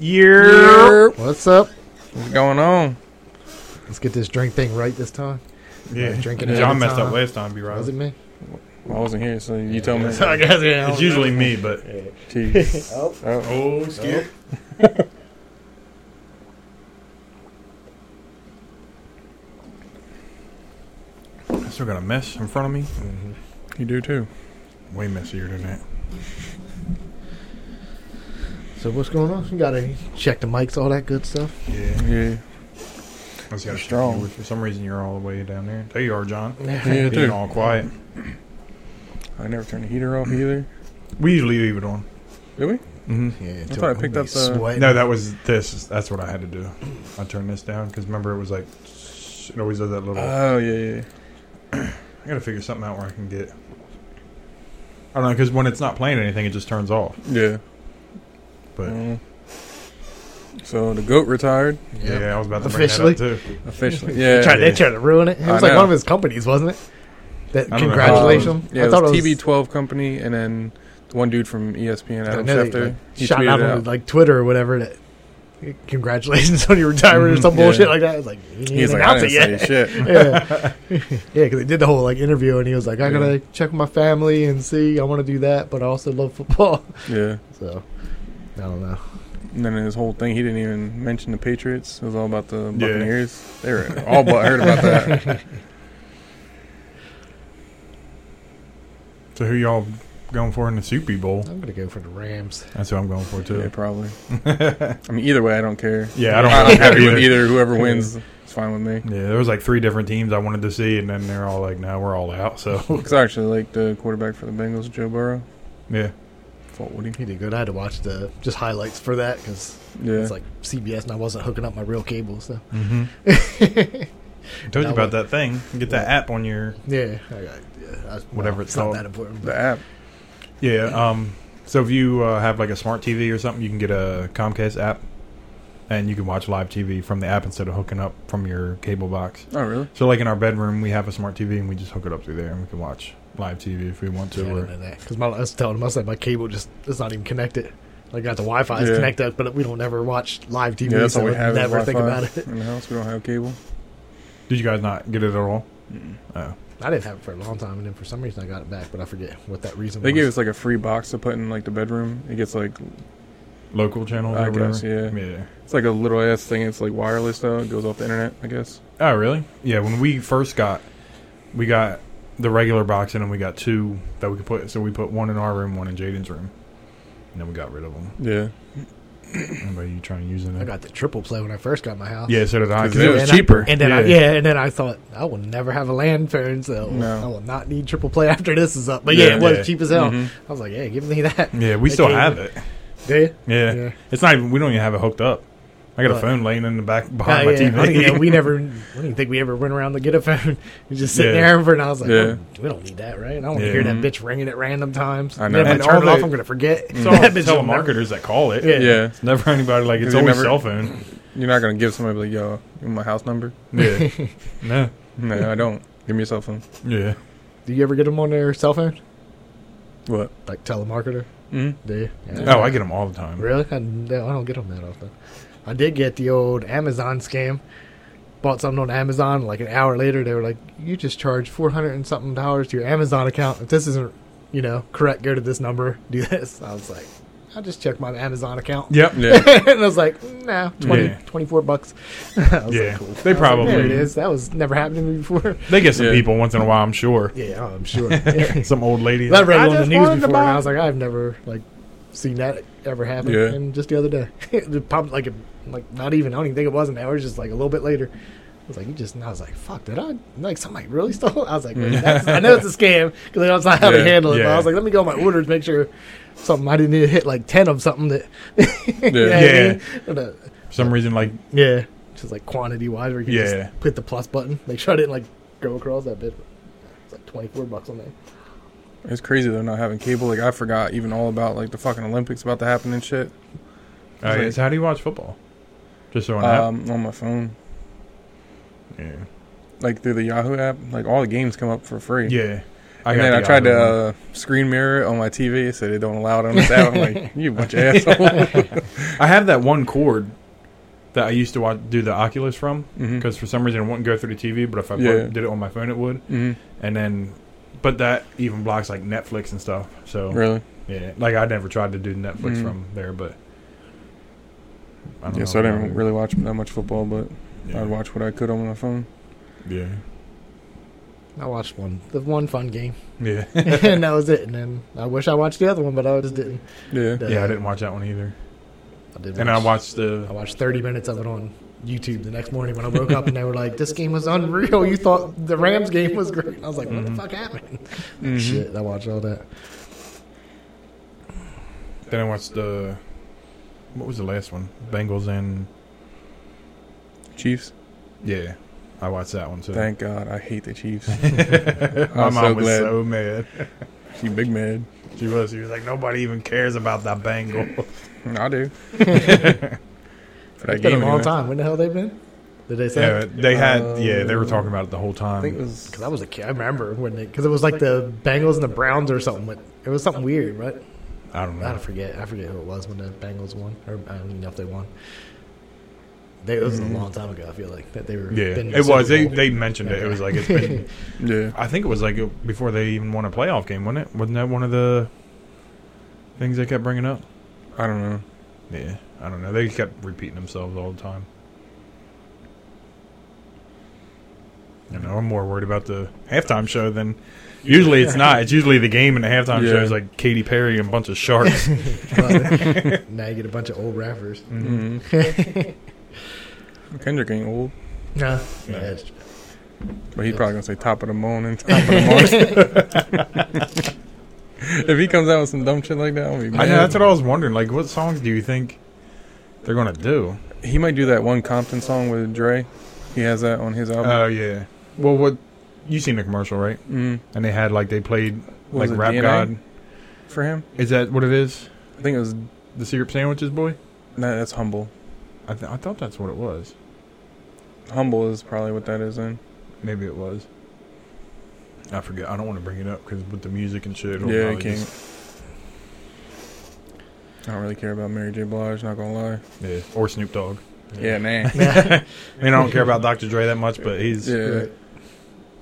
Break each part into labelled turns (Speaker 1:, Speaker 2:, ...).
Speaker 1: Year.
Speaker 2: What's up?
Speaker 3: What's going on?
Speaker 2: Let's get this drink thing right this time.
Speaker 1: Yeah,
Speaker 2: drinking ahead
Speaker 1: John
Speaker 2: of
Speaker 1: messed
Speaker 2: time.
Speaker 1: up last time, be right.
Speaker 2: Was it me?
Speaker 3: I wasn't here, so you told me.
Speaker 1: It's usually me, but
Speaker 3: Jeez.
Speaker 2: Oh.
Speaker 3: Oh.
Speaker 1: oh, scared. I still got a mess in front of me.
Speaker 3: You do too.
Speaker 1: Way messier than that.
Speaker 2: So what's going on? You gotta check the mics, all that good stuff.
Speaker 1: Yeah,
Speaker 3: Yeah.
Speaker 1: I just
Speaker 3: Strong.
Speaker 1: got strong. For some reason, you're all the way down there. There you are, John.
Speaker 3: Yeah,
Speaker 1: Being
Speaker 3: too.
Speaker 1: all quiet.
Speaker 3: I never turn the heater off either.
Speaker 1: We usually leave it on.
Speaker 3: Do we?
Speaker 1: Mm-hmm.
Speaker 2: Yeah,
Speaker 3: I thought I picked up the-
Speaker 1: No, that was this. That's what I had to do. I turned this down because remember it was like it always does that little.
Speaker 3: Oh yeah, yeah. yeah.
Speaker 1: I gotta figure something out where I can get. I don't know because when it's not playing anything, it just turns off.
Speaker 3: Yeah.
Speaker 1: But
Speaker 3: Mhm. so the goat retired
Speaker 1: yeah, I was about to
Speaker 2: Officially.
Speaker 1: bring that up too.
Speaker 3: officially.
Speaker 2: They,
Speaker 3: Yeah.
Speaker 2: tried, they
Speaker 1: yeah.
Speaker 2: tried to ruin it. It
Speaker 3: I
Speaker 2: was like
Speaker 3: know.
Speaker 2: one of his companies, wasn't it? That
Speaker 1: I don't know.
Speaker 2: congratulations.
Speaker 3: Um, Yeah,
Speaker 2: I thought
Speaker 3: it was
Speaker 2: it was
Speaker 3: TB12 company, and then the one dude from E ESPN,
Speaker 2: I
Speaker 3: Adam
Speaker 2: know they,
Speaker 3: Schefter.
Speaker 2: like,
Speaker 3: he
Speaker 2: shot
Speaker 3: tweeted
Speaker 2: out
Speaker 3: out.
Speaker 2: on like Twitter or whatever. That congratulations on your retirement or
Speaker 1: Mhm,
Speaker 2: some
Speaker 3: Mm-hmm. yeah.
Speaker 2: bullshit like that. I was like, you
Speaker 3: He's
Speaker 2: didn't
Speaker 3: like, I
Speaker 2: announce
Speaker 3: didn't
Speaker 2: it yet.
Speaker 3: say shit.
Speaker 2: yeah, yeah, because they did the whole like interview, and he was like, "I
Speaker 3: Yeah.
Speaker 2: gotta check with my family and see. I want to do that, but I also love football."
Speaker 3: yeah.
Speaker 2: So I don't know.
Speaker 3: And then his whole thing, he didn't even mention the Patriots. It was all about the
Speaker 1: Yeah.
Speaker 3: Buccaneers. They were all but heard about that.
Speaker 1: So who y'all going for in the Super Bowl?
Speaker 2: I'm gonna go for the Rams.
Speaker 1: That's who I'm going for
Speaker 3: yeah,
Speaker 1: too.
Speaker 3: probably. I mean, either way, I don't care.
Speaker 1: Yeah, I don't.
Speaker 3: I'm
Speaker 1: really care
Speaker 3: happy with
Speaker 1: either.
Speaker 3: either. Whoever wins, it's fine with me.
Speaker 1: Yeah, there was like three different teams I wanted to see, and then they're all like, "No, we're all out." So
Speaker 3: Because I actually like the quarterback for the Bengals, Joe Burrow.
Speaker 1: yeah,
Speaker 3: Fault Woody.
Speaker 2: He did good. I had to watch the just highlights for that because
Speaker 3: Yeah.
Speaker 2: it's like CBS, and I wasn't hooking up my real cable. So
Speaker 1: mm-hmm. told you
Speaker 2: Now
Speaker 1: about
Speaker 2: what?
Speaker 1: that thing. You get that app on your
Speaker 2: yeah, I got, yeah I,
Speaker 1: Whatever it's
Speaker 2: it's not
Speaker 1: called.
Speaker 2: that important.
Speaker 3: the
Speaker 2: But
Speaker 3: app.
Speaker 1: yeah. Um, so if you uh, have like a smart TV or something, you can get a Comcast app, and you can watch live TV from the app instead of hooking up from your cable box.
Speaker 3: Oh, really?
Speaker 1: So like in our bedroom, we have a smart TV, and we just hook it up through there, and we can watch live TV if we want to. or-
Speaker 2: because my I was telling him I was like my cable just it's not even connected. Like I got the Wi-Fi is
Speaker 3: Yeah.
Speaker 2: connected, but we don't ever watch live TV.
Speaker 3: yeah, that's
Speaker 2: so
Speaker 3: all we
Speaker 2: I
Speaker 3: have. is
Speaker 2: Never think
Speaker 3: Wi-Fi
Speaker 2: about it.
Speaker 3: in the house. We don't have cable.
Speaker 1: Did you guys not get it at all? Oh,
Speaker 2: I didn't have it for a long time, and then for some reason I got it back, but I forget what that reason.
Speaker 3: They
Speaker 2: was.
Speaker 3: gave us like a free box to put in like the bedroom. It gets like
Speaker 1: local channels.
Speaker 3: I
Speaker 1: or whatever?
Speaker 3: guess, yeah.
Speaker 1: Yeah.
Speaker 3: it's like a little ass thing. It's like wireless though. It goes off the internet, I guess.
Speaker 1: Oh, really? Yeah. When we first got, we got the regular box, and then we got two that we could put. So we put one in our room, one in Jaden's room, and then we got rid of them.
Speaker 3: Yeah,
Speaker 1: Anybody you trying to use
Speaker 2: I
Speaker 1: it?
Speaker 2: got the triple play when I first got my house.
Speaker 1: Yeah, so did I.
Speaker 3: 'Cause
Speaker 1: Because it
Speaker 3: it
Speaker 1: was
Speaker 2: And I-
Speaker 3: cheaper.
Speaker 2: and then I,
Speaker 1: Yeah.
Speaker 2: yeah, and then I thought I will never have a land phone, so
Speaker 3: No.
Speaker 2: I will not need triple play after this is up. But yeah, it was
Speaker 1: Yeah. Mm-hmm.
Speaker 2: cheap as hell.
Speaker 3: Mhm.
Speaker 2: I was like, yeah, give me that.
Speaker 1: yeah, we
Speaker 2: They
Speaker 1: still
Speaker 2: came
Speaker 1: have
Speaker 2: with-
Speaker 1: it.
Speaker 2: Did
Speaker 1: Yeah.
Speaker 2: Yeah.
Speaker 1: it's not even. We don't even have it hooked up. I got a
Speaker 2: Right.
Speaker 1: phone laying in the back
Speaker 2: Uh, yeah, Oh,
Speaker 1: behind my
Speaker 2: I don't
Speaker 1: TV.
Speaker 2: even know- we never. I don't even think we ever went around to get a phone. We just sitting
Speaker 1: Yeah.
Speaker 2: there, and I was like,
Speaker 3: Yeah.
Speaker 2: oh, we don't need that, right? I don't want to
Speaker 1: Yeah. Mm-hmm.
Speaker 2: hear
Speaker 3: Mhm.
Speaker 2: that bitch ringing at random times.
Speaker 3: I
Speaker 2: And
Speaker 3: know.
Speaker 2: then if
Speaker 1: And
Speaker 2: I turn
Speaker 1: all
Speaker 2: it off,
Speaker 1: the-
Speaker 2: I'm gonna forget.
Speaker 1: it's all
Speaker 2: That bitch will never-
Speaker 1: telemarketers that call it.
Speaker 2: Yeah.
Speaker 3: yeah.
Speaker 1: It's never anybody like it's
Speaker 3: They
Speaker 1: always
Speaker 3: never-
Speaker 1: cell phone.
Speaker 3: You're not gonna give somebody like, yo, you want my house number?
Speaker 1: Yeah, no,
Speaker 3: No, I don't. Give me your cell phone.
Speaker 1: yeah.
Speaker 2: Do you ever get them on their cell phone?
Speaker 3: What?
Speaker 2: Like telemarketer?
Speaker 3: Mm?
Speaker 2: Do you? Yeah.
Speaker 1: Oh, I get them all the time.
Speaker 2: Really? I, no, I don't get them that often. I did get the old Amazon scam. Bought something on Amazon. Like an hour later, they were like, "You just charged four hundred and something dollars to your Amazon account. If this isn't, you know, correct, go to this number. Do this." I was like, "I just checked my Amazon account."
Speaker 1: Yep.
Speaker 3: Yeah.
Speaker 2: and I was like, "No, 20,
Speaker 1: Yeah.
Speaker 2: 24 bucks." I was
Speaker 1: Yeah.
Speaker 2: like, cool.
Speaker 1: They
Speaker 2: I was like, there
Speaker 1: probably-
Speaker 2: it is. That was never happening to me before.
Speaker 1: They get some
Speaker 3: Yeah.
Speaker 1: people once in a while. I'm sure.
Speaker 2: Yeah, I'm sure. Yeah.
Speaker 1: Some old lady.
Speaker 2: That read
Speaker 1: I
Speaker 2: it on the
Speaker 1: just
Speaker 2: news
Speaker 1: wanted to
Speaker 2: before, and
Speaker 1: buy-
Speaker 2: I was like, I've never like seen that ever happen.
Speaker 3: Yeah.
Speaker 2: And just the other day, it popped like a, like not even. I don't even think it was an hour. It was just like a little bit later. I was like, you just. And I was like, fuck, did I? Like somebody really stole? I was like, wait, that's, I know it's a scam because I don't know how
Speaker 3: Yeah,
Speaker 2: to handle it. But
Speaker 1: yeah.
Speaker 2: I was like, let me go on my orders, make sure something I didn't need to hit like ten of something that. You know what I
Speaker 1: Yeah.
Speaker 2: mean? But, uh,
Speaker 1: For some reason, like
Speaker 2: yeah. Just like quantity wise, where you can
Speaker 1: Yeah.
Speaker 2: just hit the plus button. Make sure I didn't like go across that bit. It's like twenty four bucks on there.
Speaker 3: It's crazy though not having cable. Like I forgot even all about like the fucking Olympics about to happen and shit.
Speaker 1: All right,
Speaker 3: Like-
Speaker 1: so how do you watch football? Just so an app.
Speaker 3: Um, on my phone,
Speaker 1: Yeah,
Speaker 3: like through the Yahoo app, like all the games come up for free.
Speaker 1: yeah. I
Speaker 3: and
Speaker 1: got
Speaker 3: then
Speaker 1: the
Speaker 3: I tried to
Speaker 1: other
Speaker 3: uh, screen mirror it on my TV, so they don't allow it on this app. I'm like, you bunch of Mm-hmm. assholes.
Speaker 1: uh, I have that one cord that I used to watch, do the Oculus from
Speaker 3: Mhm.
Speaker 1: because for some reason it wouldn't go through the TV, but if I
Speaker 3: Yeah.
Speaker 1: plugged- did it on my phone, it would.
Speaker 3: Mhm.
Speaker 1: And then, but that even blocks like Netflix and stuff. So
Speaker 3: Really?
Speaker 1: yeah, like I never tried to do Netflix
Speaker 3: Mhm.
Speaker 1: from there, but Mm. I
Speaker 3: Yeah,
Speaker 1: know
Speaker 3: so I
Speaker 1: about
Speaker 3: didn't
Speaker 1: it.
Speaker 3: really watch that much football, but
Speaker 1: Yeah.
Speaker 3: I'd watch what I could on my phone.
Speaker 1: Yeah,
Speaker 2: I watched one, the one fun game,
Speaker 1: yeah,
Speaker 2: and that was it. And then I wish I watched the other one, but I just didn't.
Speaker 3: Yeah.
Speaker 1: yeah. I didn't watch that one either.
Speaker 2: I did
Speaker 1: And I watched the
Speaker 2: I watched 30 minutes of it on YouTube the next morning when I woke up, and they were like, "This game was unreal. You thought the Rams game was great." I was like, "What
Speaker 1: Mhm.
Speaker 2: the fuck happened?"
Speaker 1: Mm-hmm.
Speaker 3: Mhm.
Speaker 2: Shit, I watched all that.
Speaker 1: then I watched the what was the last one? Bengals and
Speaker 3: Chiefs.
Speaker 1: yeah, I watched that one too.
Speaker 3: Thank God, I hate the Chiefs.
Speaker 1: My
Speaker 3: I'm
Speaker 1: mom
Speaker 3: so
Speaker 1: was
Speaker 3: glad.
Speaker 1: so mad.
Speaker 3: she big mad.
Speaker 1: She was. She was like, nobody even cares about that Bengal.
Speaker 3: I do. For that
Speaker 2: It's been a
Speaker 3: game,
Speaker 2: long
Speaker 3: anyway.
Speaker 2: time. When the hell they been? Did they say?
Speaker 1: yeah, they had. yeah, they were
Speaker 3: Uh,
Speaker 1: talking about it the whole
Speaker 3: I
Speaker 1: time.
Speaker 3: think it was.
Speaker 2: Because I was a kid. I remember when they, because it was like the Bengals and the Browns or something. But it was something weird, right?
Speaker 1: Mm-hmm. I don't
Speaker 2: I
Speaker 1: know.
Speaker 2: forget. I forget who it was when the Bengals won, or I don't even know if they won. They, it was
Speaker 3: Mhm.
Speaker 2: a long time ago. I feel like that they were.
Speaker 1: Mm-hmm. Yeah,
Speaker 2: been in
Speaker 1: it
Speaker 2: the
Speaker 1: was.
Speaker 2: Super
Speaker 1: They
Speaker 2: Bowl.
Speaker 1: they mentioned it. It was like it's been.
Speaker 3: Yeah.
Speaker 1: I think it was like it- before they even won a playoff game, wasn't it? Wasn't that one of the things they kept bringing up?
Speaker 3: I don't know.
Speaker 1: Yeah, I don't know. They kept repeating themselves all the time. You know, I'm more worried about the halftime show than. Usually it's not. It's usually the game and the halftime
Speaker 3: Yeah.
Speaker 1: show is like Katy Perry and a bunch of sharks.
Speaker 2: But now you get a bunch of old rappers.
Speaker 1: Mhm.
Speaker 3: hmm Mm-hmm. Kendrick ain't old,
Speaker 2: No,
Speaker 1: No.
Speaker 2: yeah, it's-
Speaker 3: but he's probably gonna say top of the morning, top of the morning. if he comes out with some dumb shit like that, I'll be mad.
Speaker 1: I know that's what I was wondering. Like, what songs do you think they're gonna do?
Speaker 3: He might do that one Compton song with Dre. He has that on his album.
Speaker 1: Oh yeah. Well, what you seen the commercial, right?
Speaker 3: mm.
Speaker 1: And they had like they played
Speaker 3: What was
Speaker 1: like
Speaker 3: it,
Speaker 1: Rap
Speaker 3: DNA?
Speaker 1: God.
Speaker 3: for him.
Speaker 1: Is that what it is?
Speaker 3: I think it was.
Speaker 1: The syrup sandwiches, boy.
Speaker 3: No, that's humble.
Speaker 1: I, th- I thought that's what it was.
Speaker 3: Humble is probably what that is. Then
Speaker 1: Maybe it was. I forget. I don't want to bring it up because with the music and shit, it'll
Speaker 3: yeah,
Speaker 1: probably
Speaker 3: he can't.
Speaker 1: just-
Speaker 3: I don't really care about Mary J. Blige. Not gonna lie.
Speaker 1: yeah. Or Snoop Dogg.
Speaker 3: Yeah, nah.
Speaker 1: I mean, I don't care about Dr. Dre that much, but he's
Speaker 3: yeah.
Speaker 2: right.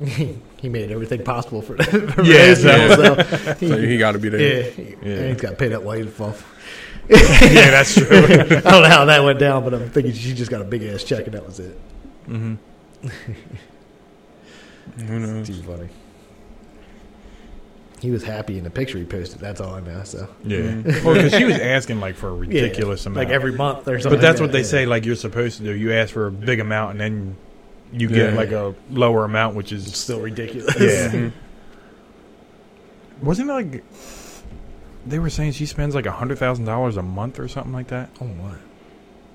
Speaker 2: he made everything possible for, for
Speaker 1: Yeah,
Speaker 2: those
Speaker 1: exactly.
Speaker 2: people, so he-
Speaker 3: So he got to be there.
Speaker 2: yeah, he-
Speaker 1: Yeah.
Speaker 2: and he's got paid that white off.
Speaker 1: yeah, that's true.
Speaker 2: I don't know how that went down, but I'm thinking she just got a big ass check and that was it.
Speaker 1: mm-hmm.
Speaker 3: Who knows?
Speaker 2: Too funny. He was happy in the picture he posted. That's all I know. So
Speaker 1: Yeah,
Speaker 3: Mhm.
Speaker 1: well, because she was asking like for a ridiculous amount,
Speaker 2: Mm-hmm. like every month or something.
Speaker 1: But that's
Speaker 2: like
Speaker 1: what they
Speaker 2: that,
Speaker 1: say. Like you're supposed to do. You ask for a big amount, and then you get
Speaker 3: Yeah.
Speaker 1: like a lower amount, which is
Speaker 2: It's still ridiculous.
Speaker 1: Yeah.
Speaker 3: Mhm.
Speaker 1: Wasn't it like they were saying she spends like a hundred thousand dollars a month or something like that?
Speaker 2: Oh my.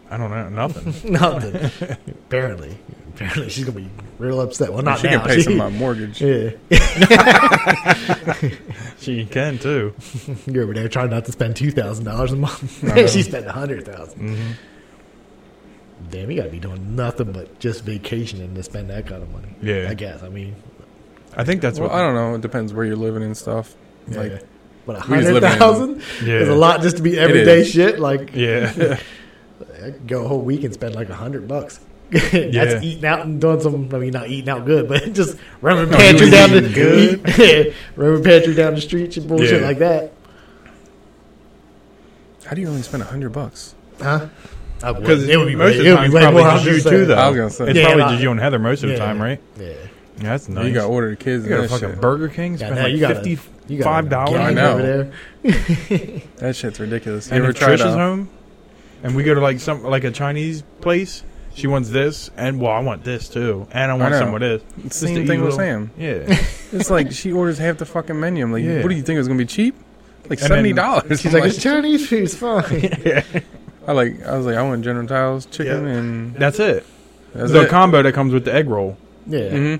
Speaker 1: I don't know. Nothing.
Speaker 2: Nothing. apparently, apparently she's gonna be real upset. Well, not
Speaker 3: she
Speaker 2: now.
Speaker 3: can pay some of my mortgage.
Speaker 2: Yeah,
Speaker 1: she can too.
Speaker 2: you're over there trying not to spend two thousand dollars a month.
Speaker 3: I know.
Speaker 2: she spent a hundred thousand.
Speaker 1: hmm
Speaker 2: Damn, you gotta be doing nothing but just vacationing to spend that kind of money.
Speaker 1: Yeah.
Speaker 2: I guess. I mean,
Speaker 1: I think that's
Speaker 3: Well,
Speaker 1: what
Speaker 3: I don't know. It depends where you're living and stuff. Like,
Speaker 2: yeah. but a
Speaker 3: we just
Speaker 2: hundred
Speaker 3: live in-
Speaker 2: thousand
Speaker 1: Yeah.
Speaker 2: is a lot just to be everyday
Speaker 3: is.
Speaker 2: shit. Like,
Speaker 1: Yeah.
Speaker 2: I could go a whole week and spend like a hundred bucks.
Speaker 1: Yeah.
Speaker 2: That's eating out and doing some. I mean, not eating out good, but just running
Speaker 1: No,
Speaker 2: pantry
Speaker 1: you
Speaker 2: down the
Speaker 1: eating good.
Speaker 2: Yeah, running pantry down the streets and bullshit
Speaker 1: Yeah.
Speaker 2: like that.
Speaker 3: how do you only spend a hundred bucks?
Speaker 2: Huh? I would.
Speaker 1: Because
Speaker 2: it would be
Speaker 1: most of
Speaker 2: it
Speaker 1: the
Speaker 2: would
Speaker 1: time
Speaker 2: be
Speaker 1: it's
Speaker 2: way
Speaker 1: probably
Speaker 2: more,
Speaker 1: just
Speaker 2: I'm
Speaker 1: you
Speaker 2: just
Speaker 1: too,
Speaker 2: saying.
Speaker 1: though.
Speaker 3: I was gonna say.
Speaker 1: it's
Speaker 2: Yeah,
Speaker 1: probably
Speaker 2: like-
Speaker 1: just you and Heather most of the
Speaker 2: Yeah.
Speaker 1: time, right?
Speaker 2: Yeah,
Speaker 1: Yeah, that's nice.
Speaker 3: You got to order the kids. and
Speaker 1: You got a
Speaker 3: that
Speaker 1: fucking
Speaker 3: shit.
Speaker 1: Burger King, spend
Speaker 2: now
Speaker 1: like
Speaker 2: you gotta-
Speaker 1: fifty
Speaker 2: you got
Speaker 1: five dollars.
Speaker 3: I
Speaker 2: I
Speaker 3: know.
Speaker 2: Over there.
Speaker 3: That shit's ridiculous. You
Speaker 1: And
Speaker 3: ever
Speaker 1: if
Speaker 3: tried uh,
Speaker 1: Trish
Speaker 2: uh,
Speaker 1: is
Speaker 3: to?
Speaker 1: home, and we go to like some like a Chinese place, she wants this, and well, I want this too, and I want
Speaker 3: know.
Speaker 1: some of this.
Speaker 3: It's the
Speaker 1: Just
Speaker 3: same
Speaker 1: to
Speaker 3: thing
Speaker 1: eat
Speaker 3: with
Speaker 1: little-
Speaker 3: Sam.
Speaker 1: Yeah,
Speaker 3: It's like she orders half the fucking menu. I'm like,
Speaker 1: Yeah.
Speaker 3: what do you think it was gonna be cheap? Like
Speaker 1: And
Speaker 3: seventy
Speaker 1: then-
Speaker 3: dollars.
Speaker 2: She's like, it's Chinese food, it's fine.
Speaker 3: I like. I was like, I want General Tiles chicken and
Speaker 1: that's it.
Speaker 3: that's
Speaker 1: the
Speaker 3: it.
Speaker 1: combo that comes with the egg roll.
Speaker 2: Yeah,
Speaker 3: hmm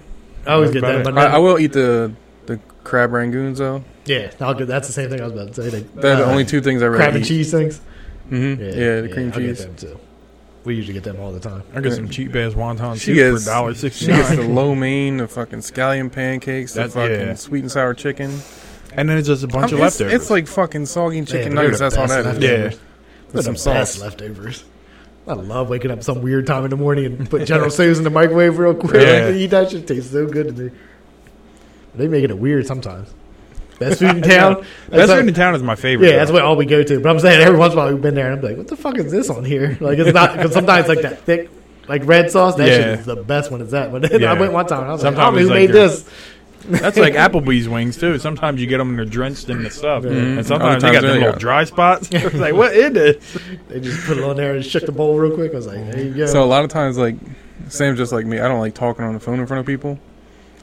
Speaker 2: I always
Speaker 1: That's
Speaker 2: get
Speaker 1: about
Speaker 2: that.
Speaker 1: it.
Speaker 2: But
Speaker 3: I, I
Speaker 2: then-
Speaker 3: will eat the the crab rangoons though.
Speaker 2: yeah, I'll get. That's the same thing I was about to say. Like,
Speaker 3: They're the
Speaker 2: uh,
Speaker 3: only two things I really
Speaker 2: crab and
Speaker 3: eat.
Speaker 2: cheese things.
Speaker 3: hmm Yeah, the cream
Speaker 2: I'll get
Speaker 3: cheese.
Speaker 2: them too. We usually get them all the time.
Speaker 1: I get some cheap ass wonton
Speaker 3: She
Speaker 1: soup
Speaker 3: gets,
Speaker 1: for dollar
Speaker 3: she gets the
Speaker 1: sixty-nine,
Speaker 3: lo mein, the fucking scallion pancakes, the
Speaker 1: That's-
Speaker 3: fucking
Speaker 1: yeah.
Speaker 3: sweet and sour chicken.
Speaker 1: and then it's just a bunch
Speaker 3: I'm-
Speaker 1: of
Speaker 3: it's,
Speaker 1: leftovers.
Speaker 3: it's like fucking soggy chicken
Speaker 2: Man,
Speaker 3: nuggets.
Speaker 2: they're the
Speaker 3: That's all
Speaker 2: best
Speaker 3: that is.
Speaker 1: Yeah.
Speaker 2: leftovers.
Speaker 3: With some
Speaker 2: They're the best
Speaker 3: sauce.
Speaker 2: leftovers. I love waking up some weird time in the morning and put General Tso's in the microwave real quick.
Speaker 1: Yeah.
Speaker 2: Eat that shit tastes so good to me. They make it weird sometimes. Best food in town.
Speaker 1: Best
Speaker 2: That's
Speaker 1: food in
Speaker 2: like-
Speaker 1: town is my favorite.
Speaker 2: Yeah, that's
Speaker 1: though.
Speaker 2: what all we go to. But I'm saying every once in a while we've been there and I'm like, what the fuck is this on here? Like it's not because sometimes like that thick like red sauce. That
Speaker 1: Yeah.
Speaker 2: shit is the best when it's that. But I
Speaker 1: Yeah.
Speaker 2: went one time. And I was
Speaker 1: Sometimes
Speaker 2: like, I don't
Speaker 1: it's
Speaker 2: know who
Speaker 1: like
Speaker 2: made
Speaker 1: your-
Speaker 2: this?
Speaker 1: That's like Applebee's wings too. Sometimes you get them and they're drenched in the stuff, and sometimes they
Speaker 3: Other times
Speaker 1: got them
Speaker 3: they
Speaker 1: little
Speaker 3: got-
Speaker 1: dry spots. it's like what is this?
Speaker 2: They just put it on there and shook the bowl real quick. I was like, there you go.
Speaker 3: So a lot of times, like Sam's just like me. I don't like talking on the phone in front of people.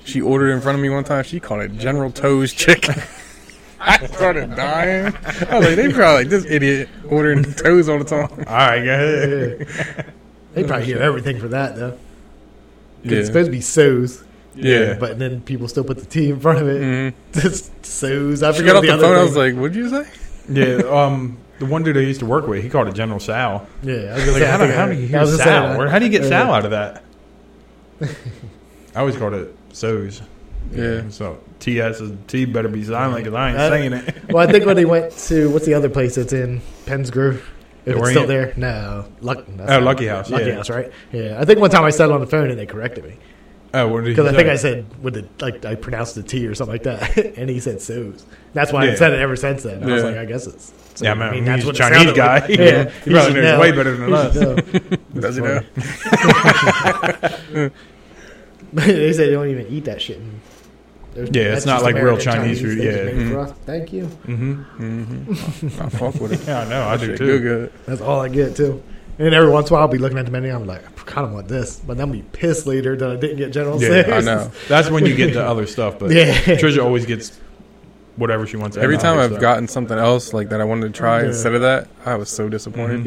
Speaker 3: She ordered in front of me one time. She called it General Toes chicken. I started dying. I was like, they probably like this idiot ordering toes all the time.
Speaker 1: All right, go ahead.
Speaker 2: Yeah. they probably hear everything for that though. 'Cause
Speaker 3: Yeah.
Speaker 2: It's supposed to be so's,
Speaker 3: Yeah.
Speaker 2: but then people still put the T in front of it.
Speaker 3: Mhm.
Speaker 1: Mm.
Speaker 2: Just so's. I
Speaker 3: She
Speaker 2: forget what
Speaker 3: got off
Speaker 2: the,
Speaker 3: the
Speaker 2: other
Speaker 3: phone. I
Speaker 2: thing-
Speaker 3: was like, "What'd you say?"
Speaker 1: Yeah, um, the one dude I used to work with, he called it General Sal.
Speaker 2: yeah, I was
Speaker 1: You're
Speaker 2: gonna
Speaker 1: like,
Speaker 2: say, I
Speaker 1: how, do,
Speaker 2: think
Speaker 1: how
Speaker 2: I-
Speaker 1: do you
Speaker 2: I
Speaker 1: hear
Speaker 2: was gonna say
Speaker 1: Sal?
Speaker 2: that.
Speaker 1: Or how do you get
Speaker 2: Yeah.
Speaker 1: Sal out of that? I always called it So's.
Speaker 3: Yeah.
Speaker 1: So TS is T better be silent because I ain't
Speaker 2: Uh,
Speaker 1: saying it.
Speaker 2: Well, I think when they went to what's the other place that's in Pennsgrove? If
Speaker 1: The
Speaker 2: it's still
Speaker 1: Orient?
Speaker 2: there, no, Luck, that's
Speaker 1: Oh,
Speaker 2: not-
Speaker 1: Lucky House,
Speaker 2: Lucky
Speaker 1: yeah.
Speaker 2: House, right? Yeah, I think one time I said it on the phone and they corrected me
Speaker 1: Oh, what did he
Speaker 2: because I
Speaker 1: say?
Speaker 2: think I said with the like I pronounced the T or something like that, and he said so's. That's why
Speaker 1: Yeah.
Speaker 2: I've said it ever since then. I was
Speaker 3: Yeah.
Speaker 2: like, I guess it's. so,
Speaker 1: Yeah, man, he's
Speaker 2: what it
Speaker 1: a Chinese
Speaker 2: sounded like.
Speaker 1: guy.
Speaker 2: Yeah,
Speaker 1: He probably
Speaker 2: should
Speaker 1: knows
Speaker 2: know.
Speaker 1: way better
Speaker 2: He
Speaker 1: than
Speaker 2: should
Speaker 1: us.
Speaker 2: know.
Speaker 3: Does he know?
Speaker 2: funny. they say they don't even eat that shit. in- there's-
Speaker 1: Yeah, it's
Speaker 2: that's
Speaker 1: not
Speaker 2: just
Speaker 1: like real
Speaker 2: American
Speaker 1: Chinese food,
Speaker 2: they just
Speaker 1: yeah.
Speaker 2: make it for
Speaker 3: Mhm.
Speaker 2: us. Thank you.
Speaker 1: Mm-hmm.
Speaker 3: Mm-hmm. I fuck with it.
Speaker 1: Yeah, I know. I do
Speaker 3: Shit,
Speaker 1: too.
Speaker 3: good.
Speaker 2: That's all I get too. And every once in a while, I'll be looking at the menu. I'm like, I kind of want this, but then I'll be pissed later that I didn't get General
Speaker 1: Yeah,
Speaker 2: Tso's.
Speaker 3: I know.
Speaker 1: That's when you get to other stuff, but
Speaker 2: Yeah.
Speaker 1: Trisha always gets whatever she wants.
Speaker 3: Every
Speaker 1: out of
Speaker 3: time
Speaker 1: other
Speaker 3: I've
Speaker 1: stuff.
Speaker 3: gotten something else like that I wanted to try
Speaker 2: Yeah. Mm-hmm.
Speaker 3: instead of that, I was so disappointed.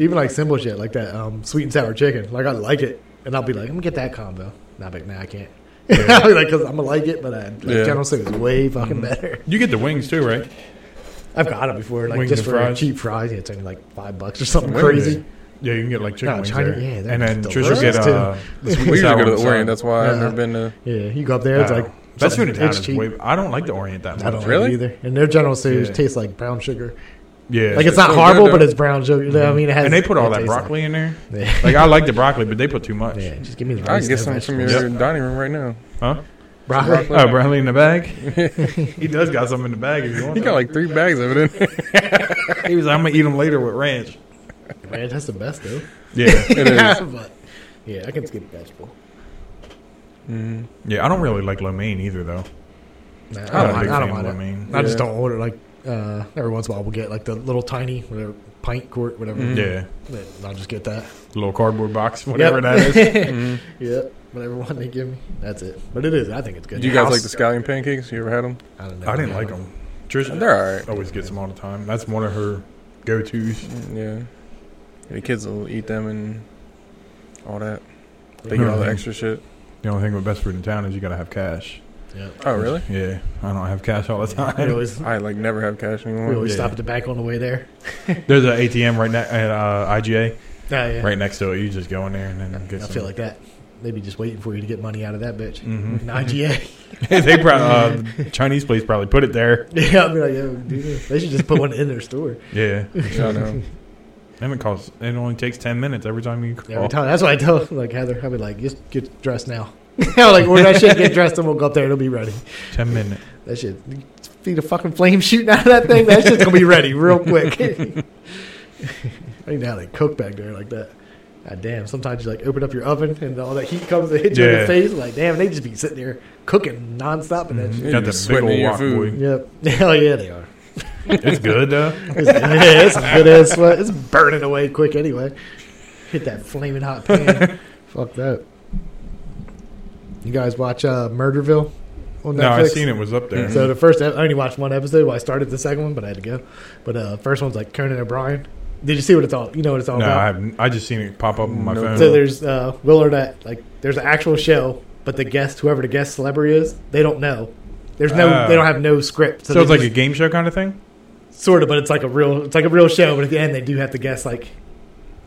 Speaker 2: Even like simple shit like that um, sweet and sour chicken. Like I like it, and I'll be like, I'm gonna get that combo. And I'll be like, Nah, I can't. I'll be like, because I'm gonna like it, but I, like,
Speaker 3: Yeah.
Speaker 2: General Tso's is way fucking
Speaker 1: Mm-hmm.
Speaker 2: better.
Speaker 1: you get the wings too, right?
Speaker 2: I've got it before, like
Speaker 1: Wings
Speaker 2: just
Speaker 1: and
Speaker 2: for
Speaker 1: fries?
Speaker 2: cheap fries. Yeah, it's only like five bucks or something
Speaker 3: Wings.
Speaker 2: crazy.
Speaker 1: Yeah, you can get like chicken
Speaker 2: No,
Speaker 1: wings
Speaker 2: China-
Speaker 1: there.
Speaker 2: yeah, they're
Speaker 1: and then Trisha will get
Speaker 2: delicious,
Speaker 1: uh,
Speaker 3: We
Speaker 1: the sweet and
Speaker 3: usually go
Speaker 1: sour
Speaker 3: to
Speaker 1: on
Speaker 3: the
Speaker 1: the
Speaker 3: Orient.
Speaker 1: side.
Speaker 3: That's why I've
Speaker 2: Yeah.
Speaker 3: never been to.
Speaker 2: Yeah, you go up there, it's
Speaker 1: No.
Speaker 2: like
Speaker 1: best food in town
Speaker 2: it's
Speaker 1: is
Speaker 2: cheap.
Speaker 1: way. I don't like the Orient that much.
Speaker 2: I don't
Speaker 3: Really?
Speaker 2: like it either. And their General Tso's
Speaker 1: Yeah.
Speaker 2: tastes like brown sugar.
Speaker 1: yeah,
Speaker 2: Like it's
Speaker 3: It's
Speaker 2: not
Speaker 3: so
Speaker 2: horrible,
Speaker 3: good,
Speaker 2: but
Speaker 3: though.
Speaker 2: it's brown sugar. You know what I mean, it has
Speaker 1: and they put all
Speaker 2: it
Speaker 1: that
Speaker 2: tastes like-
Speaker 1: broccoli in there.
Speaker 2: Yeah.
Speaker 1: Like I like the broccoli, but they put too much.
Speaker 2: Yeah, just give me the
Speaker 3: I
Speaker 2: rice
Speaker 3: can get
Speaker 2: and
Speaker 3: some from your
Speaker 2: vegetables.
Speaker 3: dining room right now.
Speaker 1: Huh?
Speaker 2: broccoli.
Speaker 1: Oh, broccoli in the bag. he does got some in the bag. If you want,
Speaker 3: He got like three bags of it in there.
Speaker 1: that. he was. I'm gonna eat them later with ranch.
Speaker 2: Man, that's the best though.
Speaker 1: Yeah,
Speaker 3: It is.
Speaker 2: but yeah, I can skip vegetable.
Speaker 3: Mhm.
Speaker 1: yeah. I don't really like lo mein either, though.
Speaker 2: Nah, I
Speaker 1: I'm
Speaker 2: don't
Speaker 1: not a
Speaker 2: mind.
Speaker 1: big
Speaker 2: I
Speaker 1: fan
Speaker 2: don't
Speaker 1: of
Speaker 2: mind
Speaker 1: lo
Speaker 2: it.
Speaker 1: mein.
Speaker 2: I just
Speaker 3: Yeah.
Speaker 2: don't order like uh, every once in a while we'll get like the little tiny whatever pint quart whatever.
Speaker 3: Mhm.
Speaker 1: Mm-hmm. Yeah,
Speaker 2: But I'll just get that.
Speaker 1: little cardboard box, whatever
Speaker 2: Yep.
Speaker 1: that is.
Speaker 3: Mhm.
Speaker 2: Yep. Whatever one they give me, that's it. But it is. I think it's good.
Speaker 3: Do you guys
Speaker 2: House-
Speaker 3: like the scallion pancakes? You ever had them?
Speaker 2: I don't know.
Speaker 1: I didn't like them. Trisha
Speaker 3: They're all right.
Speaker 1: always gets them all the time. That's one of her go tos.
Speaker 3: Mm, Yeah. The kids will eat them and all that. They get all the extra shit.
Speaker 1: The only thing with best food in town is you gotta have cash.
Speaker 2: Yeah.
Speaker 3: Oh, really?
Speaker 1: Yeah, I don't have cash all the
Speaker 2: We
Speaker 1: time.
Speaker 2: always, we
Speaker 3: I like never have cash anymore.
Speaker 2: always
Speaker 1: Yeah.
Speaker 2: stop at the bank on the way there.
Speaker 1: There's an ATM right next at uh, IGA,
Speaker 2: Yeah, Ah, yeah.
Speaker 1: right next to it. You just go in there and then
Speaker 2: I
Speaker 1: get.
Speaker 2: feel like that. They be just waiting for you to get money out of that bitch.
Speaker 1: hmm
Speaker 2: An IGA.
Speaker 1: they probably uh, the Chinese place probably put it there.
Speaker 2: yeah, I'll be like, yo, do this. They should just put one in their store.
Speaker 1: Yeah,
Speaker 3: Yeah, I know.
Speaker 1: and it costs. It only takes ten minutes every time you call.
Speaker 2: Every time. That's what I tell like Heather. I'll be like, just get dressed now. I'll like order that shit, get dressed, and we'll go up there. It'll be ready.
Speaker 1: Ten minutes.
Speaker 2: That shit, feed a fucking flame shooting out of that thing. That shit's gonna be ready real quick. I need to have like cook back there like that. God damn. Sometimes you like open up your oven and all that heat comes and hits you in
Speaker 1: Yeah.
Speaker 2: the face. Like damn, they just be sitting there cooking nonstop and that shit.
Speaker 3: You're
Speaker 1: Mm-hmm. Got
Speaker 3: just
Speaker 1: that big
Speaker 3: sweating
Speaker 1: old
Speaker 3: in your
Speaker 1: wok,
Speaker 3: food.
Speaker 1: boy.
Speaker 2: Yep. Hell yeah, they are.
Speaker 1: It's good though.
Speaker 2: It's, yeah, it's a good ass sweat. It's burning away quick anyway. Hit that flaming hot pan. Fuck that. You guys watch uh, Murderville on Netflix?
Speaker 1: No, I seen it was up there.
Speaker 2: So the first, ep- I only watched one episode. Well, I started the second one, but I had to go. But uh, first one's like Conan O'Brien. Did you see what it's all? You know what it's all
Speaker 1: no,
Speaker 2: about?
Speaker 1: I have. I just seen it pop up on my
Speaker 3: Nope.
Speaker 1: phone.
Speaker 2: So there's uh, Will Arnett. Like there's an actual show, but the guest, whoever the guest celebrity is, they don't know. There's no,
Speaker 1: Oh.
Speaker 2: they don't have no script.
Speaker 1: So
Speaker 2: they
Speaker 1: it's like
Speaker 2: just-
Speaker 1: a game show kind of thing.
Speaker 2: sort of, but it's like a real, it's like a real show. But at the end, they do have to guess like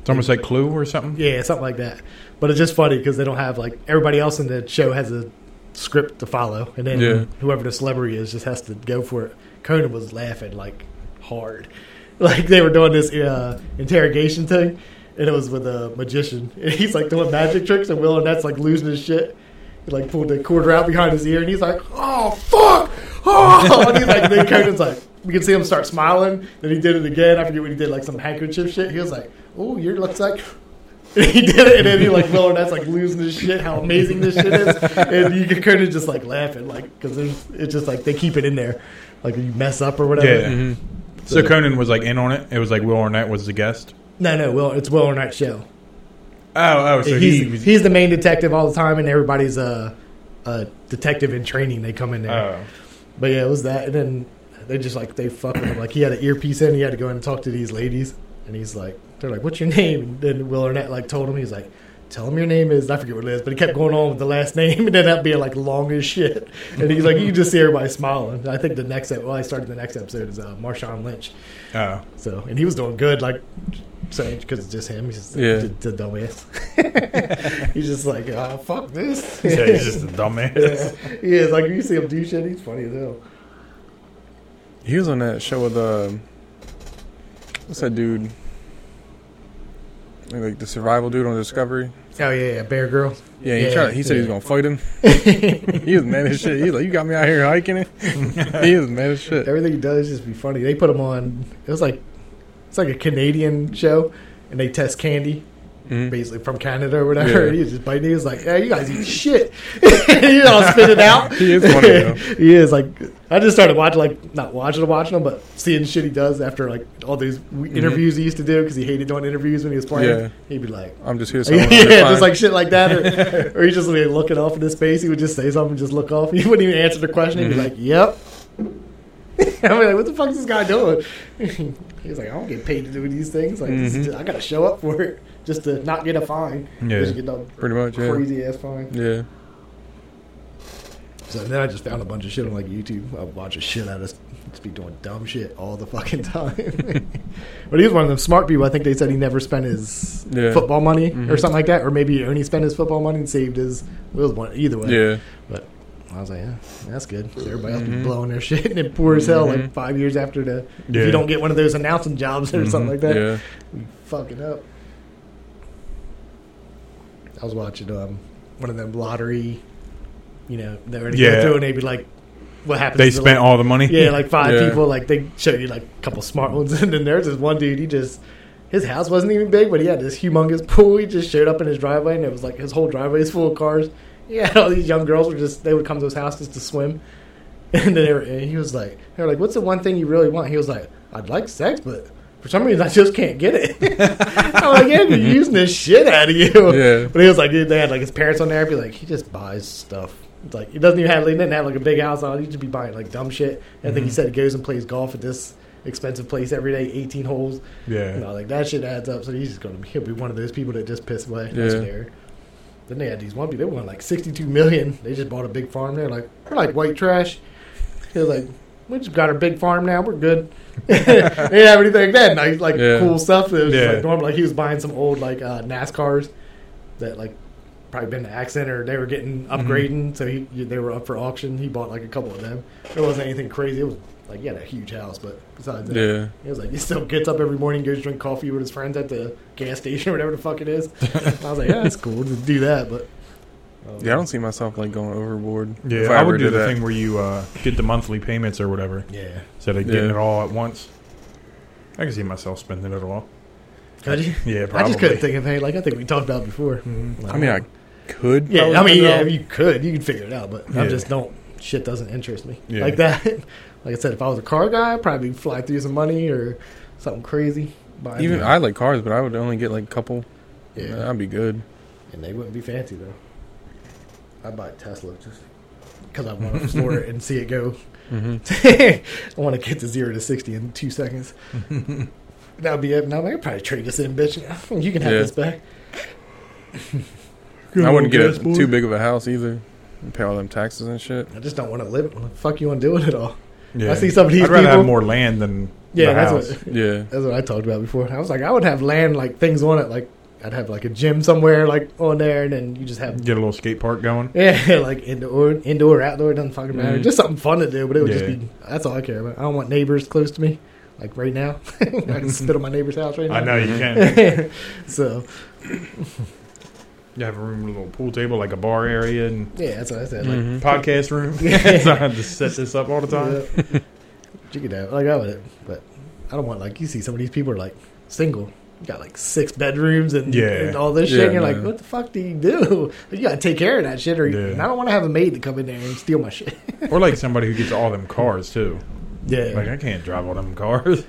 Speaker 1: It's almost like Clue or something.
Speaker 2: Yeah, something like that. But it's just funny because they don't have like everybody else in the show has a script to follow, and then
Speaker 3: Yeah.
Speaker 2: whoever the celebrity is just has to go for it. Conan was laughing like hard, like they were doing this uh, interrogation thing, and it was with a magician, and he's like doing magic tricks, and Will and that's like losing his shit. He like pulled the quarter out behind his ear, and he's like, "Oh fuck!" Oh, and he's like, then Conan's like, we can see him start smiling. Then he did it again. I forget what he did, like some handkerchief shit. He was like, "Oh, your looks like." And he did it, and then he like Will Arnett's like losing his shit. How amazing this shit is, and you can kind of just like laughing, like because there's it's just like they keep it in there, like you mess up or whatever.
Speaker 1: Yeah.
Speaker 3: Mm-hmm.
Speaker 1: So Conan was like in on it. It was like Will Arnett was the guest.
Speaker 2: No, no, Will, it's Will Arnett's show.
Speaker 1: Oh, oh, so
Speaker 2: he's
Speaker 1: he was.
Speaker 2: he's the main detective all the time, and everybody's a, a detective in training. They come in there.
Speaker 1: oh,
Speaker 2: But yeah, it was that, and then they just like they fuck with him. Like he had an earpiece in, he had to go in and talk to these ladies, and he's like, they're like, "What's your name?" And then Will Arnett like told him, he's like, "Tell him your name is." I forget what it is, but he kept going on with the last name, and then that being like long as shit. And he's like, you can just see everybody smiling. I think the next ep- well, I started the next episode is uh, Marshawn Lynch.
Speaker 1: oh.
Speaker 2: So and he was doing good, like saying because it's just him. He's just
Speaker 3: Yeah.
Speaker 2: the, the dumbass. he's just like, oh, fuck this.
Speaker 1: So he's just a dumbass.
Speaker 2: he is like you see him do shit. He's funny as hell.
Speaker 3: He was on that show with uh, what's that dude? Like, Like the survival dude on Discovery.
Speaker 2: Oh yeah, yeah, Bear Girl.
Speaker 3: Yeah, he
Speaker 2: Yeah,
Speaker 3: tried. He said he was
Speaker 2: yeah.
Speaker 3: gonna fight him. he was mad as shit. He's like, "You got me out here hiking it." he was mad as shit.
Speaker 2: Everything he does just be funny. They put him on. It was like it's like a Canadian show, and they test candy.
Speaker 3: Mhm.
Speaker 2: Basically from Canada or whatever,
Speaker 3: Yeah.
Speaker 2: and he was just biting. He was like, "Hey, you guys eat shit." you know, spit it out.
Speaker 3: He is funny though.
Speaker 2: he is like I just started watching like not watching watching him, but seeing shit he does after like all these w interviews he used to do because he hated doing interviews when he was playing.
Speaker 3: Mm-hmm. Yeah.
Speaker 2: He'd be like,
Speaker 3: I'm just here. So
Speaker 2: yeah, just like shit like that, or, or he just like looking off in his face. He would just say something, just look off. He wouldn't even answer the question. He'd be
Speaker 3: Mhm.
Speaker 2: like, "Yep." I'm like, "What the fuck is this guy doing?" he was like, "I don't get paid to do these things. Like, this is
Speaker 3: Mhm.
Speaker 2: just- I gotta show up for it just to not get a fine.
Speaker 1: Yeah.
Speaker 2: Just get no
Speaker 3: pretty much. Yeah.
Speaker 2: crazy ass fine."
Speaker 3: Yeah.
Speaker 2: So then I just found a bunch of shit on like YouTube. I watch a shit out of just be doing dumb shit all the fucking time. but he was one of them smart people. I think they said he never spent his
Speaker 3: Yeah.
Speaker 2: football money or
Speaker 3: Mhm.
Speaker 2: something like that, or maybe he only spent his football money and saved his. It was one either way.
Speaker 3: Yeah.
Speaker 2: But I was like, yeah, that's good. Everybody else be
Speaker 3: Mhm.
Speaker 2: blowing their shit and it poor as hell like
Speaker 3: Mhm.
Speaker 2: five years after the. If
Speaker 1: Yeah.
Speaker 2: you don't get one of those announcing jobs or something
Speaker 1: Mhm.
Speaker 2: like that,
Speaker 3: Mm-hmm. Yeah.
Speaker 2: fucking up. I was watching um, one of them lottery, you know, they already go
Speaker 1: Yeah.
Speaker 2: through and they'd be like, what happens?
Speaker 1: They
Speaker 2: to, like,
Speaker 1: spent all the money.
Speaker 2: yeah, like five
Speaker 3: Yeah.
Speaker 2: people. Like they show you like a couple smart ones, and then there's this one dude. He just his house wasn't even big, but he had this humongous pool. He just showed up in his driveway, and it was like his whole driveway is full of cars. Yeah, all these young girls were just they would come to his house just to swim, and then they were, and he was like, they were like, "What's the one thing you really want?" He was like, "I'd like sex, but." For some reason, I just can't get it. I'm like, yeah, you're using this shit out of you.
Speaker 3: Yeah.
Speaker 2: But he was like, dude, they had like his parents on there. I'd be like, he just buys stuff. It's like he doesn't even have, he didn't have like a big house on. He just be buying like dumb shit. And I think he said he goes and plays golf at this expensive place every day, 18 holes.
Speaker 1: Yeah.
Speaker 2: You know, like that shit adds up. So he's just gonna be, he'll be one of those people that just piss away. That's
Speaker 3: Yeah.
Speaker 2: fair. Then they had these one people. They won like 62 million. They just bought a big farm. They're like, we're like white trash. They're like, we just got our big farm now. We're good. they didn't have anything that nice, like
Speaker 3: Yeah.
Speaker 2: cool stuff. It was just,
Speaker 1: Yeah.
Speaker 2: like normal. Like he was buying some old like uh, NASCARs that like probably been to accident or they were getting upgrading. So he, they were up for auction. He bought like a couple of them. There wasn't anything crazy. It was like he had a huge house, but besides that,
Speaker 3: Yeah.
Speaker 2: he was like, he still gets up every morning, goes drink coffee with his friends at the gas station or whatever the fuck it is. I was like, yeah, that's cool to do that, but um,
Speaker 3: Yeah. I don't see myself like going overboard.
Speaker 1: Yeah,
Speaker 3: if
Speaker 1: I,
Speaker 3: ever
Speaker 1: would do
Speaker 3: did
Speaker 1: the
Speaker 3: that.
Speaker 1: thing where you uh, get the monthly payments or whatever
Speaker 2: yeah.
Speaker 1: instead of getting
Speaker 3: Yeah.
Speaker 1: it all at once. I can see myself spending it all.
Speaker 2: Could you?
Speaker 1: Yeah, probably.
Speaker 2: I just couldn't think of anything. Like I think we talked about it before.
Speaker 1: Mm-hmm.
Speaker 2: Like,
Speaker 3: I mean, I could.
Speaker 2: yeah,
Speaker 3: probably
Speaker 2: I mean,
Speaker 3: do
Speaker 2: yeah,
Speaker 3: that.
Speaker 2: you could, you could figure it out, but I
Speaker 1: Yeah.
Speaker 2: just don't. Shit doesn't interest me
Speaker 1: Yeah.
Speaker 2: like that. Like I said, if I was a car guy, I'd probably fly through some money or something crazy. Buy
Speaker 3: Even
Speaker 2: me-
Speaker 3: I like cars, but I would only get like a couple.
Speaker 2: yeah.
Speaker 3: I'd be good.
Speaker 2: And they wouldn't be fancy though. I buy Tesla just because I want to explore it and see it go.
Speaker 3: Mm-hmm.
Speaker 2: I want to get to zero to sixty in two seconds. that would be it. Now I could probably trade this in, bitch. You can have
Speaker 3: Yeah.
Speaker 2: this back.
Speaker 3: I wouldn't get
Speaker 1: it
Speaker 3: a, too big of a house either. And pay all them taxes and shit.
Speaker 2: I just don't want to live. What the fuck you want to do with it all?
Speaker 1: Yeah.
Speaker 2: I see some of these
Speaker 1: I'd rather
Speaker 2: people-
Speaker 1: have more land than
Speaker 2: Yeah, that's
Speaker 1: house.
Speaker 2: what,
Speaker 3: Yeah.
Speaker 2: that's what I talked about before. I was like, I would have land like things on it, like I'd have like a gym somewhere like on there, and then you just have
Speaker 1: Get a little skate park going.
Speaker 2: yeah, like indoor, indoor, outdoor doesn't fucking matter.
Speaker 3: Mhm.
Speaker 2: Just something fun to do, but it would just
Speaker 1: Mm-hmm. Yeah.
Speaker 2: be that's all I care about. I don't want neighbors close to me, like right now. I can spit on my neighbor's house right now.
Speaker 1: I know you
Speaker 3: Mhm.
Speaker 1: can.
Speaker 2: so
Speaker 1: You have a room with a little pool table, like a bar area, and
Speaker 2: yeah, that's what I said. Like,
Speaker 3: Mhm.
Speaker 1: podcast room.
Speaker 2: Yeah.
Speaker 1: so I had to set this up all the time.
Speaker 2: Yeah. you could have like I would, but I don't want like you see some of these people are like single. You got like six bedrooms and,
Speaker 1: Yeah.
Speaker 2: and all this shit.
Speaker 3: Yeah,
Speaker 2: and you're like,
Speaker 3: no.
Speaker 2: what the fuck do you do? You gotta take care of that shit, or
Speaker 1: Yeah.
Speaker 2: and I don't want to have a maid to come in there and steal my shit.
Speaker 1: Or like somebody who gets all them cars too.
Speaker 2: Yeah,
Speaker 1: Like I can't drive all them cars.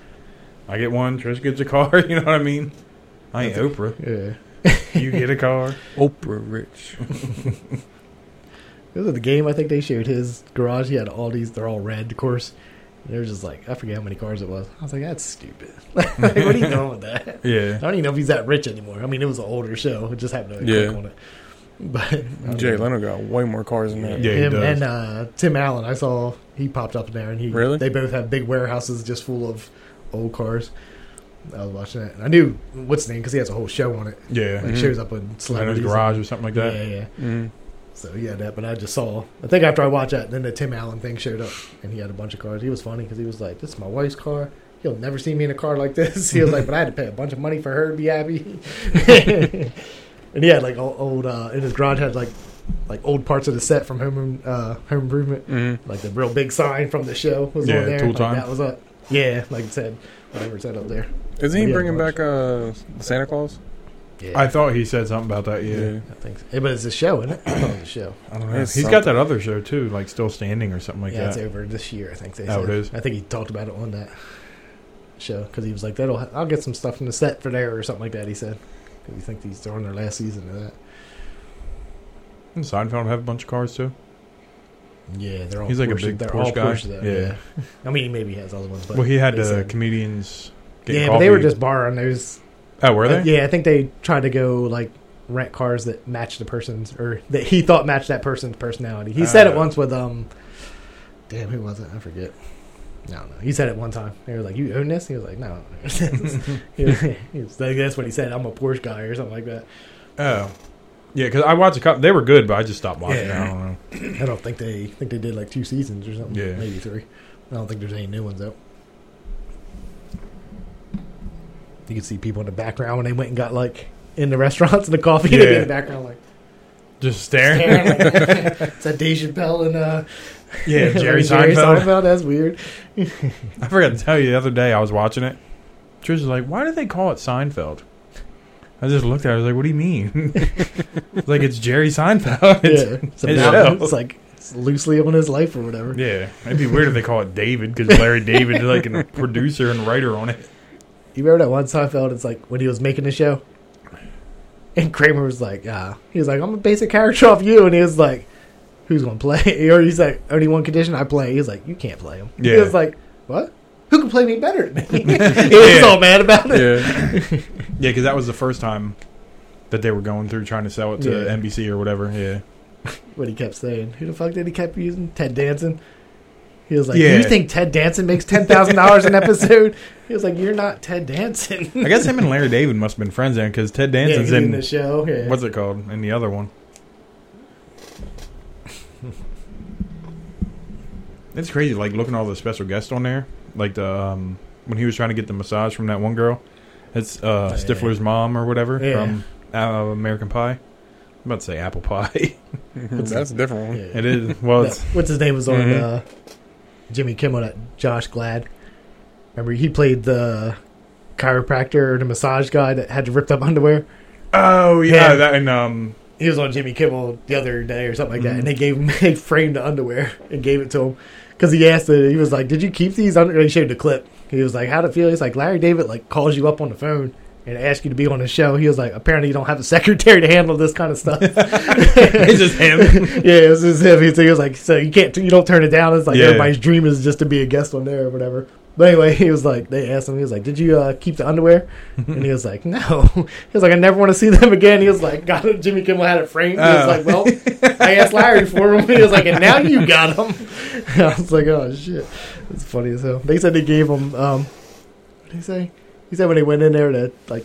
Speaker 1: I get one. Trish gets a car. You know what I mean? I ain't Oprah.
Speaker 2: yeah.
Speaker 1: You get a car.
Speaker 3: Oprah Rich.
Speaker 2: It was at the game. I think they showed his garage. He had all these. They're all red, of course. And They were just like, I forget how many cars it was. I was like, that's stupid. like, what are you doing with that? I
Speaker 1: Yeah.
Speaker 2: don't even know if he's that rich anymore. I mean, it was an older show. It just happened to
Speaker 3: Yeah.
Speaker 2: click on it. But
Speaker 3: Jay Leno got way more cars than that.
Speaker 1: Yeah, he
Speaker 2: him
Speaker 1: does.
Speaker 2: and uh, Tim Allen, I saw he popped up in there, and he
Speaker 3: Really?
Speaker 2: they both have big warehouses just full of old cars. I was watching it, and I knew what's his name because he has a whole show on it.
Speaker 1: Yeah.
Speaker 2: Like
Speaker 3: Mhm.
Speaker 2: shows up in
Speaker 1: Like in Mm-hmm. his
Speaker 2: celebrities,
Speaker 1: garage or something like that.
Speaker 2: Yeah, yeah.
Speaker 3: Mhm.
Speaker 2: So yeah, that. But I just saw. I think after I watched that, then the Tim Allen thing showed up, and he had a bunch of cars. He was funny because he was like, "This is my wife's car. You'll never see me in a car like this." He was like, "But I had to pay a bunch of money for her to be happy." and he had like old, old uh, in his garage had like like old parts of the set from Home uh, Home Improvement,
Speaker 3: Mhm.
Speaker 2: like the real big sign from the show was
Speaker 1: Yeah,
Speaker 2: on there.
Speaker 1: Tool
Speaker 2: like,
Speaker 1: Time.
Speaker 2: That was up. Yeah, like it said, whatever it said up there.
Speaker 3: Isn't he
Speaker 2: Yeah,
Speaker 3: bringing
Speaker 2: much.
Speaker 3: back uh, Santa Claus?
Speaker 2: Yeah,
Speaker 1: I thought he said something about
Speaker 3: Uh,
Speaker 1: that. Yeah.
Speaker 2: I think. So. Yeah, but it's a show, isn't it? I thought it was a show.
Speaker 1: I don't know.
Speaker 3: It's
Speaker 1: He's got that other show too, like still standing or something like
Speaker 2: yeah, it's
Speaker 1: that.
Speaker 2: over this year. I think they. said.
Speaker 1: Oh, it is?
Speaker 2: I think he talked about it on that show because he was like, "That'll I'll get some stuff from the set for there or something like that." He said. "'Cause You think these are on their last season of that?
Speaker 1: Didn't Seinfeld have a bunch of cars too.
Speaker 2: Yeah, they're all.
Speaker 1: He's like a
Speaker 2: Porsche-
Speaker 1: big
Speaker 2: they're
Speaker 1: Porsche
Speaker 2: all
Speaker 1: guy.
Speaker 2: though,
Speaker 1: Yeah.
Speaker 2: I mean, he maybe has other ones, but
Speaker 1: well, he had
Speaker 2: they
Speaker 1: uh,
Speaker 2: said-
Speaker 1: comedians. Get
Speaker 2: yeah, but they were
Speaker 1: coffee.
Speaker 2: just borrowing those.
Speaker 1: Oh, were they?
Speaker 2: Uh, yeah, I think they tried to go like rent cars that matched the person's or that he thought matched that person's personality. He said it
Speaker 1: Oh.
Speaker 2: once with um, damn, who was it? I forget. I don't know. He said it one time. They were like, "You own this?" He was like, "No." I don't own this." He was- he was like, that's what he said. I'm a Porsche guy or something like that.
Speaker 1: Oh, yeah. Because I watched a couple. They were good, but I just stopped watching.
Speaker 2: Yeah.
Speaker 1: I don't know.
Speaker 2: I don't think they I think they did like two seasons or something.
Speaker 1: Yeah.
Speaker 2: maybe three. I don't think there's any new ones out. You could see people in the background when they went and got like in the restaurants and the coffee. They'd be in
Speaker 1: Yeah.
Speaker 2: the background like
Speaker 1: Just staring.
Speaker 2: staring. like, it's that Dave Chappelle and uh,
Speaker 1: yeah, Jerry
Speaker 2: Jerry
Speaker 1: Seinfeld.
Speaker 2: Seinfeld. That's weird.
Speaker 1: I forgot to tell you the other day I was watching it. Trish was like, "Why do they call it Seinfeld?" I just looked at her. I was like, "What do you mean?" It's like it's Jerry Seinfeld. It's-
Speaker 2: yeah, so
Speaker 1: it's
Speaker 2: now
Speaker 1: show.
Speaker 2: it's like it's loosely on his life or whatever.
Speaker 1: yeah. It'd be weird if they call it David because Larry David is like a producer and writer on it.
Speaker 2: You remember that one Seinfeld? It's like when he was making the show, and Kramer was like, uh, he was like, I'm a basic character off you, and he was like, who's gonna play? Or he's like, only one condition, I play. He was like, you can't play him. He
Speaker 1: Yeah.
Speaker 2: was like, what? Who can play me better than me? he was
Speaker 1: Yeah.
Speaker 2: all mad about it.
Speaker 3: Yeah.
Speaker 1: Yeah, because that was the first time that they were going through trying to sell it to
Speaker 2: Yeah.
Speaker 1: NBC or whatever. Yeah.
Speaker 2: What he kept saying. Who the fuck did he kept using? Ted Danson. He was like,
Speaker 1: Yeah.
Speaker 2: you think Ted Danson makes ten thousand dollars an episode? He was like, you're not Ted Danson.
Speaker 1: I guess him and Larry David must have been friends then because Ted
Speaker 2: Yeah,
Speaker 1: Danson's
Speaker 2: he's in,
Speaker 1: in,
Speaker 2: the show. Yeah.
Speaker 1: what's it called in the other one. it's crazy, like looking at all the special guests on there. Like the um, when he was trying to get the massage from that one girl, it's uh,
Speaker 2: Oh, yeah.
Speaker 1: Stifler's mom or whatever
Speaker 2: Yeah.
Speaker 1: from uh, American Pie. I'm about to say apple pie.
Speaker 3: That's a different one.
Speaker 2: Yeah.
Speaker 1: it is well,
Speaker 2: That-
Speaker 1: it's,
Speaker 2: what's his name was on
Speaker 1: Mm-hmm.
Speaker 3: Mhm.
Speaker 2: uh, Jimmy Kimmel. That Josh Glad. Remember he played the chiropractor or the massage guy that had the ripped up underwear.
Speaker 1: oh yeah,
Speaker 2: Yeah.
Speaker 1: that and um,
Speaker 2: He was on Jimmy Kimmel the other day or something like that,
Speaker 1: Mhm.
Speaker 2: and they gave him they framed the underwear and gave it to him because he asked it. He was like, "Did you keep these?" Under he showed the clip. He was like, "How'd it feel?" He's like, "Larry David like calls you up on the phone." And asks you to be on the show. He was like, apparently you don't have a secretary to handle this kind of stuff.
Speaker 1: it's just him.
Speaker 2: yeah, it was just him. He he was like, so you can't, you don't turn it down. It's like
Speaker 1: Yeah.
Speaker 2: everybody's dream is just to be a guest on there or whatever. But anyway, he was like, they asked him, he was like, did you uh, keep the underwear? And he was like, no. He was like, I never want to see them again. He was like, got it. Jimmy Kimmel had it framed. He
Speaker 1: Oh.
Speaker 2: was like, well, I asked Larry for him. He was like, and now you got him. I was like, oh shit, it's funny as hell. They said they gave him um, What did he say? He said when he went in there to like,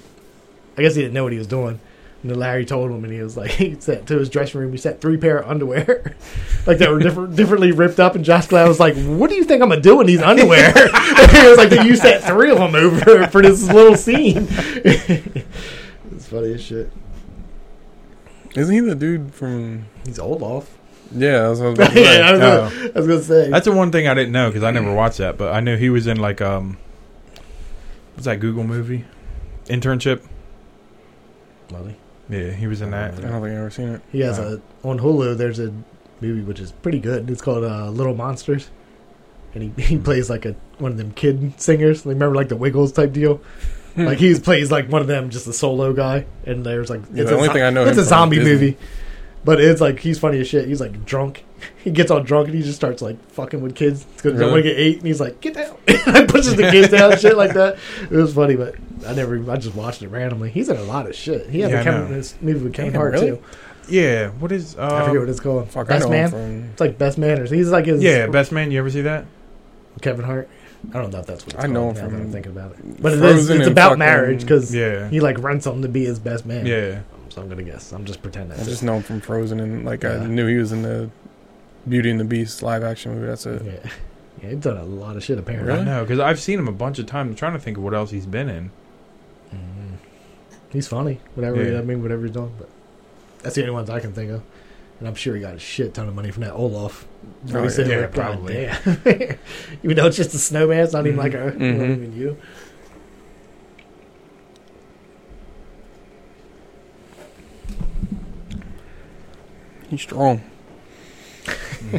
Speaker 2: I guess he didn't know what he was doing. And then Larry told him, and he was like, he said to his dressing room, he set three pair of underwear, like that were different, differently ripped up. And Josh Glad was like, "What do you think I'm gonna do in these underwear?" he was like, "That you set three of them over for this little scene." it's funny as shit.
Speaker 3: Isn't he the dude from?
Speaker 2: He's old off.
Speaker 3: Yeah, that's what I was
Speaker 2: yeah,
Speaker 3: about to say.
Speaker 2: I, was
Speaker 1: Oh.
Speaker 2: gonna, I was gonna say
Speaker 1: That's the one thing I didn't know because I never watched that, but I knew he was in like um, was that Google movie, internship?
Speaker 2: Molly.
Speaker 1: Yeah, he was in that.
Speaker 2: Oh,
Speaker 3: I don't think I've ever seen it.
Speaker 2: He has a on Hulu. There's a movie which is pretty good. It's called uh, Little Monsters, and he,
Speaker 3: Hmm.
Speaker 2: he plays like a one of them kid singers. Like, Remember like the Wiggles type deal.
Speaker 3: Hmm.
Speaker 2: like he plays like one of them, just a solo guy. And there's like
Speaker 3: Yeah, the only
Speaker 2: zo-
Speaker 3: thing I know him
Speaker 2: It's a
Speaker 3: from
Speaker 2: zombie
Speaker 3: Disney.
Speaker 2: movie, but it's like he's funny as shit. He's like drunk. He gets all drunk and he just starts like fucking with kids. He's gonna
Speaker 3: Really?
Speaker 2: want to get eight, and he's like, "Get down!" and pushes the kids down, shit like that. It was funny, but I never. even- I just watched it randomly. He's in a lot of shit. He had
Speaker 1: Yeah,
Speaker 2: a
Speaker 1: I
Speaker 2: Kevin,
Speaker 1: know.
Speaker 2: this movie with Kevin
Speaker 3: Damn,
Speaker 2: Hart
Speaker 3: really?
Speaker 2: too.
Speaker 1: Yeah, what is? Um,
Speaker 2: I forget what it's called.
Speaker 3: Fuck,
Speaker 2: best
Speaker 3: I know
Speaker 2: man.
Speaker 3: him
Speaker 2: It's like best manners. He's like his
Speaker 1: yeah, best man. You ever see that?
Speaker 2: Kevin Hart. I don't know if that's what it's
Speaker 3: I
Speaker 2: called
Speaker 3: know
Speaker 2: now that
Speaker 3: from
Speaker 2: I'm thinking about it. But it is.
Speaker 3: Frozen
Speaker 2: It's
Speaker 3: and
Speaker 2: about
Speaker 3: fucking-
Speaker 2: marriage because
Speaker 1: Yeah,
Speaker 2: he like rents him to be his best man.
Speaker 1: yeah.
Speaker 2: So I'm gonna guess. I'm just pretending.
Speaker 3: from. I
Speaker 2: That's
Speaker 3: just know him from Frozen, and like
Speaker 2: Yeah.
Speaker 3: I knew he was in the Beauty and the Beast live action movie. That's it.
Speaker 2: Yeah. yeah, he's done a lot of shit apparently.
Speaker 1: I
Speaker 3: Really?
Speaker 1: know because I've seen him a bunch of times. I'm trying to think of what else he's been in.
Speaker 2: Mhm. He's funny. Whatever
Speaker 1: Yeah.
Speaker 2: I mean, whatever he's done. But that's the only ones I can think of. And I'm sure he got a shit ton of money from that Olaf.
Speaker 3: Oh,
Speaker 2: Where he said,
Speaker 1: yeah,
Speaker 2: like, God
Speaker 1: probably.
Speaker 2: damn. even though it's just a snowman, it's not even
Speaker 1: Mhm.
Speaker 2: like a not
Speaker 3: Mhm.
Speaker 2: even you.
Speaker 3: He's strong.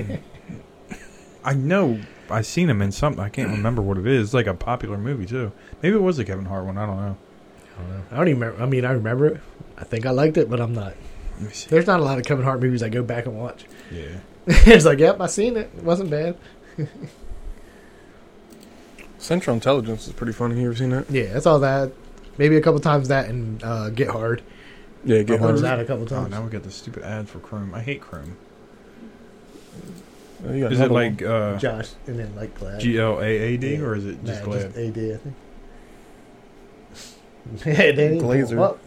Speaker 1: I know I've seen him in something. I can't remember what it is. It's like a popular movie too. Maybe it was the Kevin Hart one. I don't know.
Speaker 2: I don't know. I don't even remember. I mean, I remember it. I think I liked it, but I'm not.
Speaker 1: Let me see.
Speaker 2: There's not a lot of Kevin Hart movies I go back and watch.
Speaker 1: Yeah.
Speaker 2: it's like, yep, I seen it. It wasn't bad.
Speaker 3: Central Intelligence is pretty funny. You ever seen that?
Speaker 2: Yeah, that's all that. Maybe a couple times that and uh, Get Hard.
Speaker 3: Yeah,
Speaker 2: I
Speaker 3: get
Speaker 2: watched
Speaker 3: hard.
Speaker 2: that a couple
Speaker 1: Oh,
Speaker 2: times.
Speaker 1: now we got the stupid ads for Chrome. I hate Chrome.
Speaker 3: Oh, you got
Speaker 1: Is it
Speaker 3: another one.
Speaker 1: like uh,
Speaker 2: Josh and then like Glad.
Speaker 1: G L A A D
Speaker 2: Yeah.
Speaker 1: or is it
Speaker 2: Nah,
Speaker 1: just glad?
Speaker 2: just AD, I think. yeah, they didn't pull
Speaker 3: Glazer.
Speaker 2: them up.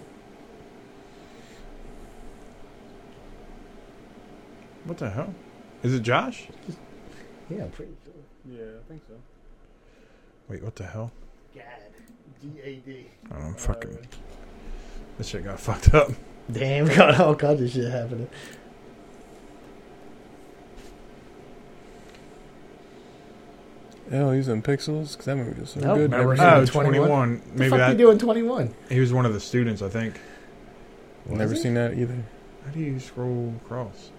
Speaker 1: What the hell? Is it Josh?
Speaker 2: Yeah, I'm pretty sure.
Speaker 3: Yeah, I think so.
Speaker 1: Wait, what the hell?
Speaker 2: God, D A D.
Speaker 1: I don't know, fucking. This shit got fucked up.
Speaker 2: Damn, got all kinds of shit happening.
Speaker 3: Yeah, he's in Pixels because that movie was so
Speaker 2: Nope.
Speaker 3: good.
Speaker 2: Remember
Speaker 3: Never
Speaker 2: him?
Speaker 3: seen
Speaker 1: Oh,
Speaker 2: in 21?
Speaker 1: 21.
Speaker 2: What the
Speaker 1: Maybe
Speaker 2: fuck
Speaker 1: that.
Speaker 2: you doing? Twenty one.
Speaker 1: He was one of the students, I think.
Speaker 3: it. Never
Speaker 2: Was he?
Speaker 3: seen that either.
Speaker 1: How do you scroll across?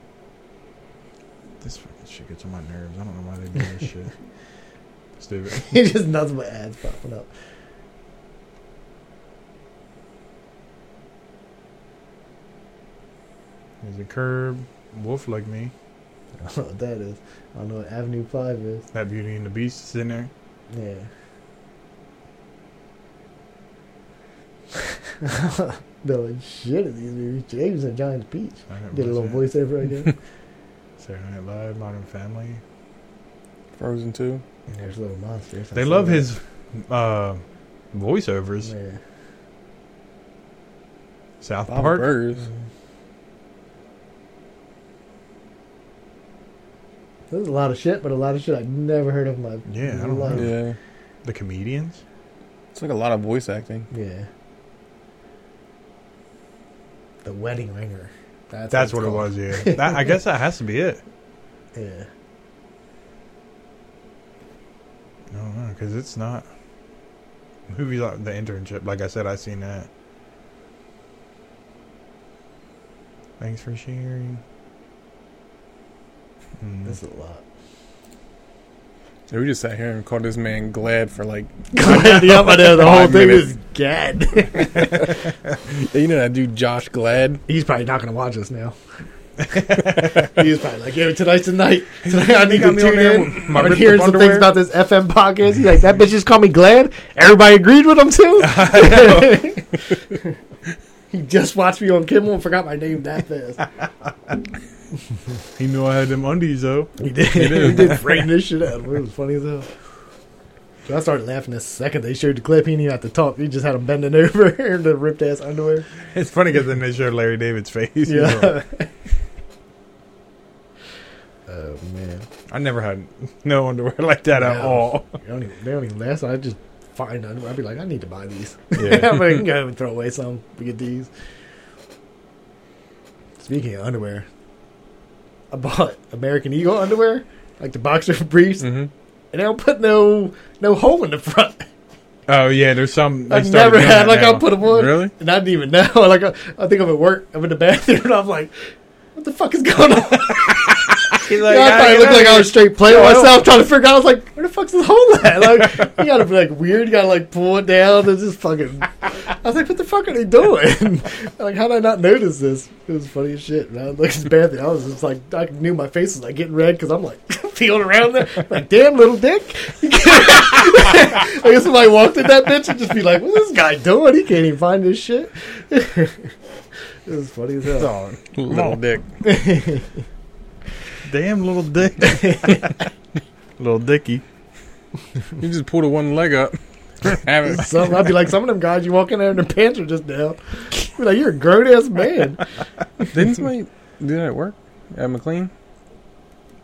Speaker 1: This fucking shit gets on my nerves. I don't know why they do this shit. Stupid.
Speaker 2: It's just nothing but ads popping up.
Speaker 1: There's a curb. Wolf like me.
Speaker 2: I don't know what that is. I don't know what Avenue Five is.
Speaker 1: That Beauty and the Beast is in there.
Speaker 2: Yeah. Doing shit in these movies. James and Giant Peach.
Speaker 1: I didn't
Speaker 2: Did a little
Speaker 1: watch
Speaker 2: voiceover again.
Speaker 1: that. Saturday Night Live, Modern Family.
Speaker 3: Frozen Two.
Speaker 2: and there's little monsters. I
Speaker 1: They
Speaker 2: saw
Speaker 1: love
Speaker 2: that.
Speaker 1: his uh, voiceovers.
Speaker 2: Yeah.
Speaker 1: South
Speaker 3: Bob
Speaker 1: Park.
Speaker 3: Burgers.
Speaker 2: There's a lot of shit, but a lot of shit I've never heard of in my
Speaker 1: Yeah, I don't
Speaker 2: life.
Speaker 1: know.
Speaker 3: Yeah,
Speaker 1: The comedians.
Speaker 3: it's like a lot of voice acting.
Speaker 2: Yeah. The Wedding Ringer. That's,
Speaker 1: That's
Speaker 2: it's
Speaker 1: what it
Speaker 2: called.
Speaker 1: was. Yeah. That, I guess that has to be it.
Speaker 2: Yeah.
Speaker 1: I don't know because it's not movies like the internship. Like I said, I seen that. Thanks for sharing. Hmm.
Speaker 2: That's a lot.
Speaker 3: Yeah, we just sat here and called this man Glad for like.
Speaker 2: yep, I know. The whole
Speaker 3: Five
Speaker 2: thing
Speaker 3: minutes.
Speaker 2: is gad.
Speaker 3: You know that dude Josh Glad?
Speaker 2: He's probably not going to watch us now. He's probably like, yeah, tonight's the night. Tonight I need
Speaker 1: got
Speaker 2: to
Speaker 1: me on
Speaker 2: tune
Speaker 1: there
Speaker 2: in.
Speaker 1: with my
Speaker 2: I'm
Speaker 1: ripped
Speaker 2: hearing
Speaker 1: up
Speaker 2: some things
Speaker 1: underwear.
Speaker 2: about this FM podcast. He's like, that bitch just called me Glad. Everybody agreed with him, too. he just watched me on Kimmel and forgot my name that fast.
Speaker 1: He knew I had them undies though.
Speaker 2: He did. He did frighten this shit out. of him. It was funny as hell. So I started laughing the second they showed the clip. He didn't even have to talk. He just had him bending over in the ripped ass underwear.
Speaker 1: It's funny because then they showed Larry David's face.
Speaker 2: Yeah. oh man,
Speaker 1: I never had no underwear like that at
Speaker 2: No.
Speaker 1: all.
Speaker 2: they don't even, they don't even last. I just find underwear. I'd be like, I need to buy these.
Speaker 1: Yeah.
Speaker 2: I'm like, go and throw away some. We get these. Speaking of underwear, I bought American Eagle underwear, like the boxer briefs,
Speaker 3: Mm-hmm.
Speaker 2: and they don't put no no hole in the front.
Speaker 1: Oh yeah, there's some. they
Speaker 2: I've
Speaker 1: started
Speaker 2: never
Speaker 1: doing
Speaker 2: had
Speaker 1: that
Speaker 2: like I'll
Speaker 1: now.
Speaker 2: put them on.
Speaker 3: Really?
Speaker 2: And I didn't even know. Like I, I think I'm at work, I'm in the bathroom, and I'm like, what the fuck is going on?
Speaker 1: He's
Speaker 2: You know, I thought
Speaker 1: "Ah,
Speaker 2: it looked like I was straight playing
Speaker 1: Yeah, I don't-
Speaker 2: myself, trying to figure out. I was like, where the fuck's this hole at? Like, you gotta be like weird. You gotta like pull it down and just fucking. I was like, what the fuck are they doing? like, how did I not notice this? It was funny as shit. Man, I looked at the bathroom. I was just like, I knew my face was like getting red because I'm like feeling around there. Like, damn, little dick. I guess somebody walked in that bitch and just be like, what's this guy doing? He can't even find this shit. it was funny as
Speaker 1: it's
Speaker 2: hell.
Speaker 1: all-
Speaker 3: Little dick.
Speaker 1: Damn little dick. little dicky.
Speaker 3: You just pulled a one leg up. Have it.
Speaker 2: Some, I'd be like, some of them guys you walk in there and their pants are just down. Be like, you're a grown ass man.
Speaker 3: Didn't somebody do that at work? At McLean?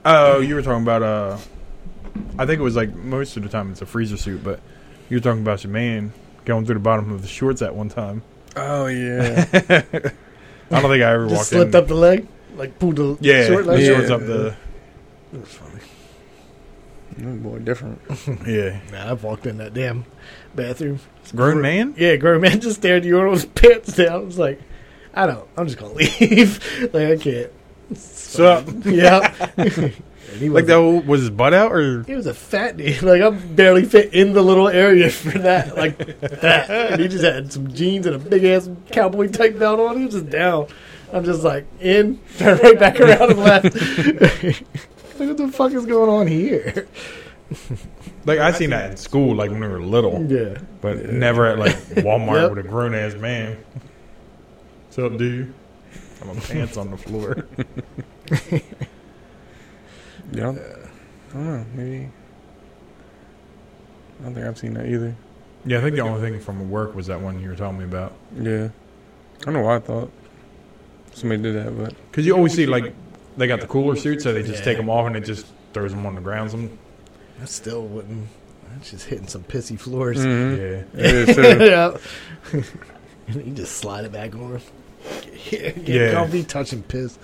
Speaker 1: Oh, you were talking about uh, I think it was like most of the time it's a freezer suit, but you were talking about your man going through the bottom of the shorts at one time.
Speaker 3: Oh, yeah.
Speaker 1: I don't think I ever
Speaker 2: Just
Speaker 1: walked
Speaker 2: slipped
Speaker 1: in.
Speaker 2: up the leg, like pulled the
Speaker 1: yeah,
Speaker 2: short
Speaker 1: the
Speaker 2: leg.
Speaker 1: shorts
Speaker 3: Yeah.
Speaker 1: up the
Speaker 2: It was funny.
Speaker 3: That boy, different.
Speaker 1: yeah.
Speaker 2: Nah, I've walked in that damn bathroom.
Speaker 1: Grown man.
Speaker 2: Yeah, grown man just stared at you with his pants down. I was like, I don't. I'm just gonna leave. like I can't. It's
Speaker 1: Sup?
Speaker 2: fine. yeah. And he was
Speaker 1: Like that w- was his butt out or
Speaker 2: He was a fat dude. Like I'm barely fit in the little area for that. Like that. And he just had some jeans and a big ass cowboy type belt on. He was just down. I'm just like in, turn right back around and left. like what the fuck is going on here?
Speaker 1: like I seen that in school like when we were little,
Speaker 2: Yeah.
Speaker 1: but never at like Walmart
Speaker 2: Yep.
Speaker 1: with a grown ass man. What's up, dude? I'm a pants on the floor.
Speaker 3: Yeah. I don't- I don't know. Maybe. I don't think I've seen that either.
Speaker 1: Yeah, I think the only thing from work was that one you were telling me about.
Speaker 3: Yeah. I don't know why I thought somebody did that, but
Speaker 1: Because you always see like they got the cooler suits, so they just
Speaker 2: Yeah.
Speaker 1: take them off and it just throws them on the ground. Some
Speaker 2: I still wouldn't that's just hitting some pissy floors.
Speaker 3: Mhm.
Speaker 1: yeah,
Speaker 3: It is, so-
Speaker 2: yeah. and you just slide it back over. Get
Speaker 1: Yeah.
Speaker 2: comfy, touching piss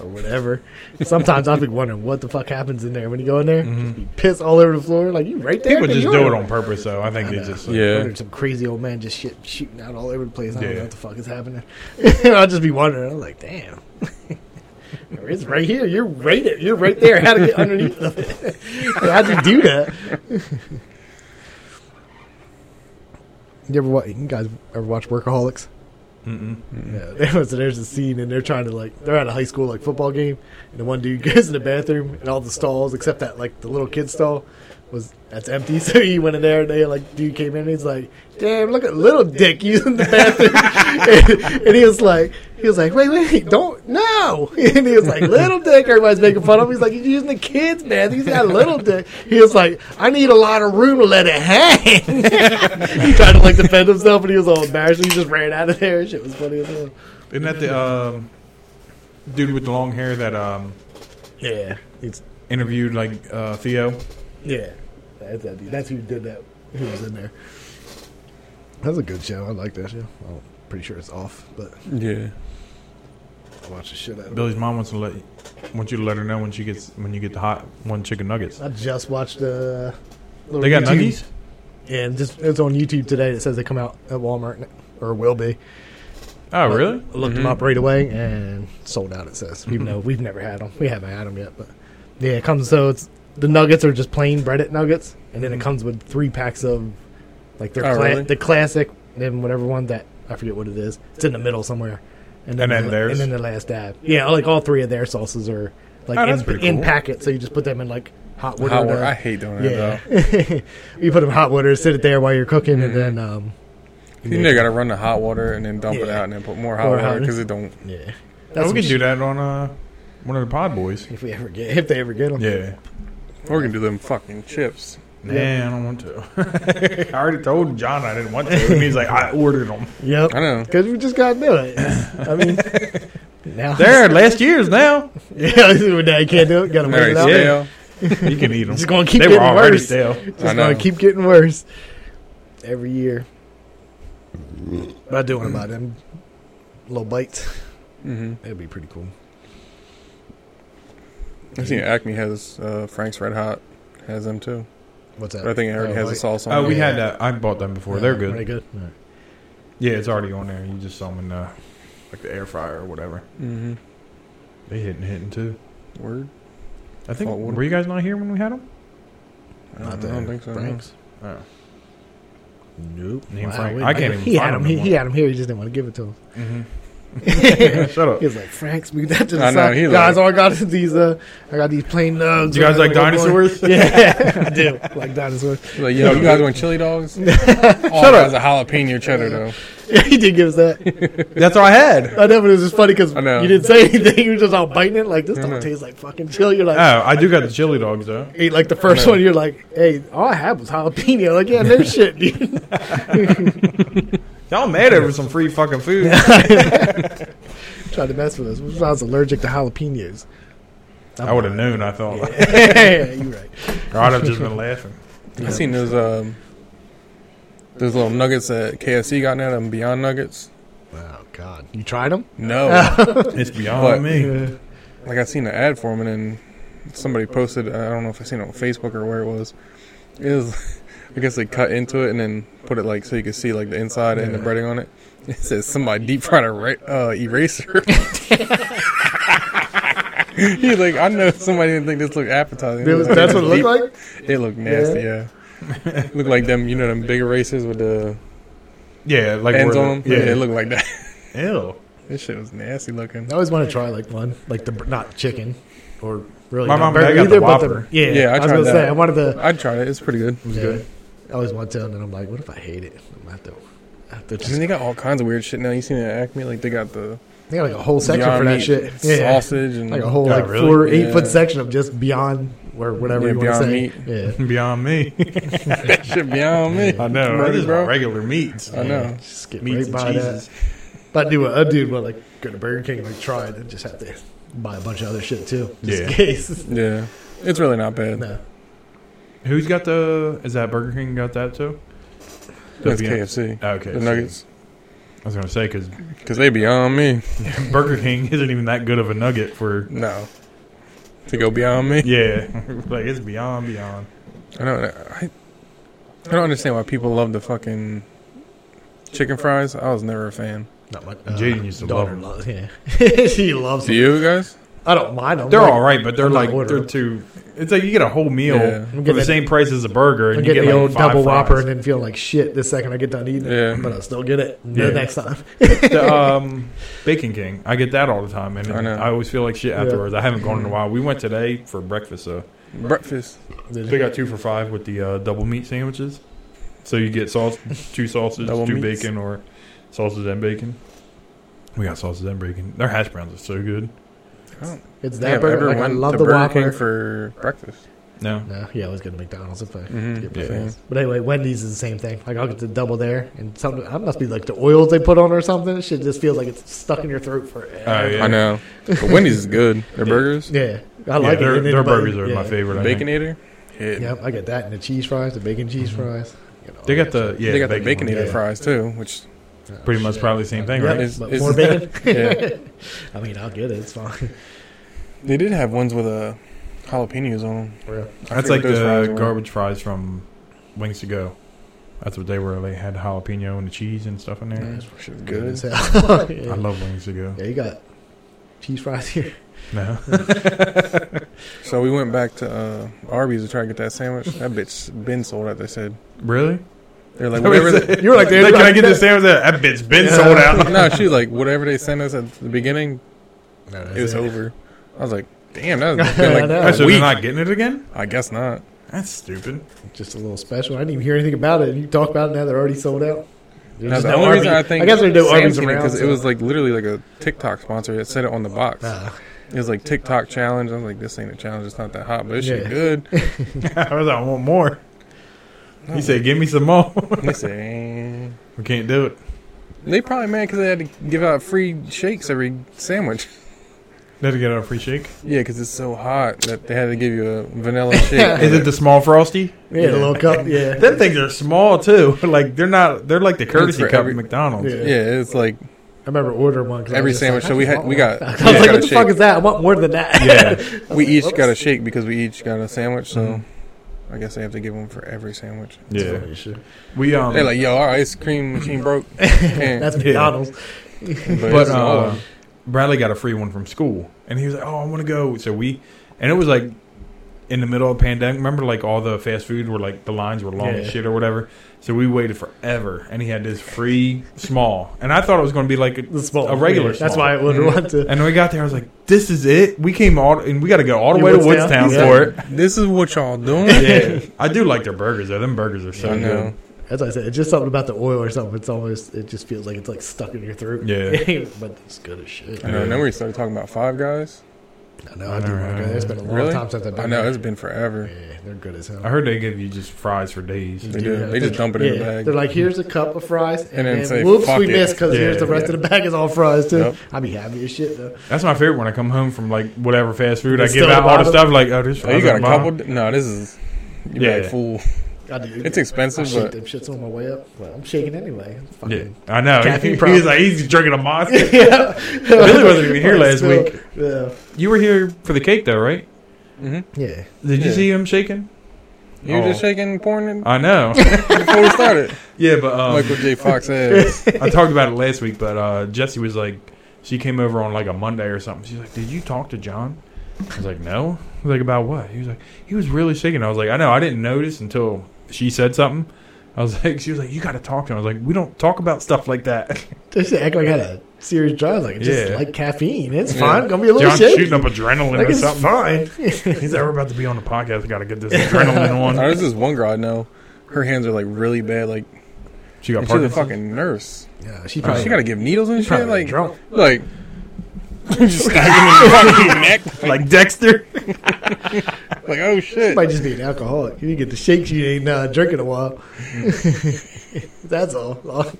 Speaker 2: or whatever. Sometimes I'll be wondering what the fuck happens in there when you go in there. Just be piss all over the floor, like you right there.
Speaker 1: Mm-hmm. people
Speaker 2: in
Speaker 1: just
Speaker 2: your
Speaker 1: do it
Speaker 2: room.
Speaker 1: on purpose. Though I think
Speaker 2: I
Speaker 1: they
Speaker 2: know.
Speaker 1: just
Speaker 3: Yeah.
Speaker 2: I heard some crazy old man just shit shooting out all over the place. I don't
Speaker 1: Yeah.
Speaker 2: know what the fuck is happening. I'll just be wondering. I'm like, damn. It's right here. You're right. There. You're right there. How to get underneath of it? How'd you do that? You ever watch? You guys ever watch Workaholics?
Speaker 1: Mm-mm.
Speaker 2: Yeah, there was there's a scene and they're trying to like they're at a high school like football game and the one dude goes in the bathroom and all the stalls except that like the little kid stall was that's empty so he went in there and they like dude came in and he's like damn look at little dick using the bathroom and, and he was like he was like wait wait don't no and he was like little dick everybody's making fun of him he's like he's using the kids bathroom he's got a little dick he was like I need a lot of room to let it hang he tried to like defend himself and he was all embarrassed he just ran out of there shit was funny as hell.
Speaker 1: isn't that the um, dude with the long hair that um,
Speaker 2: Yeah, it's
Speaker 1: interviewed like uh, Theo?
Speaker 2: yeah. That's that dude. That's who did that. Who was in there? That's a good show. I like that show. I'm pretty sure it's off, but
Speaker 3: yeah.
Speaker 2: I watch the shit out of it.
Speaker 1: Billy's mom wants to let wants you to let her know when she gets when you get the hot one chicken nuggets.
Speaker 2: I just watched the. Uh,
Speaker 1: They got
Speaker 2: YouTube-
Speaker 1: nuggies.
Speaker 2: Yeah, and just it's on YouTube today. It says they come out at Walmart n- or will be.
Speaker 1: Oh really? Mm-hmm.
Speaker 2: I looked them up right away and sold out. It says even though we've never had them, we haven't had them yet. But yeah, it comes so it's the nuggets are just plain breaded nuggets, and then it
Speaker 1: Mm-hmm.
Speaker 2: comes with three packs of like their
Speaker 3: Oh,
Speaker 2: cla-
Speaker 3: really?
Speaker 2: the classic, then whatever one that I forget what it is. It's in the middle somewhere,
Speaker 1: And then
Speaker 2: the,
Speaker 1: theirs?
Speaker 2: and then the last dab. Yeah, like all three of their sauces are like
Speaker 1: Oh, that's
Speaker 2: in,
Speaker 1: pretty
Speaker 2: in
Speaker 1: cool.
Speaker 2: packets, so you just put them in like hot water.
Speaker 3: Hot
Speaker 2: to-
Speaker 3: water. I hate doing that
Speaker 2: yeah, you put them in hot water, sit it there while you're cooking, and then
Speaker 1: Mm-hmm.
Speaker 2: um,
Speaker 3: though. You know, you gotta run the hot water and then dump it
Speaker 2: Yeah.
Speaker 3: out and then put more hot
Speaker 2: More
Speaker 3: water
Speaker 2: hot.
Speaker 3: because it don't.
Speaker 2: yeah,
Speaker 1: Oh, we
Speaker 2: what
Speaker 1: could do that on uh, one of the pod boys.
Speaker 2: if we ever get if they ever get them.
Speaker 1: Yeah.
Speaker 3: Or we can do them fucking chips.
Speaker 1: Nah, I don't want to. I already told John I didn't want to. And he's like, I ordered them.
Speaker 2: Yep.
Speaker 3: I know.
Speaker 2: Because we just got to do it. I mean, now.
Speaker 1: They're last year's now.
Speaker 2: Yeah, this is what now you can't do it. Got to wait
Speaker 3: Very
Speaker 2: it out.
Speaker 3: stale.
Speaker 1: You can eat them.
Speaker 2: It's going to keep
Speaker 1: They were
Speaker 2: getting
Speaker 1: already
Speaker 2: worse.
Speaker 1: stale.
Speaker 2: Just
Speaker 3: I
Speaker 2: going
Speaker 3: know.
Speaker 2: to keep getting worse every year. But I do want to buy them little bites.
Speaker 3: hmm
Speaker 2: That'd be pretty cool.
Speaker 3: I seen Acme has uh, Frank's Red Hot has them too,
Speaker 2: What's that?
Speaker 3: but I think it already
Speaker 2: Oh,
Speaker 3: has
Speaker 2: like-
Speaker 3: the sauce on.
Speaker 1: Oh,
Speaker 3: it.
Speaker 1: we had that. I bought them before. They're
Speaker 2: Are they
Speaker 1: good.
Speaker 2: good? All right.
Speaker 1: Yeah, it's already on there. You just saw them in uh, like the air fryer or whatever.
Speaker 3: hmm
Speaker 1: They hitting, hitting too.
Speaker 3: Word.
Speaker 1: I think.
Speaker 3: Salt water.
Speaker 1: Were you guys not here when we had them?
Speaker 3: I don't, I don't think so. no.
Speaker 2: Frank's.
Speaker 1: Oh.
Speaker 2: Nope.
Speaker 1: Me and Frank- I can't even
Speaker 2: He had
Speaker 1: find
Speaker 2: him.
Speaker 1: him
Speaker 2: He,
Speaker 1: no
Speaker 2: he
Speaker 1: more.
Speaker 2: had him here. He just didn't want to give it to him.
Speaker 1: Mm-hmm. Yeah, Shut up.
Speaker 2: He was like, "Frank's, move that to the
Speaker 3: I know,
Speaker 2: side."
Speaker 3: he
Speaker 2: Guys, all I got is these. Uh, I got these plain nugs.
Speaker 1: Do you guys like dinosaurs?
Speaker 2: yeah, I do like dinosaurs.
Speaker 3: He's Like, yo, you guys want chili dogs? Shut up. a jalapeno cheddar though.
Speaker 2: Yeah, he did give us that.
Speaker 1: That's all I had.
Speaker 2: I know, but it was just funny because
Speaker 3: I know.
Speaker 2: you didn't say anything. You were just all biting it like this.
Speaker 3: I know.
Speaker 2: Don't taste like fucking chili. You're like.
Speaker 1: Oh, I do got the chili dogs though.
Speaker 2: Eat like the first
Speaker 3: I know.
Speaker 2: one, you're like, hey, all I had was jalapeno. Like, yeah, no shit, dude.
Speaker 1: Y'all mad over some free fucking food.
Speaker 2: Tried to mess with us. I was allergic to jalapenos.
Speaker 1: I would have known. I thought.
Speaker 2: yeah, you're right.
Speaker 1: Or I'd have just been laughing.
Speaker 3: I seen those um, those little nuggets that KFC got now. Them Beyond Nuggets.
Speaker 2: Wow, God. You tried them?
Speaker 3: No,
Speaker 1: It's
Speaker 3: But-
Speaker 1: beyond me.
Speaker 3: like I seen the ad for them, and then somebody posted. I don't know if I seen it on Facebook or where it was. It was, I guess they cut into it and then put it like so you could see like the inside and the breading on it. It says somebody deep fried a ra- uh, eraser. He's like, I know somebody didn't think this looked appetizing.
Speaker 2: That was- that's what it
Speaker 3: Deep-
Speaker 2: looked like?
Speaker 3: It looked nasty, yeah. looked like them, you know, them big erasers with the
Speaker 1: Yeah, like
Speaker 3: ends
Speaker 1: where
Speaker 3: on them.
Speaker 1: the-
Speaker 3: Yeah,
Speaker 1: Yeah,
Speaker 3: it looked like that.
Speaker 1: ew.
Speaker 3: this shit was nasty looking.
Speaker 2: I always want to try like one, like the bur- not chicken or really
Speaker 1: My
Speaker 2: not
Speaker 1: mom and dad
Speaker 2: burger
Speaker 1: got the
Speaker 2: but
Speaker 1: Whopper.
Speaker 2: yeah,
Speaker 3: Yeah,
Speaker 2: I,
Speaker 3: I
Speaker 2: was
Speaker 3: tried
Speaker 2: gonna
Speaker 3: that.
Speaker 2: say I wanted the.
Speaker 3: I tried it. It's pretty good.
Speaker 2: yeah, I always want to, and then I'm like, what if I hate it? I'm gonna have to. I have to
Speaker 3: And
Speaker 2: just,
Speaker 3: they got all kinds of weird shit now. You seen it at Acme? Like they got the
Speaker 2: they got like a whole section
Speaker 3: Beyond
Speaker 2: for that
Speaker 3: Meat
Speaker 2: shit. Yeah,
Speaker 3: sausage and
Speaker 2: like a whole
Speaker 1: Yeah,
Speaker 2: like
Speaker 1: really?
Speaker 2: four or eight
Speaker 3: Yeah.
Speaker 2: foot section of just beyond or whatever
Speaker 3: Yeah,
Speaker 2: you want to
Speaker 3: Beyond
Speaker 2: say.
Speaker 3: Meat.
Speaker 2: Yeah,
Speaker 1: Beyond me.
Speaker 3: that shit beyond me.
Speaker 1: I know. I
Speaker 3: Murder,
Speaker 1: just
Speaker 3: bro.
Speaker 1: want regular meats.
Speaker 3: I know.
Speaker 2: just get
Speaker 1: Meats
Speaker 2: right
Speaker 1: and
Speaker 2: by
Speaker 1: cheeses.
Speaker 2: that. But I do what I do, but like go to Burger King, like try it, and just have to buy a bunch of other shit too, just in
Speaker 1: Yeah.
Speaker 2: case.
Speaker 3: Yeah, it's really not bad.
Speaker 2: no,
Speaker 1: Who's got the? Is that Burger King got that too?
Speaker 3: That's
Speaker 1: Yeah.
Speaker 3: KFC.
Speaker 1: Okay.
Speaker 3: The
Speaker 1: so-
Speaker 3: nuggets,
Speaker 1: I was gonna say because
Speaker 3: because they beyond me.
Speaker 1: Burger King isn't even that good of a nugget for.
Speaker 3: No, to go beyond me.
Speaker 1: Yeah, like it's beyond beyond.
Speaker 3: I don't. I, I don't understand why people love the fucking chicken fries. I was never a fan.
Speaker 2: not my.
Speaker 1: Jaden used to love
Speaker 2: daughter
Speaker 1: 'em.
Speaker 2: loves- yeah, she loves.
Speaker 3: Do
Speaker 2: them.
Speaker 3: you guys?
Speaker 2: I don't mind them.
Speaker 1: They're all right, but they're
Speaker 2: I'm not
Speaker 1: like
Speaker 2: ordering
Speaker 1: they're too. It's like you get a whole meal
Speaker 3: Yeah.
Speaker 1: for
Speaker 2: get
Speaker 1: the
Speaker 2: that-
Speaker 1: same price as a burger,
Speaker 2: I
Speaker 1: and you
Speaker 2: get
Speaker 1: get
Speaker 2: the
Speaker 1: like
Speaker 2: old
Speaker 1: five
Speaker 2: double
Speaker 1: fries.
Speaker 2: whopper and then feel like shit the second I get done eating it.
Speaker 3: Yeah.
Speaker 2: But I still get it the
Speaker 1: Yeah.
Speaker 2: next time.
Speaker 1: the, um, Bacon King. I get that all the time, and
Speaker 3: I know.
Speaker 1: I, always feel like shit
Speaker 2: Yeah.
Speaker 1: afterwards. I haven't gone in a while. We went today for breakfast, so
Speaker 3: Breakfast.
Speaker 1: they got two for five with the uh, double meat sandwiches. So you get sauce, two sausages,
Speaker 3: Double
Speaker 1: two
Speaker 3: meats.
Speaker 1: bacon, or sausage and bacon. We got sausage and bacon. Their hash browns are so good.
Speaker 2: It's
Speaker 3: Yeah,
Speaker 2: that burger. Like, I
Speaker 3: everyone
Speaker 2: love
Speaker 3: to
Speaker 2: the
Speaker 3: Burger
Speaker 2: Whopper.
Speaker 3: King for breakfast.
Speaker 1: No,
Speaker 2: no, yeah, I always go to McDonald's if I
Speaker 3: Mhm,
Speaker 2: get my
Speaker 1: Mm, yeah.
Speaker 2: fries. But anyway, Wendy's is the same thing. Like I'll get the double there, and some I must be like the oils they put on or something. Shit just feels like it's stuck in your throat for.
Speaker 1: Oh, yeah.
Speaker 3: I know. But Wendy's is good. Their burgers.
Speaker 2: Yeah, I like
Speaker 1: their,
Speaker 2: it. And then-
Speaker 1: their
Speaker 2: but-
Speaker 1: burgers are
Speaker 2: yeah.
Speaker 1: my favorite. I think.
Speaker 3: Baconator. Hit.
Speaker 2: Yeah, I get that and the cheese fries, the bacon cheese fries. You know,
Speaker 1: Mm-hmm. They got the yeah.
Speaker 3: they got the bacon
Speaker 1: ones.
Speaker 3: eater
Speaker 2: yeah.
Speaker 3: fries too, which
Speaker 1: Pretty much probably the same thing,
Speaker 2: Yeah,
Speaker 1: right?
Speaker 3: It's-
Speaker 2: but
Speaker 3: it's-
Speaker 2: more bacon.
Speaker 3: yeah.
Speaker 2: I mean, I'll get it. It's fine.
Speaker 3: They did have ones with uh, jalapenos on them.
Speaker 2: Real.
Speaker 1: That's
Speaker 3: forget what
Speaker 1: like
Speaker 3: those fries
Speaker 1: the
Speaker 3: were.
Speaker 1: garbage fries from Wings to Go. That's what they were. They had jalapeno and the cheese and stuff in there.
Speaker 3: Yeah, that shit was good.
Speaker 2: as hell. Mm-hmm. yeah.
Speaker 1: I love Wings to Go.
Speaker 2: Yeah, you got cheese fries here.
Speaker 1: No,
Speaker 3: So we went back to uh, Arby's to try to get that sandwich. That bitch been sold out. They said
Speaker 1: really?
Speaker 3: they're like
Speaker 1: That was
Speaker 3: whatever. They,
Speaker 1: it.
Speaker 2: You were like,
Speaker 1: Like, can I get this sandwich? That bit's been sold out.
Speaker 3: no, she's like whatever they sent us at the beginning, it was over. I was like, damn, that's been
Speaker 2: I know.
Speaker 3: like a
Speaker 1: So they're
Speaker 3: week.
Speaker 1: not getting it again?
Speaker 3: I guess not.
Speaker 1: That's stupid.
Speaker 2: Just a little special. I didn't even hear anything about it. You talk about it now; they're already sold out. There's
Speaker 3: Now,
Speaker 2: just
Speaker 3: the
Speaker 2: no
Speaker 3: only
Speaker 2: Arby's.
Speaker 3: reason I think
Speaker 2: I guess there's no Arby's around.
Speaker 3: because it
Speaker 2: so-
Speaker 3: was like literally like a TikTok sponsor. It said it on the box.
Speaker 2: Nah.
Speaker 3: It was like TikTok challenge. I was like, this ain't a challenge. It's not that hot, but it's
Speaker 2: Yeah.
Speaker 3: shit good.
Speaker 1: I was like, I want more. He said, "Give me some more."
Speaker 3: They say,
Speaker 1: we can't do it.
Speaker 3: They probably mad because they had to give out free shakes every sandwich.
Speaker 1: They had to get a free shake.
Speaker 3: Yeah, because it's so hot that they had to give you a vanilla shake.
Speaker 1: Is it the small frosty?
Speaker 2: Yeah, the little cup. Yeah.
Speaker 1: Them things are small too. Like they're not. They're like the courtesy
Speaker 3: for
Speaker 1: cup
Speaker 3: every-
Speaker 1: at McDonald's.
Speaker 2: Yeah.
Speaker 3: Yeah, it's like
Speaker 2: I remember ordering one. 'cause I
Speaker 3: every
Speaker 2: was just like,
Speaker 3: sandwich. So we had we got
Speaker 2: I was
Speaker 3: we
Speaker 2: like,
Speaker 3: got
Speaker 2: what
Speaker 3: a
Speaker 2: the fuck
Speaker 3: shake.
Speaker 2: is that? I want more than that.
Speaker 1: Yeah.
Speaker 3: We each got a shake because we each got a sandwich. So
Speaker 2: Mm-hmm.
Speaker 3: I guess they have to give one for every sandwich.
Speaker 1: yeah. We um.
Speaker 3: They're like, yo, our ice cream machine broke. Yeah,
Speaker 2: Oh, That's McDonald's. um,
Speaker 3: but
Speaker 1: but
Speaker 3: it's all
Speaker 1: uh, Bradley got a free one from school, and he was like, "Oh, I want to go." So we, and it was like in the middle of pandemic. Remember, like all the fast food were like the lines were long as
Speaker 2: Yeah.
Speaker 1: shit or whatever. So we waited forever, and he had this free small, and I thought it was going to be like
Speaker 2: The
Speaker 1: a,
Speaker 2: small.
Speaker 1: a regular.
Speaker 2: Yeah, That's
Speaker 1: small.
Speaker 2: why I ordered one to.
Speaker 1: And when we got there, I was like, "This is it." We came all, and we got to go all the
Speaker 2: You
Speaker 1: way to
Speaker 2: Woodstown?
Speaker 1: Woodstown
Speaker 2: Yeah.
Speaker 1: for it.
Speaker 3: This is what y'all doing.
Speaker 1: Yeah, I do like their burgers though. Them burgers are so
Speaker 3: I know.
Speaker 2: That's what I said. It's just something about the oil or something. It's almost. It just feels like it's like stuck in your throat.
Speaker 1: Yeah.
Speaker 2: but it's good as shit.
Speaker 3: I know. And then we started talking about Five Guys.
Speaker 2: I know. I do. Like, that. it's been a long
Speaker 3: Really?
Speaker 2: time since I've been.
Speaker 3: I know
Speaker 2: there.
Speaker 3: it's been forever.
Speaker 2: Yeah, they're good as hell.
Speaker 1: good. I heard they give you just fries for days.
Speaker 3: They do. They just dump it in the bag.
Speaker 2: They're like, here's a cup of fries, and,
Speaker 3: And then
Speaker 2: then,
Speaker 3: say,
Speaker 2: whoops,
Speaker 3: "Fuck
Speaker 2: we
Speaker 3: it."
Speaker 2: missed because
Speaker 1: Yeah,
Speaker 2: here's the rest
Speaker 3: yeah.
Speaker 2: of the bag is all fries too.
Speaker 3: Yep.
Speaker 2: I'd be happy as shit though.
Speaker 1: That's my favorite when I come home from like whatever fast food.
Speaker 2: It's
Speaker 1: I give
Speaker 2: still
Speaker 1: out all
Speaker 2: bottom?
Speaker 1: the stuff like, oh, this.
Speaker 3: Oh, you
Speaker 1: fries
Speaker 3: got
Speaker 1: on
Speaker 3: a
Speaker 1: the bottom.
Speaker 3: couple. No, this is. You yeah.
Speaker 1: Yeah.
Speaker 3: like fool.
Speaker 2: I do.
Speaker 3: It's
Speaker 2: I
Speaker 3: expensive,
Speaker 2: shake
Speaker 3: but
Speaker 2: them shits on my way up. Well, I'm shaking anyway. I'm
Speaker 1: Yeah,
Speaker 2: fucking.
Speaker 1: I know.
Speaker 2: Caffeine
Speaker 1: He, he
Speaker 2: problem.
Speaker 1: was like, he's drinking a monster.
Speaker 2: Yeah.
Speaker 1: Billy wasn't even here
Speaker 2: But
Speaker 1: last
Speaker 2: still,
Speaker 1: week.
Speaker 2: Yeah.
Speaker 1: You were here for the cake though, right?
Speaker 3: Mhm.
Speaker 2: Yeah.
Speaker 1: Did you
Speaker 3: Yeah.
Speaker 1: see him shaking?
Speaker 3: you were just
Speaker 1: Oh.
Speaker 3: shaking porn in-
Speaker 1: I know.
Speaker 3: before we started.
Speaker 1: yeah, but um,
Speaker 3: Michael J. Fox ass.
Speaker 1: I talked about it last week. But uh, Jesse was like, she came over on like a Monday or something. She's like, did you talk to John? I was like, no. I was like, about what? He was like, he was really shaking. I was like, I know. I didn't notice until she said something. I was like, she was like, you got to talk to him. I was like, we don't talk about stuff like that.
Speaker 2: They should act like I had a serious drug. Like it's just
Speaker 1: Yeah.
Speaker 2: like caffeine. It's
Speaker 3: Yeah.
Speaker 2: fine. Gonna be a little
Speaker 1: John's
Speaker 2: shaky.
Speaker 1: shooting up adrenaline
Speaker 2: Like
Speaker 1: or
Speaker 2: it's
Speaker 1: something.
Speaker 2: fine.
Speaker 1: He's like, we're about to be on the podcast. We got to get this adrenaline
Speaker 3: Now,
Speaker 1: on.
Speaker 3: "Oh, there's this one girl I know. Her hands are like really bad. Like
Speaker 1: She got
Speaker 3: and she's a
Speaker 1: Parkinson's.
Speaker 3: fucking nurse.
Speaker 2: yeah, she
Speaker 3: Like,
Speaker 2: probably
Speaker 3: she got to give needles and shit.
Speaker 2: probably
Speaker 3: Like
Speaker 2: drunk.
Speaker 3: like. just stab him in the fucking neck. Like,
Speaker 1: like Dexter.
Speaker 3: like, oh shit.
Speaker 2: might just be an alcoholic. You didn't get the shakes. You ain't uh, drinking a while. That's all.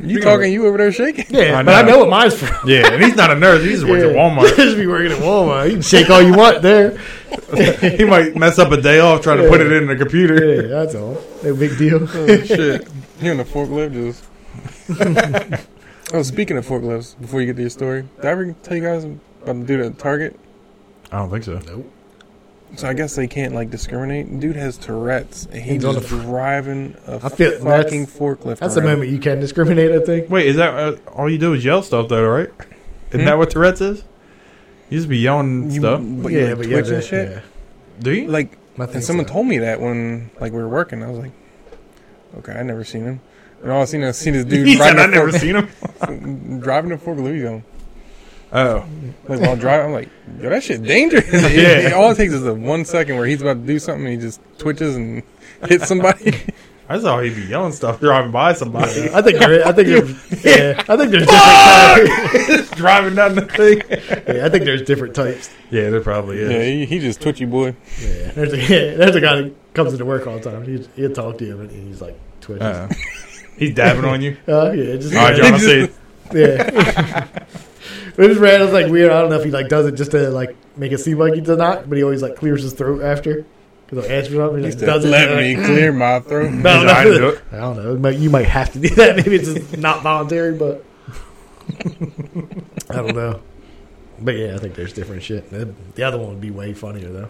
Speaker 3: you talking? You over there shaking?
Speaker 2: Yeah,
Speaker 1: I
Speaker 2: but I
Speaker 1: know.
Speaker 2: know what mine's from.
Speaker 1: Yeah, and he's not a nurse. He just works at Walmart.
Speaker 2: just be working at Walmart. You can shake all you want there.
Speaker 1: He might mess up a day off trying to put it in the computer.
Speaker 2: Yeah, that's all. No big deal.
Speaker 3: Oh, shit. You and the forklift just. oh, speaking of forklifts, before you get to your story, did I ever tell you guys about the dude at Target?
Speaker 1: I don't think so.
Speaker 3: So I guess they can't like discriminate. Dude has Tourette's, and he's
Speaker 2: He's on
Speaker 3: just driving a
Speaker 2: I feel-
Speaker 3: fucking forklift.
Speaker 2: That's the
Speaker 3: around.
Speaker 2: moment you can discriminate. I think.
Speaker 1: Wait, is that uh, all you do is yell stuff though, right? Isn't
Speaker 3: Hmm?
Speaker 1: that what Tourette's is? You just be yelling
Speaker 3: You,
Speaker 1: stuff.
Speaker 3: but yeah, but twitch and shit.
Speaker 1: Do you?
Speaker 3: Like,
Speaker 2: I think
Speaker 3: and someone
Speaker 2: so.
Speaker 3: told me that when like we were working, I was like, okay, I never seen him. And all I seen, I seen this dude
Speaker 1: he said
Speaker 3: driving,
Speaker 1: I
Speaker 3: a
Speaker 1: never
Speaker 3: fork-
Speaker 1: seen him.
Speaker 3: driving a forklift. He's going,
Speaker 1: Oh,
Speaker 3: Like while driving, I'm like, yo, that shit dangerous. yeah. All it takes is a one second where he's about to do something, and he just twitches and hits somebody.
Speaker 1: I saw he'd be yelling stuff driving by somebody,
Speaker 2: I think there, I think there, yeah, I think there's different
Speaker 1: driving down the thing.
Speaker 2: types. Yeah, I think there's different types.
Speaker 1: Yeah, there probably
Speaker 3: yeah,
Speaker 1: is.
Speaker 3: he, he just twitchy boy.
Speaker 2: Yeah, there's a, there's a guy that comes into work all the time. He, he'll talk to you and he's like twitches.
Speaker 1: Uh,
Speaker 2: Uh,
Speaker 1: he's dabbing on you.
Speaker 2: yeah, just
Speaker 1: All right, John, I see.
Speaker 2: yeah. It was random, like weird. I don't know if he like does it just to like make it seem like he does not, but he always like clears his throat after. Because he'll answer something, he
Speaker 3: He
Speaker 2: just
Speaker 3: said,
Speaker 2: does it.
Speaker 3: Let
Speaker 2: and,
Speaker 3: me
Speaker 2: like,
Speaker 3: clear my
Speaker 2: No,
Speaker 3: throat.
Speaker 1: He's
Speaker 2: no.
Speaker 1: like, I didn't do it.
Speaker 2: I don't know. Might- You might have to do that. Maybe it's just not voluntary, but I don't know. But yeah, I think there's different shit. The the other one would be way funnier though.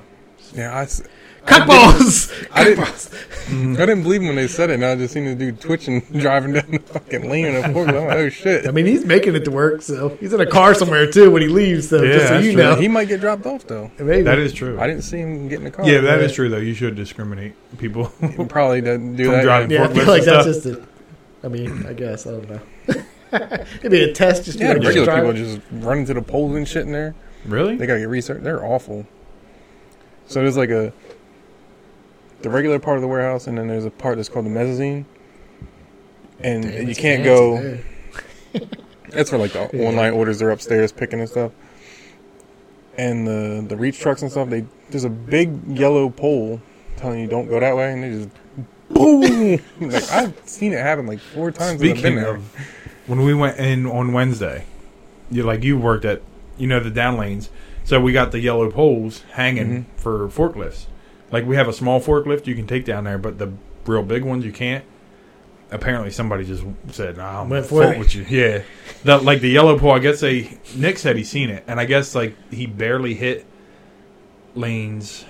Speaker 3: Yeah, I, s-
Speaker 2: Cock balls.
Speaker 3: I
Speaker 2: Cock
Speaker 3: didn't-
Speaker 2: balls.
Speaker 3: I didn't believe him when they said it. And I just seen this dude twitching, driving down the fucking lane in a forklift. I'm like, oh shit.
Speaker 2: I mean, he's making it to work, so he's in a car somewhere too when he leaves. So
Speaker 1: Yeah,
Speaker 2: just so
Speaker 1: that's
Speaker 2: you
Speaker 1: true.
Speaker 2: know,
Speaker 3: He might get dropped off though.
Speaker 2: maybe
Speaker 1: That is true.
Speaker 3: I didn't see him get in the car.
Speaker 1: Yeah, that is
Speaker 2: yeah.
Speaker 1: true though. You should discriminate people.
Speaker 3: He probably doesn't do
Speaker 1: From
Speaker 3: that.
Speaker 1: driving.
Speaker 2: Yeah, I feel
Speaker 1: forklifts
Speaker 2: like
Speaker 1: and
Speaker 2: that's
Speaker 1: stuff.
Speaker 2: just a. I mean, I guess I don't know. It'd be a test, just
Speaker 3: Yeah,
Speaker 2: to
Speaker 3: regular
Speaker 2: drive.
Speaker 3: people just running to the poles and shit in there.
Speaker 1: really?
Speaker 3: They gotta get research. They're awful. So there's like a the regular part of the warehouse, and then there's a part that's called the mezzanine, and
Speaker 2: Damn,
Speaker 3: you
Speaker 2: it's
Speaker 3: can't
Speaker 2: fancy
Speaker 3: go.
Speaker 2: there.
Speaker 3: That's where like the
Speaker 2: Yeah.
Speaker 3: online orders are upstairs picking and stuff, and the the reach trucks and stuff. They there's a big yellow pole telling you don't go that way, and they just boom. like I've seen it happen like four times. since I've been
Speaker 1: Speaking
Speaker 3: there.
Speaker 1: of, when we went in on Wednesday, you like you worked at you know the down lanes, so we got the yellow poles hanging for forklifts. Like we have a small forklift you can take down there, but the real big ones you can't. Apparently, somebody just said, nah, "I'm
Speaker 2: Went
Speaker 1: going
Speaker 2: for
Speaker 1: fuck
Speaker 2: it.
Speaker 1: with you." Yeah, that like the yellow pole. I guess they Nick said he seen it, and I guess like he barely hit lanes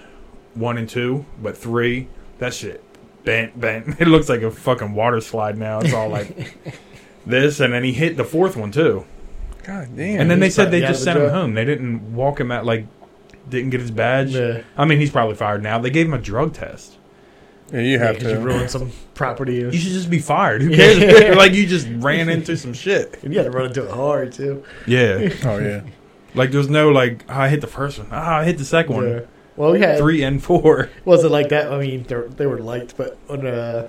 Speaker 1: one and two, but three that shit bent, bent. It looks like a fucking water slide now. It's all like this, and then he hit the fourth one too.
Speaker 3: God damn.
Speaker 1: and then they
Speaker 2: he's
Speaker 1: said
Speaker 2: probably
Speaker 1: they
Speaker 2: out
Speaker 1: just
Speaker 2: of
Speaker 1: sent
Speaker 2: the
Speaker 1: him
Speaker 2: job.
Speaker 1: home. They didn't walk him out like didn't get his badge.
Speaker 2: Yeah.
Speaker 1: I mean, he's probably fired now. They gave him a drug test.
Speaker 3: yeah, you have
Speaker 2: because
Speaker 3: to.
Speaker 2: you ruined some property.
Speaker 1: You should just be fired. Who
Speaker 2: Yeah.
Speaker 1: cares? like you just ran into some shit.
Speaker 2: And you had to run into it hard too.
Speaker 1: Yeah.
Speaker 3: oh yeah.
Speaker 1: Like there's no like "Ah, I hit the first one. Ah, I hit the second one.
Speaker 2: Yeah. Well, we had
Speaker 1: Three and four.
Speaker 2: wasn't like that. I mean, they were- they were light, but on uh,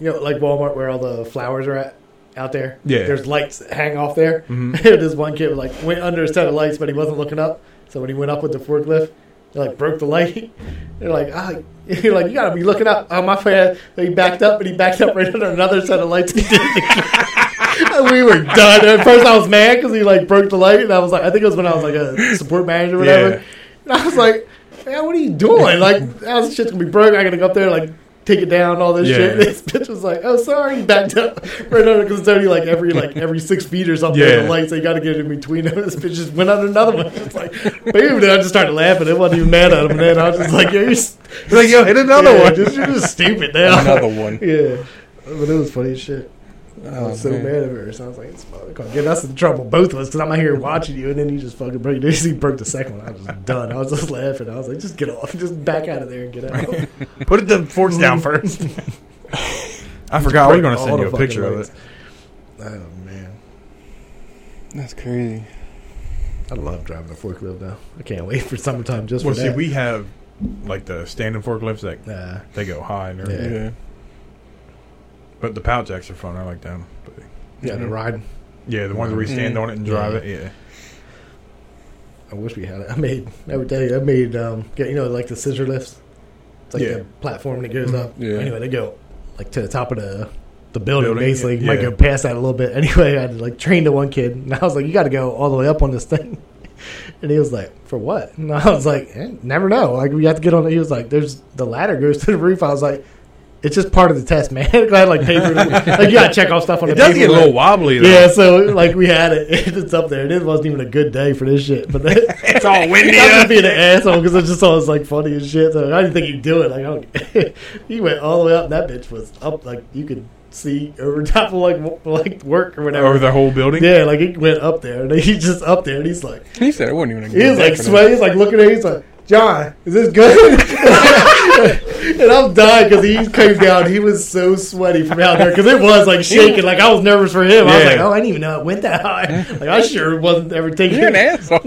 Speaker 2: you know, like Walmart where all the flowers are at out there.
Speaker 1: Yeah.
Speaker 2: there's lights that hang off there.
Speaker 1: Mhm.
Speaker 2: this one kid like went under a set of lights, but he wasn't looking up. So when he went up with the forklift, they like broke the light. They're like, ah, you're like you gotta be looking up. Oh my friend, so he backed up, and he backed up right under another set of lights. we were done. At first, I was mad because he like broke the light, and I was like, I think it was when I was like a support manager, or whatever.
Speaker 1: Yeah.
Speaker 2: And I was like, man, what are you doing? Like, how's this shit's gonna be broken? I gotta go up there, like, take it down, all this
Speaker 1: Yeah.
Speaker 2: shit. This bitch was like, oh, sorry, he backed up right under because it's only like every like every six feet or something.
Speaker 1: Yeah.
Speaker 2: The lights, they gotta get in between them. This bitch just went under another one. It's like, boom! Then I just started laughing. I wasn't even mad at him. Then I was just like, yo, you're, s-
Speaker 1: Like yo, hit another
Speaker 2: yeah,
Speaker 1: one.
Speaker 2: Just, you're just stupid now.
Speaker 3: Another one.
Speaker 2: yeah, but it was funny as shit. I
Speaker 3: Oh,
Speaker 2: was so
Speaker 3: man.
Speaker 2: mad at her. So I was like, it's probably gonna get us in trouble, both of us, because I'm out here watching you, and then you just fucking break. Then he broke the second one. I was just done. I was just laughing. I was like, just get off, just back out of there and get out.
Speaker 1: Put the forks down first. I forgot. We're
Speaker 2: Break
Speaker 1: gonna
Speaker 2: all
Speaker 1: send
Speaker 2: the
Speaker 1: you a
Speaker 2: fucking
Speaker 1: picture of
Speaker 2: legs.
Speaker 1: it.
Speaker 2: Oh man,
Speaker 3: That's crazy.
Speaker 2: I love driving a forklift now. I can't wait for summertime just
Speaker 1: Well,
Speaker 2: for
Speaker 1: see,
Speaker 2: that.
Speaker 1: we have like the standing forklifts that
Speaker 2: Nah.
Speaker 1: they go high and everything.
Speaker 2: Yeah.
Speaker 3: Yeah.
Speaker 1: But the pallet jacks are fun. I like them. But,
Speaker 2: yeah, the ride.
Speaker 1: yeah, the ones where you stand
Speaker 2: Mm-hmm.
Speaker 3: Mm.
Speaker 1: on it and drive it. Yeah.
Speaker 2: I wish we had it. I made every day. I made um, get, you know like the scissor lifts. It's like
Speaker 1: Yeah.
Speaker 2: the platform that goes up.
Speaker 3: Yeah.
Speaker 2: Anyway, they go like to the top of the the building,
Speaker 1: Building,
Speaker 2: basically. You might
Speaker 1: yeah.
Speaker 2: go past that a little bit. Anyway, I had to, like train the one kid, and I was like, "You got to go all the way up on this thing." And he was like, "For what?" And I was like, eh, "Never know. Like we have to get on." He was like, "There's the ladder goes to the roof." I was like. It's just part of the test, man. I had like paper, like you gotta check off stuff on
Speaker 1: It
Speaker 2: the
Speaker 1: does
Speaker 2: paper.
Speaker 1: get a little wobbly though.
Speaker 2: Yeah, so like we had it. It's up there. and It wasn't even a good day for this shit. But that,
Speaker 1: It's all windy.
Speaker 2: I'm just being an asshole because I just thought it was like funny as shit. So I didn't think he'd do it. Like, I don't, he went all the way up. and That bitch was up. Like you could see over top of like w- like work or whatever.
Speaker 1: Over the whole building.
Speaker 2: yeah, like he went up there and he's just up there and he's like
Speaker 3: He said it wasn't even a good
Speaker 2: he was
Speaker 3: day
Speaker 2: like
Speaker 3: for them.
Speaker 2: sweating. He's like looking at me. He's like, John, is this good? and I'm dying because he came down. He was so sweaty from out there because it was like shaking. Like I was nervous for him. I was
Speaker 1: Yeah.
Speaker 2: like, oh, I didn't even know it went that high. Like I sure wasn't ever taking
Speaker 3: You're an
Speaker 2: it.
Speaker 3: asshole.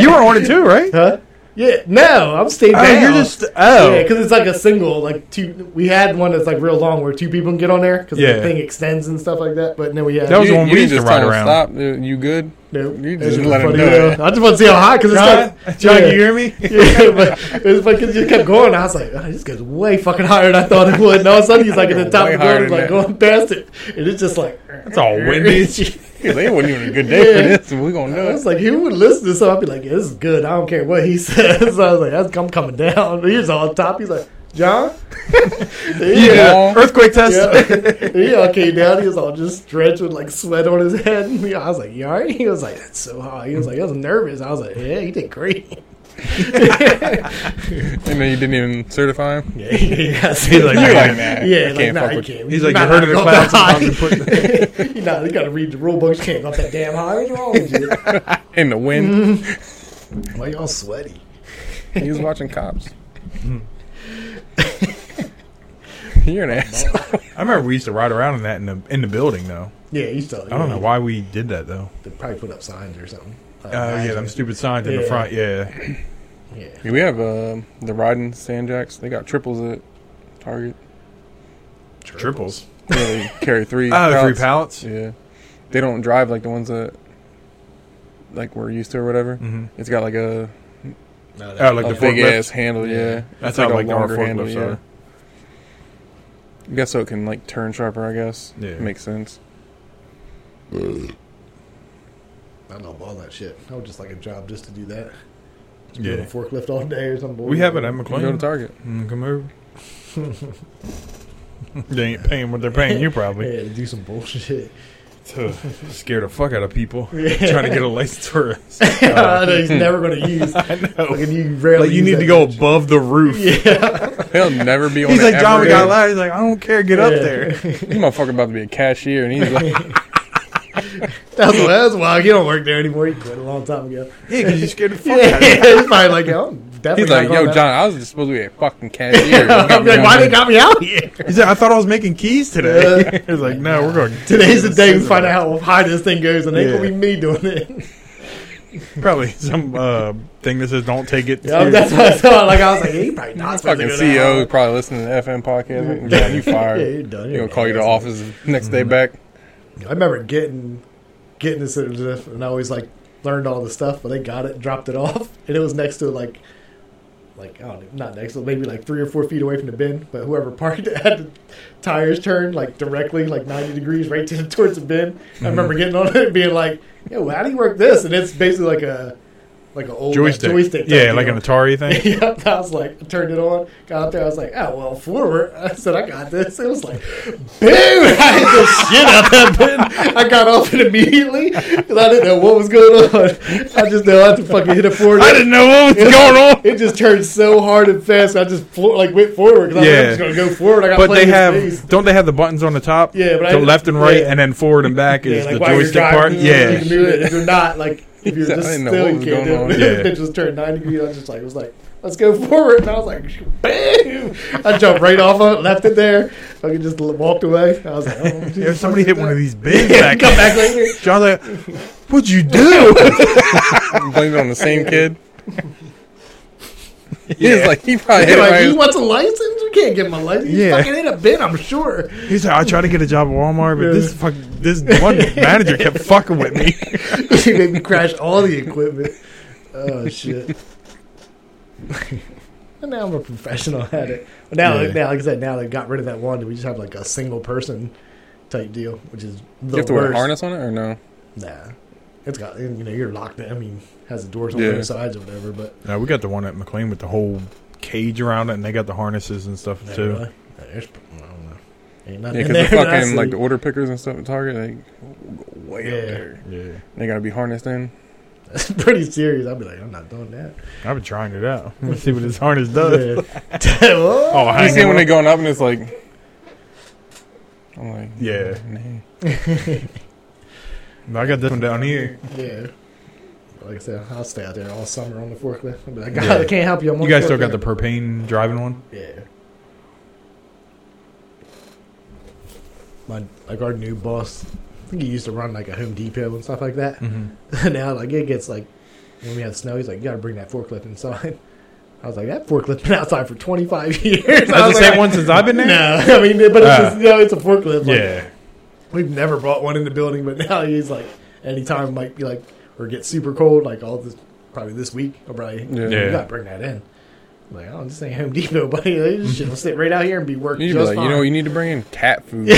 Speaker 1: You were on it too, right?
Speaker 2: Huh? Yeah. No, I'm staying
Speaker 1: Oh,
Speaker 2: down.
Speaker 1: you're just oh.
Speaker 2: Yeah, because it's like a single, like two. We had one that's like real long, where two people can get on there because
Speaker 1: Yeah.
Speaker 2: the thing extends and stuff like that. But then we had
Speaker 1: That was
Speaker 3: you,
Speaker 1: the one
Speaker 3: you
Speaker 1: we used to
Speaker 3: just
Speaker 1: ride
Speaker 3: tell him,
Speaker 1: around.
Speaker 3: Stop. You you good?
Speaker 2: no,
Speaker 3: You
Speaker 2: it
Speaker 3: just
Speaker 2: was
Speaker 3: let him
Speaker 2: funny
Speaker 3: do
Speaker 2: though.
Speaker 3: it.
Speaker 2: I just want to see how high because it's
Speaker 1: John,
Speaker 2: like,
Speaker 1: John,
Speaker 2: yeah.
Speaker 1: you hear me?
Speaker 2: yeah, but it was like 'cause it kept going. I was like, oh, this goes way fucking higher than I thought it would. And all of a sudden, he's like at the top
Speaker 3: Way
Speaker 2: of the
Speaker 3: higher
Speaker 2: building, like
Speaker 3: than
Speaker 2: going past it, and it's just like
Speaker 1: It's all windy.
Speaker 3: Yeah, they wasn't even a good day
Speaker 2: Yeah.
Speaker 3: for this. We're gonna
Speaker 2: I
Speaker 3: know.
Speaker 2: was like, who would listen to something? I'd be like, yeah, this is good. I don't care what he says. So I was like, that's, I'm coming down. He was all top. He's like, John. yeah.
Speaker 1: Yeah. Earthquake test.
Speaker 2: Yeah. he all came down. He was all just stretched with like sweat on his head. And I was like, "You all right?" He was like, "That's so high." He was like, "I was nervous." I was like, "Yeah, he did great."
Speaker 3: And then you didn't even certify him.
Speaker 2: Yeah, yes.
Speaker 1: He's like,
Speaker 3: You're
Speaker 1: Yeah.
Speaker 3: like, nah,
Speaker 2: Yeah,
Speaker 3: I
Speaker 2: like,
Speaker 3: can't
Speaker 2: nah,
Speaker 3: fuck
Speaker 2: you
Speaker 3: with you.
Speaker 2: can't.
Speaker 1: He's like,
Speaker 2: Nah,
Speaker 1: you heard of the
Speaker 2: go
Speaker 1: clouds.
Speaker 2: that
Speaker 1: I'm
Speaker 2: high.
Speaker 1: gonna put-
Speaker 2: you know, you gotta read the rule book. You can't go up that damn high. What's wrong with you?
Speaker 3: In the wind,
Speaker 2: Why y'all sweaty?
Speaker 3: he was watching cops. You're an asshole.
Speaker 1: I remember we used to ride around in that in the in the building though.
Speaker 2: Yeah, you still.
Speaker 1: I don't know why we did that though.
Speaker 2: They probably put up signs or something.
Speaker 1: Oh yeah, them stupid signs in the
Speaker 2: Yeah.
Speaker 1: front. Yeah,
Speaker 2: Yeah.
Speaker 3: Yeah, we have uh, the riding sand jacks. They got triples at Target.
Speaker 1: triples.
Speaker 3: Yeah, they carry three.
Speaker 1: Oh, three
Speaker 3: pallets.
Speaker 1: pallets.
Speaker 3: Yeah, they don't drive like the ones that like we're used to or whatever.
Speaker 1: hmm
Speaker 3: It's got like a
Speaker 2: No,
Speaker 1: Oh, like
Speaker 3: a
Speaker 1: the
Speaker 3: big
Speaker 1: forklift?
Speaker 3: ass handle, yeah.
Speaker 2: Yeah.
Speaker 3: It's
Speaker 1: That's how like the
Speaker 3: longer
Speaker 1: forklifts are.
Speaker 3: I guess so it can like turn sharper, I guess.
Speaker 1: Yeah.
Speaker 3: Makes sense.
Speaker 2: I love all that shit. I would just like a job just to do that. Just
Speaker 1: Yeah.
Speaker 2: yeah. forklift all day or something.
Speaker 1: We have it at
Speaker 3: You go to
Speaker 1: McLean.
Speaker 3: Target.
Speaker 1: Mm, Come over. they ain't paying what they're paying you, probably.
Speaker 2: Yeah, do some bullshit.
Speaker 1: Ugh, Scare the fuck out of people
Speaker 2: Yeah.
Speaker 1: trying to get a license for us.
Speaker 2: that he's never going to use.
Speaker 1: I know.
Speaker 2: Fucking you rarely
Speaker 1: Like you
Speaker 2: use
Speaker 1: need
Speaker 2: that
Speaker 1: to go
Speaker 2: bitch.
Speaker 1: above the roof.
Speaker 2: Yeah.
Speaker 3: He'll never be on
Speaker 1: He's
Speaker 3: it
Speaker 1: like John,
Speaker 3: ever
Speaker 1: we got
Speaker 3: again.
Speaker 1: loud. He's like, I don't care. Get up there.
Speaker 3: You motherfucker about to be a cashier, and he's like,
Speaker 2: That's, why- that's why you don't work there anymore. You quit a long time ago.
Speaker 1: Yeah, because you scared the fuck
Speaker 2: Yeah,
Speaker 1: out of me.
Speaker 2: he's probably like, yo, I'm definitely
Speaker 3: he's like,
Speaker 2: not going
Speaker 3: yo,
Speaker 2: back."
Speaker 3: John, I was just supposed to be a fucking cashier. You got
Speaker 2: I'm
Speaker 3: me
Speaker 2: like,
Speaker 3: on
Speaker 2: why they
Speaker 3: here."
Speaker 2: got me out here?
Speaker 1: He's like, I thought I was making keys
Speaker 2: Yeah.
Speaker 1: today. He's like, no, we're going.
Speaker 2: Today's the day we find out how high this thing goes, and it ain't gonna
Speaker 1: Yeah.
Speaker 2: be me doing it.
Speaker 1: Probably some uh, thing that says don't take it.
Speaker 2: Yeah,
Speaker 1: serious."
Speaker 2: that's what I saw. Like I was like, he probably not supposed to
Speaker 3: Fucking
Speaker 2: go
Speaker 3: CEO
Speaker 2: CEO.
Speaker 3: probably listening to the FM podcast. Like, John, you fired.
Speaker 2: Yeah, Mm-hmm. you're done.
Speaker 3: He
Speaker 2: You're
Speaker 3: gonna call you to the
Speaker 2: an
Speaker 3: office next day back.
Speaker 2: I remember getting getting this citizenship, and I always like learned all the stuff, but they got it, dropped it off, and it was next to like. Like I don't know, not next, to maybe like three or four feet away from the bin. But whoever parked it had the tires turned like directly, like ninety degrees, right to, towards the bin.
Speaker 1: Mm-hmm.
Speaker 2: I remember getting on it, and being like, "Yo, how do you work this?" And it's basically like a like an old
Speaker 1: joystick.
Speaker 2: joystick type
Speaker 1: yeah, like
Speaker 2: deal.
Speaker 1: an Atari thing.
Speaker 2: yep, I was like, turned it on, got up there. I was like, oh, well, forward. I said, I got this. It was like, boom! I hit the shit out that button. I got off it immediately because I didn't know what was going on. I just know I had to fucking hit it forward.
Speaker 1: I didn't know what was going on.
Speaker 2: It just turned so hard and fast. I just flo- like went forward because I
Speaker 1: Yeah.
Speaker 2: was just going to go forward. I got
Speaker 1: But
Speaker 2: plenty
Speaker 1: they
Speaker 2: of
Speaker 1: have,
Speaker 2: space.
Speaker 1: don't they have the buttons on the top?
Speaker 2: Yeah, but I
Speaker 1: to
Speaker 2: didn't-
Speaker 1: left and right,
Speaker 2: yeah.
Speaker 1: and then forward and back is the
Speaker 2: while you're
Speaker 1: joystick part.
Speaker 2: driving, You
Speaker 1: Yeah,
Speaker 2: can do it. If you're not, like, if you're
Speaker 3: I
Speaker 2: just
Speaker 3: didn't know
Speaker 2: still,
Speaker 3: what
Speaker 2: you
Speaker 3: was
Speaker 2: can't
Speaker 3: going
Speaker 2: do it.
Speaker 1: on. Yeah.
Speaker 2: It just turned 90 degrees. I was just like, it was like, let's go forward. And I was like, bam! I jumped right off of it, left it there. Fucking just l- walked away. I was like, oh, Jesus,
Speaker 1: Yeah, somebody hit one of these bins
Speaker 2: Yeah,
Speaker 1: back.
Speaker 2: come back later.
Speaker 1: John's like, "What'd you do?"
Speaker 3: Blamed it on the same kid. He's like, he probably hit
Speaker 2: They're
Speaker 3: it
Speaker 2: like,
Speaker 3: right
Speaker 2: you want a license? You can't get my license. You
Speaker 1: Yeah.
Speaker 2: fucking hit a bin, I'm sure.
Speaker 1: He said, "I tried to get a job at Walmart, but
Speaker 2: Yeah.
Speaker 1: this fuck, this one manager kept fucking with me."
Speaker 2: he made me crash all the equipment. Oh shit. and now I'm a professional at it. But now,
Speaker 1: Yeah.
Speaker 2: now, like I said, now they got rid of that one. We just have like a single person type deal, which is the
Speaker 3: You have to wear a
Speaker 2: worst.
Speaker 3: harness on it or no?
Speaker 2: Nah, it's got you know you're locked in. I mean, has the doors on
Speaker 3: Yeah.
Speaker 2: both sides or whatever. But
Speaker 1: No, we got the one at McLean with the whole cage around it, and they got the harnesses and stuff
Speaker 2: Nah,
Speaker 1: too.
Speaker 2: really. Nah, there's, I don't know. Ain't nothing in
Speaker 3: Yeah, because
Speaker 2: there.
Speaker 3: the
Speaker 2: that I
Speaker 3: fucking like
Speaker 2: see.
Speaker 3: the order pickers and stuff at Target, they way
Speaker 2: Yeah.
Speaker 3: up there.
Speaker 1: Yeah,
Speaker 3: They gotta be harnessed in.
Speaker 2: That's pretty serious. I'd be like, I'm not doing that.
Speaker 1: I've been trying it out. Let's see what this harness does.
Speaker 2: Yeah. Whoa.
Speaker 1: Oh,
Speaker 3: You
Speaker 1: hang
Speaker 3: see
Speaker 1: on.
Speaker 3: when they going up and it's like, I'm like,
Speaker 1: Yeah.
Speaker 3: nah.
Speaker 1: I got this one down here.
Speaker 2: Yeah. Like I said, I'll stay out there all summer on the forklift. I'll be like, God,
Speaker 1: Yeah.
Speaker 2: I can't help you. I'm on
Speaker 1: You guys
Speaker 2: the
Speaker 1: still got the
Speaker 2: forklift."
Speaker 1: propane driving one?
Speaker 2: Yeah. My like our new boss, I think he used to run like a Home Depot and stuff like that.
Speaker 1: Mm-hmm.
Speaker 2: now like it gets like when we had snow, he's like, you got to bring that forklift inside. I was like, that forklift been outside for 25 years. That's
Speaker 1: That's the same one since I've been there.
Speaker 2: No, I mean, but it's
Speaker 1: Ah.
Speaker 2: just, you know, it's a forklift. Like,
Speaker 1: Yeah,
Speaker 2: We've never brought one in the building, but now he's like, anytime might be like, or get super cold, like all this, probably this week, I'll probably,
Speaker 3: Yeah.
Speaker 1: Yeah.
Speaker 2: you gotta bring that in. I'm like, oh, this ain't Home Depot, buddy. This shit will sit right out here and be working
Speaker 3: You'd be
Speaker 2: just
Speaker 3: like,
Speaker 2: fine.
Speaker 3: you know, you need to bring in cat food.
Speaker 1: they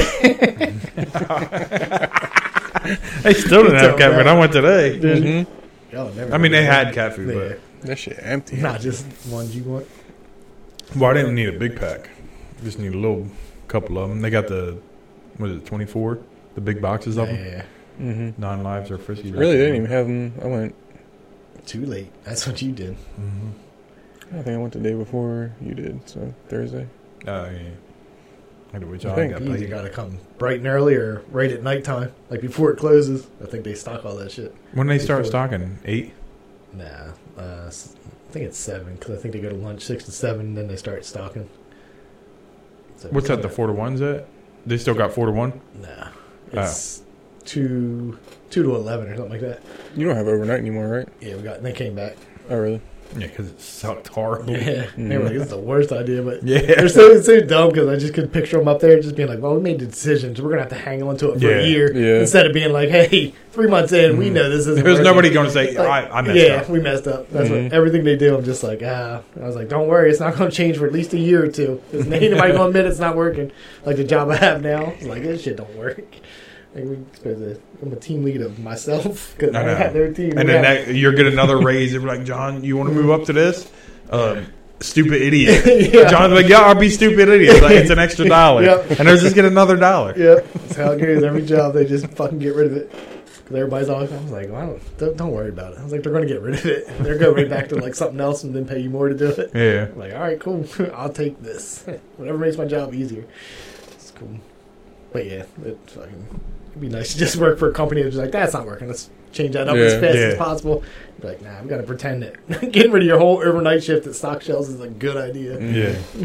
Speaker 1: still didn't have cat food. I went today.
Speaker 3: hmm
Speaker 2: Y'all never
Speaker 1: I mean, they
Speaker 2: bring
Speaker 1: had
Speaker 2: that.
Speaker 1: cat food,
Speaker 2: Yeah.
Speaker 1: but
Speaker 3: That shit empty.
Speaker 2: Not just ones you want.
Speaker 1: well, I didn't need a big pack. Just need a little couple of them. They got the what is it, twenty four? The big boxes of them.
Speaker 2: Yeah,
Speaker 3: hmm
Speaker 1: Nine lives or frisky.
Speaker 3: Really, they didn't even have them. I went.
Speaker 2: too late. That's what you did.
Speaker 1: hmm
Speaker 3: I think I went the day before you did, so Thursday.
Speaker 1: Oh yeah. I had to wait
Speaker 3: I
Speaker 1: till I
Speaker 3: think
Speaker 1: got
Speaker 2: You either
Speaker 1: paid.
Speaker 2: gotta come bright and early or right at nighttime, like before it closes. I think they stock all that shit.
Speaker 1: When they start
Speaker 2: Before-
Speaker 1: stocking eight.
Speaker 2: Nah, uh, s- I think it's seven because I think they go to lunch six to seven, then they start stocking. So-
Speaker 1: What's that? The four to ones at? They still got four Oh. to one.
Speaker 2: Nah, it's two two to eleven or something like that.
Speaker 3: You don't have overnight anymore, right?
Speaker 2: Yeah, we got. And they came back.
Speaker 3: Oh, really?
Speaker 1: Yeah, because it sucked horrible.
Speaker 2: Yeah, they were like, "This is the worst idea," but
Speaker 1: Yeah.
Speaker 2: they're so it's so dumb because I just could picture them up there just being like, "Well, we made the decisions. We're gonna have to hang on to it for a
Speaker 1: Yeah, Mm.
Speaker 2: year
Speaker 3: yeah.
Speaker 2: instead of being like, hey, three months in, we know this isn't."
Speaker 1: There's
Speaker 2: working."
Speaker 1: nobody going to say
Speaker 2: Like,
Speaker 1: I, I messed
Speaker 2: yeah,
Speaker 1: up. Mm-hmm.
Speaker 2: we messed up. That's
Speaker 3: Mhm.
Speaker 2: what everything they do. I'm just like, ah. I was like, don't worry, it's not going to change for at least a year or two. Because anybody going admit it's not working. Like the job I have now, it's like this shit don't work. Like we supposed to, I'm a team lead of myself because
Speaker 1: I
Speaker 2: I,
Speaker 1: know.
Speaker 2: had their team.
Speaker 1: And then that, you're get another raise. They're like, John, you want to move up to this? Um, stupid idiot.
Speaker 2: yeah.
Speaker 1: John's like, yeah, I'll be stupid idiot. Like, it's an extra dollar,
Speaker 2: Yep.
Speaker 1: and they'll just get another dollar.
Speaker 2: Yep, that's how it goes. Every job, they just fucking get rid of it. Because everybody's all, I was like, well, I don't, don't, don't worry about it. I was like, they're going to get rid of it. They're going right back to like something else and then pay you more to do it.
Speaker 1: Yeah,
Speaker 2: I'm like, all right, cool. I'll take this. Whatever makes my job easier. It's cool. But yeah, it fucking, it'd be nice to just work for a company that's like, that's not working. Let's change that up as
Speaker 3: Yeah.
Speaker 2: fast as
Speaker 1: Yeah.
Speaker 2: possible. Be like, nah, I'm going to pretend that getting rid of your whole overnight shift at stock shelves is a good idea.
Speaker 1: yeah.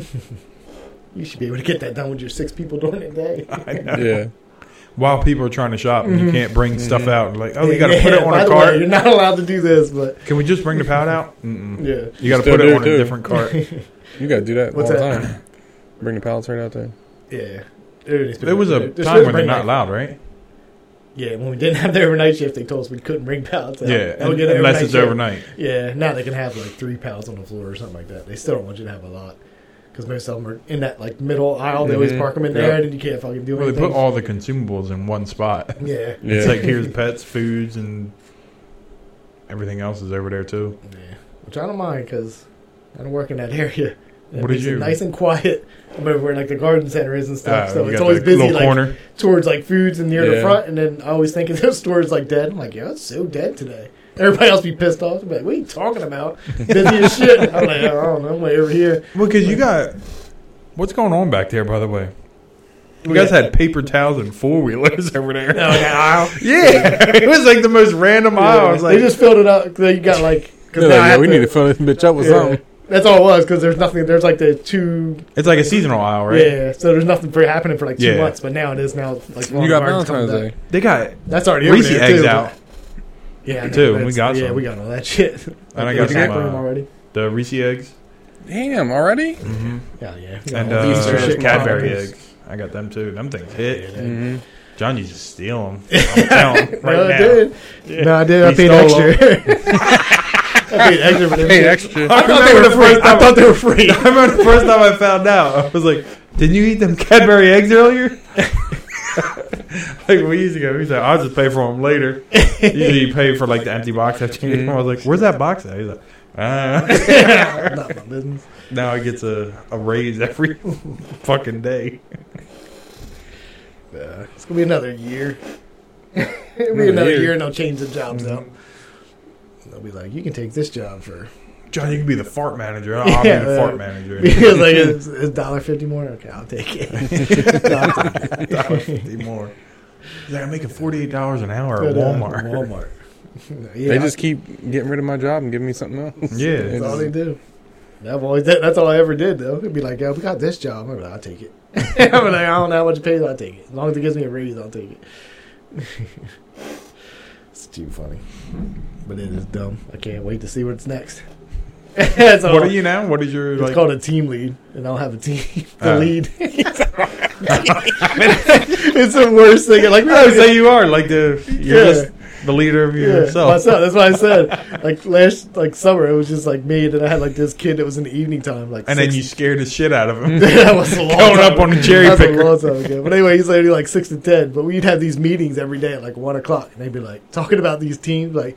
Speaker 2: You should be able to get that done with your six people during the day.
Speaker 1: I know.
Speaker 3: Yeah. Mm-hmm.
Speaker 1: While people are trying to shop, and you can't bring stuff out. And like, oh, you got to
Speaker 2: Mm-hmm. Yeah,
Speaker 1: put it on
Speaker 2: by
Speaker 1: a
Speaker 2: the
Speaker 1: cart.
Speaker 2: way, you're not allowed to do this, but
Speaker 1: Can we just bring the pallet out? Mm-mm.
Speaker 2: yeah.
Speaker 1: You got to
Speaker 3: Still
Speaker 1: put it
Speaker 3: do
Speaker 1: on
Speaker 3: too.
Speaker 1: a different cart.
Speaker 3: You gotta do that
Speaker 2: What's
Speaker 3: all the
Speaker 2: that?
Speaker 3: time. Bring the pallets right out there.
Speaker 2: Yeah.
Speaker 1: There was a time when they're not allowed, right?
Speaker 2: Yeah, when we didn't have the overnight shift, they told us we couldn't bring pallets. Out.
Speaker 1: Yeah,
Speaker 2: They'll get an
Speaker 1: unless it's
Speaker 2: shift.
Speaker 1: overnight.
Speaker 2: Yeah, now they can have like three pallets on the floor or something like that. They still don't want you to have a lot because most of them are in that like middle aisle. They always
Speaker 3: Mhm.
Speaker 2: park them in
Speaker 3: Yeah.
Speaker 2: there, and you can't fucking do
Speaker 1: Mm-hmm. Well, they
Speaker 2: anything.
Speaker 1: put all the consumables in one spot.
Speaker 2: yeah.
Speaker 3: Yeah.
Speaker 1: It's like here's pets, foods, and everything else is over there too.
Speaker 2: Yeah, which I don't mind because I don't work in that area. It
Speaker 1: What did
Speaker 2: makes it
Speaker 1: you-
Speaker 2: Nice and quiet. I remember where like the garden center is and stuff,
Speaker 1: Uh,
Speaker 2: so
Speaker 1: you
Speaker 2: it's
Speaker 1: got
Speaker 2: always
Speaker 1: the
Speaker 2: busy.
Speaker 1: Little
Speaker 2: Like
Speaker 1: corner.
Speaker 2: towards like foods and near the
Speaker 3: Yeah.
Speaker 2: front, and then I always think of those stores like dead. I'm like, yo, it's so dead today. Everybody else be pissed off. I'm like, what are you talking about? Busy as shit. I'm like, I don't know. I'm way over here.
Speaker 1: Well, because you got what's going on back there, by the way. You
Speaker 2: Yeah.
Speaker 1: guys had paper towels and four wheelers over there.
Speaker 2: No, no, I don't-
Speaker 1: Yeah, it was like the most random aisle. I was
Speaker 2: they
Speaker 1: like,
Speaker 2: just filled it up. 'cause you got like, cause now
Speaker 3: They're like,
Speaker 2: I
Speaker 3: yeah,
Speaker 2: have
Speaker 3: we
Speaker 2: to-
Speaker 3: need to fill this bitch up with
Speaker 2: yeah.
Speaker 3: something.
Speaker 2: That's all it was because there's nothing. There's like the two,
Speaker 1: it's like a seasonal aisle, right?
Speaker 2: yeah. So there's nothing for happening for like two
Speaker 1: Yeah.
Speaker 2: months. But now it is now like
Speaker 3: You got
Speaker 2: Walmart's coming
Speaker 3: Valentine's Day.
Speaker 2: back.
Speaker 1: They got
Speaker 2: That's already over
Speaker 1: Reese
Speaker 2: there,
Speaker 1: eggs
Speaker 2: too.
Speaker 1: out.
Speaker 2: Yeah, I know,
Speaker 1: Too, and we
Speaker 2: that's-
Speaker 1: got
Speaker 2: Yeah,
Speaker 1: some.
Speaker 2: we got all that shit.
Speaker 1: And I
Speaker 2: Like,
Speaker 1: got
Speaker 2: we
Speaker 1: some,
Speaker 2: got
Speaker 1: uh,
Speaker 2: them already.
Speaker 1: The Reese eggs
Speaker 3: Damn, already?
Speaker 1: mm-hmm.
Speaker 2: Yeah, yeah. we got
Speaker 1: and
Speaker 2: all
Speaker 1: uh,
Speaker 2: these
Speaker 3: Easter
Speaker 2: shit
Speaker 1: Cadbury
Speaker 2: going on.
Speaker 1: eggs. I got them too. Them things hit.
Speaker 2: Yeah.
Speaker 3: Mm-hmm.
Speaker 1: John, you just steal them. I'm telling
Speaker 2: No, I
Speaker 1: right now.
Speaker 2: did. No, I did. I
Speaker 1: He
Speaker 2: paid
Speaker 1: stole
Speaker 2: extra. I paid extra for them.
Speaker 3: Hey,
Speaker 2: shit.
Speaker 3: extra.
Speaker 1: I thought they were the first
Speaker 2: I
Speaker 1: time.
Speaker 2: thought they were free.
Speaker 1: I remember the first time I found out. I was like, "Didn't you eat them Cadbury eggs earlier?" like we used to go. He said, "I'll just pay for them later." Usually, you pay for like the empty box. I changed. I was like, "Where's that box at?" He's like, "Ah."
Speaker 2: Not my business.
Speaker 1: Now I get a, a raise every fucking day.
Speaker 2: Yeah, it's gonna be another year. It'll be
Speaker 3: Another
Speaker 2: another year.
Speaker 3: year.
Speaker 2: and they'll change the jobs out. They'll be like, you can take this job for
Speaker 1: John, you can be the fart manager. I'll
Speaker 2: Yeah,
Speaker 1: be the
Speaker 2: uh,
Speaker 1: fart manager.
Speaker 2: because like it's a dollar fifty more. Okay, I'll take it. I'll take it.
Speaker 1: $1.50 more. He's like, I'm making forty eight dollars an hour at
Speaker 2: But, uh,
Speaker 1: Walmart.
Speaker 2: Walmart. yeah,
Speaker 3: They just keep getting rid of my job and giving me something else.
Speaker 1: Yeah.
Speaker 2: That's all they do. I've always that, that's all I ever did though. It'd be like, yo, we got this job. I'm like, I'll take it. I'm like, I don't know how much it pays, I'll take it. As long as it gives me a raise, I'll take it. it's too funny. But it is dumb. I can't wait to see what's next. That's all.
Speaker 1: What are you now? What is your
Speaker 2: it's
Speaker 1: like?
Speaker 2: called a team lead, and I'll have a team to
Speaker 1: Oh.
Speaker 2: lead. it's the worst thing. Like we
Speaker 1: I
Speaker 2: always
Speaker 1: would say you are like the you're
Speaker 2: Yeah.
Speaker 1: just the leader of
Speaker 2: Yeah,
Speaker 1: yourself.
Speaker 2: myself. That's what I said. Like last, like summer, it was just like me, and then I had like this kid that was in the evening time, like.
Speaker 1: and then
Speaker 2: six,
Speaker 1: you scared the shit out of him.
Speaker 2: that was a long
Speaker 1: Going
Speaker 2: time
Speaker 1: up on
Speaker 2: ago.
Speaker 1: the cherry
Speaker 2: That was
Speaker 1: picker.
Speaker 2: a long time ago. But anyway, he's only like six to ten. But we'd have these meetings every day at like one o'clock, and they'd be like talking about these teams. Like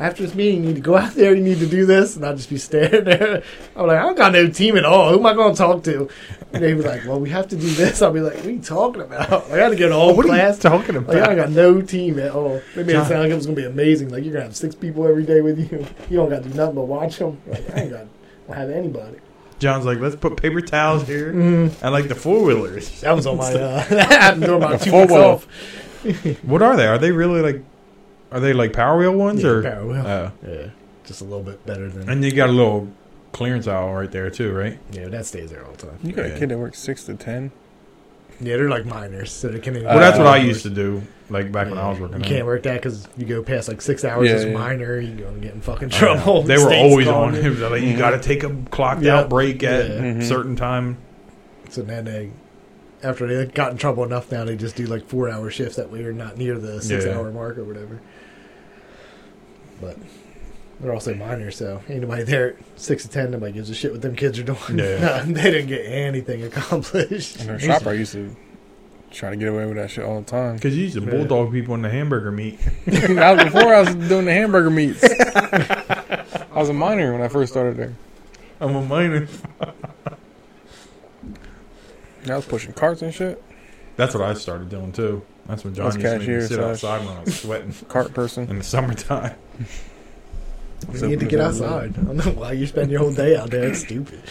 Speaker 2: after this meeting, you need to go out there. You need to do this, and I'd just be staring there. I'm like, I don't got no team at all. Who am I going to talk to? And they'd be like, Well, we have to do this. I'll be like, What are you talking about? Like, I had to get all
Speaker 1: what
Speaker 2: class.
Speaker 1: are you talking
Speaker 2: Like, I
Speaker 1: about?
Speaker 2: got no team at all. They made it
Speaker 1: John.
Speaker 2: sound like it was going to be amazing. Like, you're going to have six people every day with you. You don't got to do nothing but watch them. Like, I ain't got to have anybody.
Speaker 1: John's like, let's put paper towels here
Speaker 2: Mm.
Speaker 1: and like the four wheelers.
Speaker 2: That was on my, uh, that happened during my
Speaker 3: The
Speaker 2: two weeks
Speaker 3: four-wheel.
Speaker 2: off.
Speaker 1: What are they? Are they really like? Are they like Power Wheel ones
Speaker 2: Yeah,
Speaker 1: or?
Speaker 2: Power Wheel.
Speaker 1: Oh.
Speaker 2: Yeah, just a little bit better than.
Speaker 1: and you got a little clearance aisle right there too, right?
Speaker 2: Yeah, that stays there all the time.
Speaker 3: You got
Speaker 1: Yeah.
Speaker 3: a kid that works six to ten.
Speaker 2: Yeah, they're like minors, so they can't. even-
Speaker 1: Well, that's what I
Speaker 2: Yeah.
Speaker 1: used to do, like back when I was working.
Speaker 2: You
Speaker 1: out.
Speaker 2: can't work that because you go past like six hours
Speaker 3: Yeah,
Speaker 2: as
Speaker 3: yeah.
Speaker 2: minor, you're gonna get in fucking
Speaker 1: I know.
Speaker 2: trouble.
Speaker 1: They were
Speaker 2: State's
Speaker 1: always
Speaker 2: calling
Speaker 1: on
Speaker 2: you.
Speaker 1: him. They're Like, you
Speaker 3: Mhm.
Speaker 1: got to take a clocked
Speaker 2: Yeah.
Speaker 1: out break at
Speaker 2: Yeah.
Speaker 1: a
Speaker 3: Mhm.
Speaker 1: certain time.
Speaker 2: So then they, after they got in trouble enough, now they just do like four hour shifts that way are not near the six
Speaker 1: Yeah.
Speaker 2: hour mark or whatever. But they're also minors, so anybody there at six to ten, nobody gives a shit what them kids are doing.
Speaker 1: Yeah.
Speaker 2: No, they didn't get anything accomplished.
Speaker 3: And our shopper used to try to get away with that shit all the time.
Speaker 1: Because you used to
Speaker 2: Yeah.
Speaker 1: bulldog people in the hamburger meat.
Speaker 3: that was before I was doing the hamburger meats. I was a minor when I first started there.
Speaker 1: I'm a minor.
Speaker 3: And I was pushing carts and shit.
Speaker 1: That's what I started doing too. That's when John
Speaker 3: That's
Speaker 1: used to make me
Speaker 3: cashier,
Speaker 1: sit
Speaker 3: so-
Speaker 1: outside when I was sweating
Speaker 3: Cart person.
Speaker 1: in the summertime.
Speaker 2: You need to get outside. I don't know why you spend your whole day out there. It's stupid.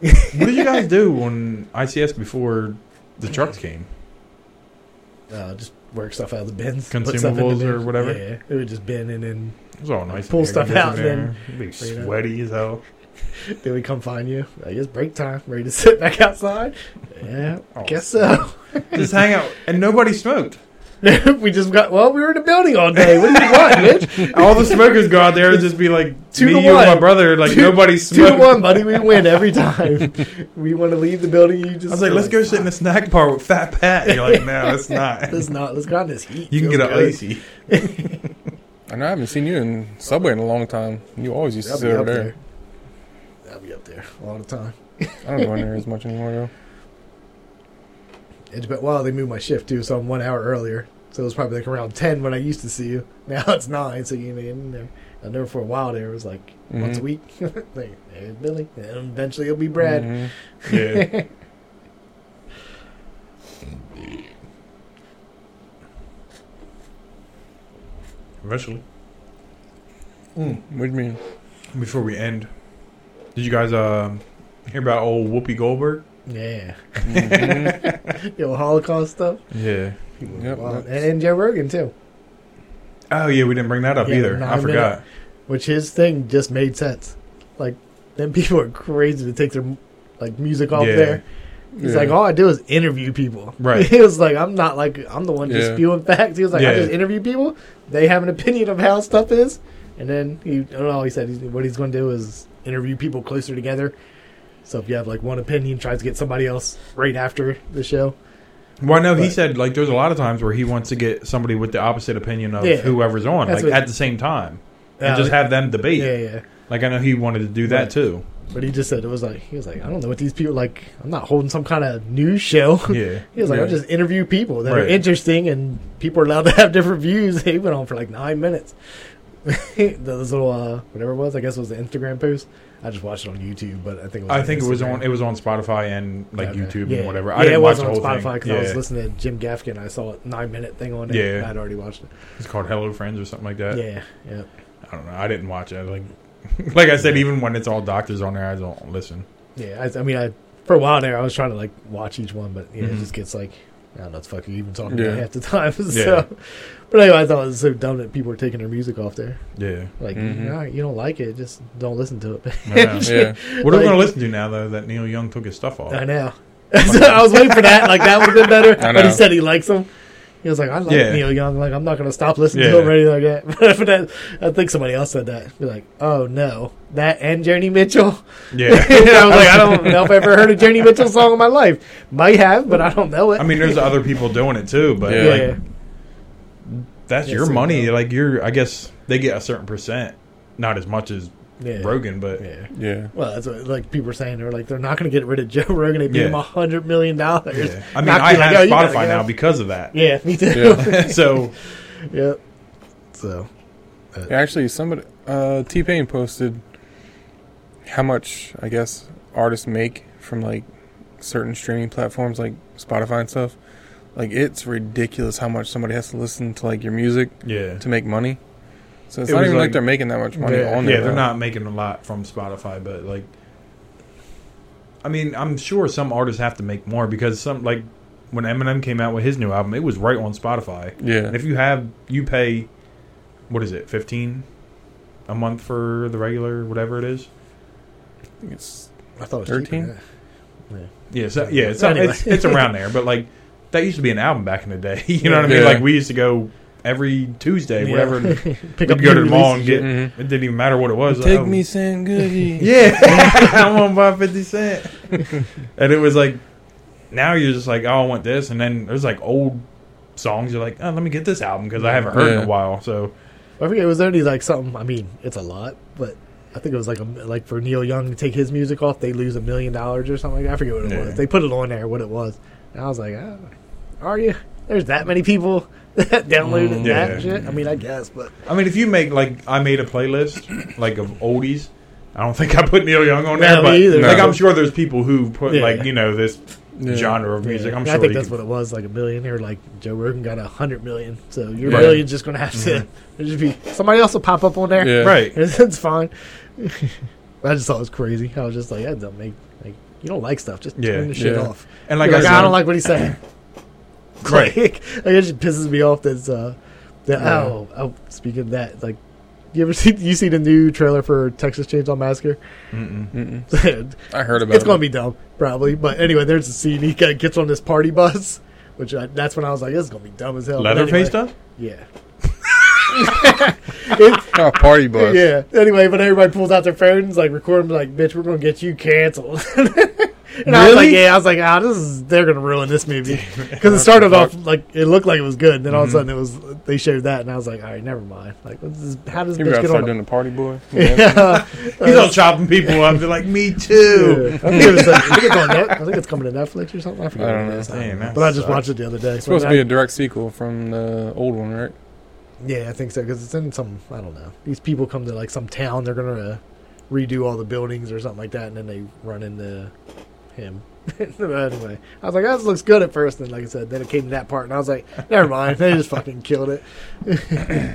Speaker 1: what did you guys do on ICS before the trucks came?
Speaker 2: Uh, just work stuff out of the bins,
Speaker 1: Consumables or
Speaker 2: bins.
Speaker 1: whatever?
Speaker 2: Yeah, it would just bin and then
Speaker 1: It was all nice. and
Speaker 2: Pull
Speaker 1: air
Speaker 2: stuff out and
Speaker 1: conditioned there. Be
Speaker 2: you know.
Speaker 1: sweaty as hell.
Speaker 2: Did we come find you? Like it's break time. Ready to sit back outside? Yeah, I
Speaker 1: Oh.
Speaker 2: guess so.
Speaker 1: Just hang out. And nobody smoked.
Speaker 2: we just got well. We were in the building all day. What do you want, bitch?
Speaker 1: All the smokers go out there and just be like,
Speaker 2: Two
Speaker 1: me,
Speaker 2: to
Speaker 1: you, and my
Speaker 2: one.
Speaker 1: brother. Like,
Speaker 2: Two-
Speaker 1: nobody
Speaker 2: Two
Speaker 1: smoked.
Speaker 2: to one, buddy. We win every time. we want to leave the building. You just.
Speaker 1: I was like, let's go sit in the snack bar with Fat Pat. And you're like, no, that's not.
Speaker 2: Let's not. Let's go out in this heat.
Speaker 1: You can
Speaker 2: Feels
Speaker 1: get an
Speaker 2: good.
Speaker 1: icy.
Speaker 3: I know I haven't seen you in Subway in a long time. You always used to
Speaker 2: I'll
Speaker 3: sit
Speaker 2: be
Speaker 3: over
Speaker 2: up
Speaker 3: there.
Speaker 2: there. I'll be up there all the time.
Speaker 3: I don't go in there as much anymore though.
Speaker 2: It's been well. They moved my shift too, so I'm one hour earlier. So it was probably like around ten when I used to see you. Now it's nine, so you know, in there. I know for a while there it was like
Speaker 1: Mm-hmm.
Speaker 2: once a
Speaker 3: Mhm.
Speaker 2: week. like there's Billy, and eventually it'll be Brad.
Speaker 3: Mhm.
Speaker 1: Yeah. Eventually.
Speaker 3: What do you mean?
Speaker 1: Mm. Before we end, did you guys uh, hear about old Whoopi Goldberg?
Speaker 2: Yeah,
Speaker 3: Mhm.
Speaker 2: yo Holocaust stuff.
Speaker 1: Yeah.
Speaker 2: People
Speaker 3: Yep,
Speaker 2: wild. and,
Speaker 3: that's-
Speaker 2: Joe Rogan too.
Speaker 1: Oh yeah, we didn't bring that up
Speaker 2: Yeah,
Speaker 1: either. I
Speaker 2: nine
Speaker 1: forgot.
Speaker 2: Which his thing just made sense. Like them people are crazy to take their like music off
Speaker 1: Yeah.
Speaker 2: there. He's
Speaker 3: Yeah.
Speaker 2: like, oh, all I do is interview people.
Speaker 1: Right.
Speaker 2: He was like, I'm not like I'm the one just
Speaker 3: Yeah.
Speaker 2: spewing facts. He was like, I
Speaker 1: Yeah.
Speaker 2: just interview people. They have an opinion of how stuff is, and then he, I don't know. He said he's, what he's going to do is interview people closer together. So if you have like one opinion, try to get somebody else right after the show.
Speaker 1: Well, no, he
Speaker 2: But-
Speaker 1: said like there's a lot of times where he wants to get somebody with the opposite opinion of
Speaker 2: Yeah.
Speaker 1: whoever's on,
Speaker 2: That's
Speaker 1: like
Speaker 2: what-
Speaker 1: at the same time,
Speaker 2: Uh,
Speaker 1: and just have them debate.
Speaker 2: yeah, yeah.
Speaker 1: Like I know he wanted to do that
Speaker 2: Right.
Speaker 1: too.
Speaker 2: But he just said it was like he was like, I don't know what these people like. I'm not holding some kind of news show.
Speaker 1: Yeah.
Speaker 2: He was like, I
Speaker 3: Right.
Speaker 2: just interview people that are
Speaker 1: Right.
Speaker 2: interesting, and people are allowed to have different views. He went on for like nine minutes. Those little uh, whatever it was, I guess it was the Instagram post. I just watched it on YouTube, but I think it was
Speaker 1: I think it was
Speaker 2: Instagram.
Speaker 1: on it was on Spotify and like
Speaker 2: Okay.
Speaker 1: YouTube
Speaker 2: Yeah.
Speaker 1: and whatever.
Speaker 2: Yeah,
Speaker 1: I didn't
Speaker 2: it
Speaker 1: watch
Speaker 2: was
Speaker 1: the
Speaker 2: on
Speaker 1: whole
Speaker 2: Spotify
Speaker 1: thing.
Speaker 2: because I was listening to Jim Gaffigan. and I saw a nine minute thing on it.
Speaker 1: Yeah.
Speaker 2: and I'd already watched it.
Speaker 1: It's called Hello Friends or something like that.
Speaker 2: Yeah, yeah.
Speaker 1: I don't know. I didn't watch it. Like, like I said, even when it's all doctors on there, I don't listen.
Speaker 2: Yeah, I, I mean, I for a while there, I was trying to like watch each one, but yeah, it
Speaker 1: Mhm.
Speaker 2: just gets like I don't know, it's fucking even talking
Speaker 3: Yeah.
Speaker 2: about half the time. so,
Speaker 1: Yeah.
Speaker 2: but anyway, I thought it was so dumb that people were taking their music off there.
Speaker 1: Yeah.
Speaker 2: Like,
Speaker 1: Mm-hmm.
Speaker 3: Mhm.
Speaker 2: "All right, you don't like it, just don't listen to it.
Speaker 1: Yeah.
Speaker 3: Yeah.
Speaker 1: uh, What are
Speaker 2: Like-
Speaker 1: we gonna listen to now though that Neil Young took his stuff off?
Speaker 2: I know. so I was waiting for that. Like that would have been better.
Speaker 3: I
Speaker 2: But he
Speaker 3: know.
Speaker 2: said he likes him. He was like, I like
Speaker 1: Yeah.
Speaker 2: Neil Young. Like I'm not gonna stop listening to
Speaker 1: Yeah.
Speaker 2: him or anything like that. but that, I think somebody else said that. Be like, oh no, that and Joni Mitchell.
Speaker 1: Yeah.
Speaker 2: And I was like, I don't know if I ever heard a Joni Mitchell song in my life. Might have, but I don't know it.
Speaker 1: I mean, there's other people doing it too, but
Speaker 3: Yeah.
Speaker 1: like
Speaker 2: yeah,
Speaker 1: that's
Speaker 2: Yeah,
Speaker 1: your
Speaker 2: so-
Speaker 1: money. Like you're, I guess they get a certain percent, not as much as
Speaker 2: yeah.
Speaker 1: Rogan, but
Speaker 2: Yeah.
Speaker 3: Yeah.
Speaker 2: Well, that's what like people were saying. They're like, they're not going to get rid of Joe Rogan. They paid
Speaker 1: Yeah.
Speaker 2: him a hundred million dollars.
Speaker 1: yeah. I mean,
Speaker 2: Not
Speaker 1: I
Speaker 2: be like,
Speaker 1: have
Speaker 2: "Oh, you gotta
Speaker 1: Spotify
Speaker 2: go."
Speaker 1: now because of that.
Speaker 2: Yeah, me too.
Speaker 3: Yeah.
Speaker 1: so
Speaker 2: yep. So
Speaker 3: Actually, somebody uh, T Pain posted how much I guess artists make from like certain streaming platforms like Spotify and stuff. Like it's ridiculous how much somebody has to listen to like your music
Speaker 1: yeah,
Speaker 3: to make money. So it's
Speaker 1: It
Speaker 3: not
Speaker 1: was
Speaker 3: even like,
Speaker 1: like-
Speaker 3: they're making that much money
Speaker 2: Yeah.
Speaker 3: on there.
Speaker 1: yeah, they're
Speaker 3: though.
Speaker 1: not making a lot from Spotify, but like, I mean, I'm sure some artists have to make more because some like when Eminem came out with his new album, it was right on Spotify. And
Speaker 3: Yeah.
Speaker 1: if you have, you pay, what is it, fifteen a month for the regular, whatever it is.
Speaker 3: It's
Speaker 2: I thought it was
Speaker 3: 13?
Speaker 2: thirteen.
Speaker 1: Yeah, so, yeah, it's,
Speaker 2: Anyway.
Speaker 1: it's it's around there, but like that used to be an album back in the day. you know what I mean?
Speaker 3: Yeah.
Speaker 1: Like we used to go every Tuesday,
Speaker 2: Yeah.
Speaker 1: wherever. and
Speaker 2: Pick
Speaker 1: we'd go to the mall
Speaker 2: releases,
Speaker 1: and get.
Speaker 2: yeah.
Speaker 1: It didn't even matter what it was. like,
Speaker 3: Mm-hmm. Take
Speaker 1: oh,
Speaker 3: me, Sam Goody.
Speaker 1: Yeah, I want to buy fifty cent. and it was like, now you're just like, oh, I want this, and then there's like old songs. You're like, oh, let me get this album because I haven't heard in
Speaker 3: Yeah.
Speaker 1: a while. So
Speaker 2: I forget it was only like something. I mean, it's a lot, but I think it was like a, like for Neil Young to take his music off, they lose a million dollars or something. like that. I forget what it
Speaker 1: Yeah.
Speaker 2: was. They put it on there what it was, and I was like, ah, "Are you? There's that many people that downloaded
Speaker 1: Mm,
Speaker 2: that
Speaker 1: yeah.
Speaker 2: shit." I mean, I guess, but
Speaker 1: I mean, if you make like I made a playlist like of oldies. I don't think I put Neil Young on there,
Speaker 2: No, me
Speaker 1: but
Speaker 2: either.
Speaker 1: like
Speaker 3: No.
Speaker 1: I'm sure there's people who put
Speaker 2: Yeah.
Speaker 1: like you know this
Speaker 3: Yeah.
Speaker 1: genre of music.
Speaker 2: Yeah.
Speaker 1: I'm
Speaker 2: And
Speaker 1: sure
Speaker 2: I think
Speaker 1: you
Speaker 2: that's
Speaker 1: can-
Speaker 2: what it was, like a billion or like Joe Rogan got a hundred million. So you're
Speaker 3: Right.
Speaker 2: really just gonna have to there'll just be somebody else will pop up on there.
Speaker 3: Yeah.
Speaker 1: right.
Speaker 2: it's fine. I just thought it was crazy. I was just like, that don't make like you don't like stuff. Just
Speaker 1: Yeah.
Speaker 2: turn the shit
Speaker 3: Yeah.
Speaker 2: off.
Speaker 1: And
Speaker 2: Like,
Speaker 1: like,
Speaker 2: like
Speaker 1: I
Speaker 2: I,
Speaker 1: said,
Speaker 2: don't like what he's saying.
Speaker 1: Right.
Speaker 2: like, like, it just pisses me off. That's uh, that
Speaker 3: Yeah.
Speaker 2: oh, oh, speaking of that, like you ever see you see the new trailer for Texas Chainsaw Massacre?
Speaker 1: Mm-mm.
Speaker 3: Mm-mm.
Speaker 2: it's
Speaker 3: I heard about it.
Speaker 2: gonna be dumb, probably. But anyway, there's a scene he kinda gets on this party bus, which I, that's when I was like, this is gonna be dumb as hell. But
Speaker 1: Leatherface
Speaker 2: anyway,
Speaker 1: stuff.
Speaker 2: Yeah. It-
Speaker 3: Oh, party bus.
Speaker 2: yeah. Anyway, but everybody pulls out their phones, like record them, like, bitch, we're gonna get you canceled. and I was like,
Speaker 1: Really?
Speaker 2: yeah, I was like, ah, this is they're gonna ruin this movie because it started off like it looked like it was good, and then all of a
Speaker 1: Mhm.
Speaker 3: Mm-hmm.
Speaker 2: sudden it was they showed that, and I was like, all right, never mind. Like, what's this, how does
Speaker 3: You
Speaker 2: this bitch
Speaker 3: gotta
Speaker 2: get
Speaker 3: start
Speaker 2: on? a-
Speaker 3: doing the party boy.
Speaker 2: Yeah,
Speaker 1: He's all chopping people up. They're like, me too.
Speaker 2: Uh, Yeah. I think it was, like, I think it's on Net- I think it's coming to Netflix or something. I forget
Speaker 3: I
Speaker 2: what
Speaker 3: don't
Speaker 2: it
Speaker 3: know.
Speaker 2: is.
Speaker 1: Damn, that
Speaker 2: But I just
Speaker 1: sucks.
Speaker 2: watched it the other day.
Speaker 3: It's supposed to be a direct sequel from the old one, right?
Speaker 2: Yeah, I think so because it's in some I don't know. These people come to like some town. They're gonna uh, redo all the buildings or something like that, and then they run into him. But anyway, I was like, "That looks good at first, and like I said, then it came to that part, and I was like, "Never mind." They just fucking killed it.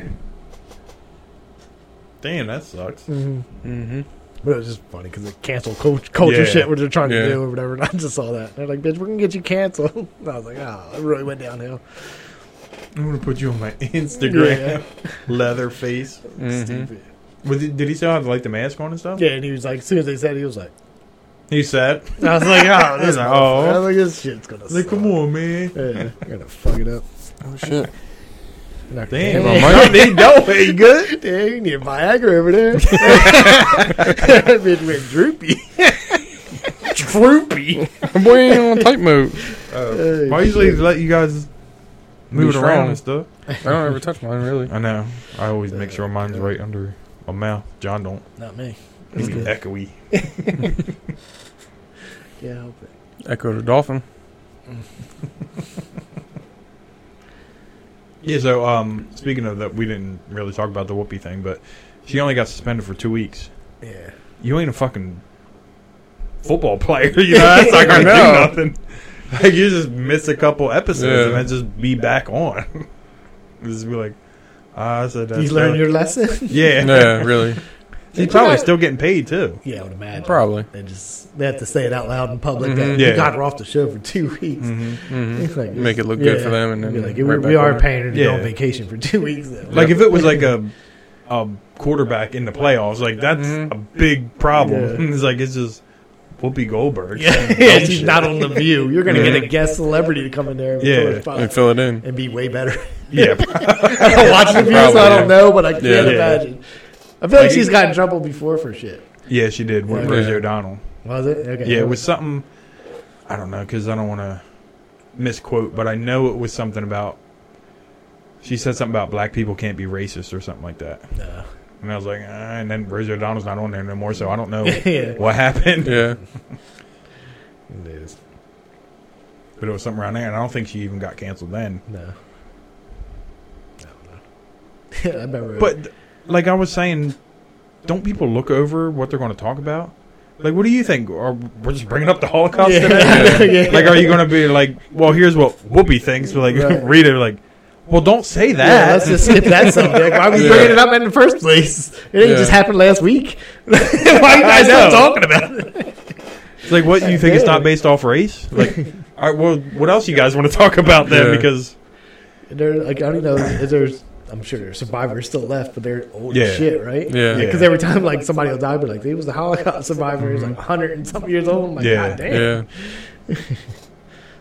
Speaker 1: Damn, that sucks.
Speaker 2: hmm
Speaker 3: Mm-hmm.
Speaker 2: But it was just funny because it canceled cult- culture
Speaker 1: Yeah.
Speaker 2: shit, what they're trying
Speaker 3: Yeah.
Speaker 2: to do or whatever. And I just saw that. They're like, "Bitch, we're gonna get you canceled." And I was like, "Oh, it really went downhill."
Speaker 1: I'm gonna put you on my Instagram. Leatherface.
Speaker 3: Mm-hmm.
Speaker 2: Stupid.
Speaker 1: Was it, did he still have like the mask on and stuff?
Speaker 2: Yeah, and he was like, as soon as they said, it, he was like,
Speaker 1: He said,
Speaker 2: "I was like, oh, this, motherfucker." I
Speaker 1: Like, oh.
Speaker 2: was like, this shit's gonna."
Speaker 1: like,
Speaker 2: suck.
Speaker 1: come on, man.
Speaker 2: Yeah, I'm gonna fuck it up.
Speaker 3: Oh shit!
Speaker 2: Not
Speaker 1: Damn,
Speaker 3: Come on,
Speaker 1: I need no way you good.
Speaker 2: Damn, you need Viagra over there. I've been with droopy. droopy.
Speaker 3: Boy, on tight mode.
Speaker 1: Uh, I usually let you guys move it
Speaker 3: Be
Speaker 1: around
Speaker 3: strong.
Speaker 1: and stuff.
Speaker 3: I don't ever touch mine really.
Speaker 1: I know. I always make sure mine's right under my mouth. John don't.
Speaker 2: Not me.
Speaker 1: He be echoey.
Speaker 2: Yeah, I'll bet.
Speaker 3: Echo the dolphin.
Speaker 1: Yeah. So, um, speaking of that, we didn't really talk about the whoopee thing, but she only got suspended for two weeks.
Speaker 2: yeah.
Speaker 1: You ain't a fucking football player, you know? That's not gonna do
Speaker 3: No.
Speaker 1: nothing. Like you just miss a couple episodes
Speaker 3: Yeah.
Speaker 1: and then just be back on. just be like, ah, I said that.
Speaker 2: you learn your lesson?
Speaker 1: yeah.
Speaker 3: Yeah, really.
Speaker 1: She's probably still getting paid too.
Speaker 2: Yeah, I would imagine.
Speaker 3: Probably.
Speaker 2: They just they have to say it out loud in public.
Speaker 3: Mhm.
Speaker 2: That
Speaker 1: Yeah.
Speaker 2: You got her off the show for two weeks.
Speaker 1: hmm
Speaker 2: It's like-
Speaker 3: Mm-hmm. Make it look good
Speaker 2: Yeah.
Speaker 3: for them, and then
Speaker 2: Be like,
Speaker 3: right
Speaker 2: we,
Speaker 3: back
Speaker 2: we are
Speaker 3: on.
Speaker 2: paying her to go on
Speaker 1: Yeah.
Speaker 2: vacation for two weeks. Though.
Speaker 1: Like if it was like a a quarterback in the playoffs, like that's
Speaker 2: Mm-hmm.
Speaker 3: Mhm.
Speaker 1: a big problem.
Speaker 2: Yeah.
Speaker 1: it's like it's just Whoopi Goldberg.
Speaker 2: yeah, yeah, she's not on the view. You're gonna get a guest celebrity to come in there. and
Speaker 1: Yeah.
Speaker 2: fill her spot
Speaker 3: and fill it in.
Speaker 2: and be way better.
Speaker 1: Yeah.
Speaker 2: I don't watch the videos, so I don't
Speaker 3: Probably,
Speaker 2: know, but I can't
Speaker 3: Yeah.
Speaker 2: imagine. I feel like
Speaker 1: Like,
Speaker 2: she's gotten in trouble before for shit.
Speaker 1: Yeah, she did with
Speaker 2: Yeah.
Speaker 1: Rosie O'Donnell.
Speaker 2: Was it? Okay.
Speaker 1: Yeah, it was something. I don't know because I don't want to misquote, but I know it was something about. She said something about black people can't be racist or something like that,
Speaker 2: No.
Speaker 1: and I was like, ah, and then Rosie O'Donnell's not on there no more, so I don't know
Speaker 2: yeah.
Speaker 1: what happened.
Speaker 3: Yeah,
Speaker 2: It is.
Speaker 1: But it was something around there, and I don't think she even got canceled then.
Speaker 2: No. I don't know. I remember.
Speaker 1: But like I was saying, don't people look over what they're going to talk about? Like, what do you think? Are we're just bringing up the Holocaust? today?
Speaker 2: yeah. yeah.
Speaker 1: Like, are you going to be like, well, here's what Whoopi thinks? But like,
Speaker 2: Right.
Speaker 1: read it. Like, well, don't say that.
Speaker 2: Yeah, let's just skip that subject. Why are we
Speaker 3: Yeah.
Speaker 2: bringing it up in the first place? It didn't
Speaker 3: Yeah.
Speaker 2: just happen last week. Why are you guys
Speaker 1: I
Speaker 2: still
Speaker 1: know.
Speaker 2: talking about it?
Speaker 1: It's like, what you think it's not based off race? Like, all right, well, what else you guys want to talk about then?
Speaker 3: Yeah.
Speaker 1: Because
Speaker 2: There, like, I don't know. Is there's, I'm sure there's survivors still left, but they're old
Speaker 1: Yeah.
Speaker 2: as shit, right?
Speaker 3: yeah.
Speaker 1: Yeah.
Speaker 2: Because every time like somebody will die, but like he was a
Speaker 1: Mm-hmm.
Speaker 2: Holocaust survivor, he's like 100 and something years old. I'm like,
Speaker 1: Yeah.
Speaker 2: God damn.
Speaker 3: Yeah,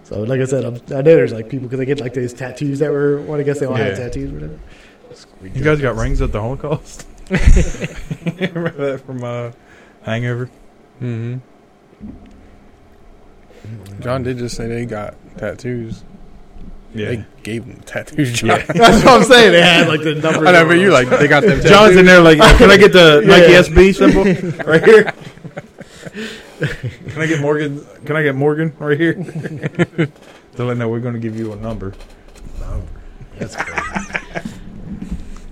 Speaker 2: So like I said, I'm, I know there's like people because they get like those tattoos that were. Well, I guess they all had
Speaker 1: Yeah.
Speaker 2: tattoos, or whatever.
Speaker 1: You guys got rings at the Holocaust? Remember that from uh, Hangover?
Speaker 3: Mm-hmm. John did just say they got tattoos. They
Speaker 1: Yeah.
Speaker 3: gave them tattoos. John.
Speaker 1: Yeah.
Speaker 2: That's what I'm saying. They had like the number.
Speaker 3: I know, but you like they got them.
Speaker 1: John's
Speaker 3: tattoos.
Speaker 1: in there like, can I get the
Speaker 2: Yeah.
Speaker 1: Nike SB symbol right here? can I get Morgan? Can I get Morgan right here? They're like, no, we're going to give you a number.
Speaker 2: That's crazy.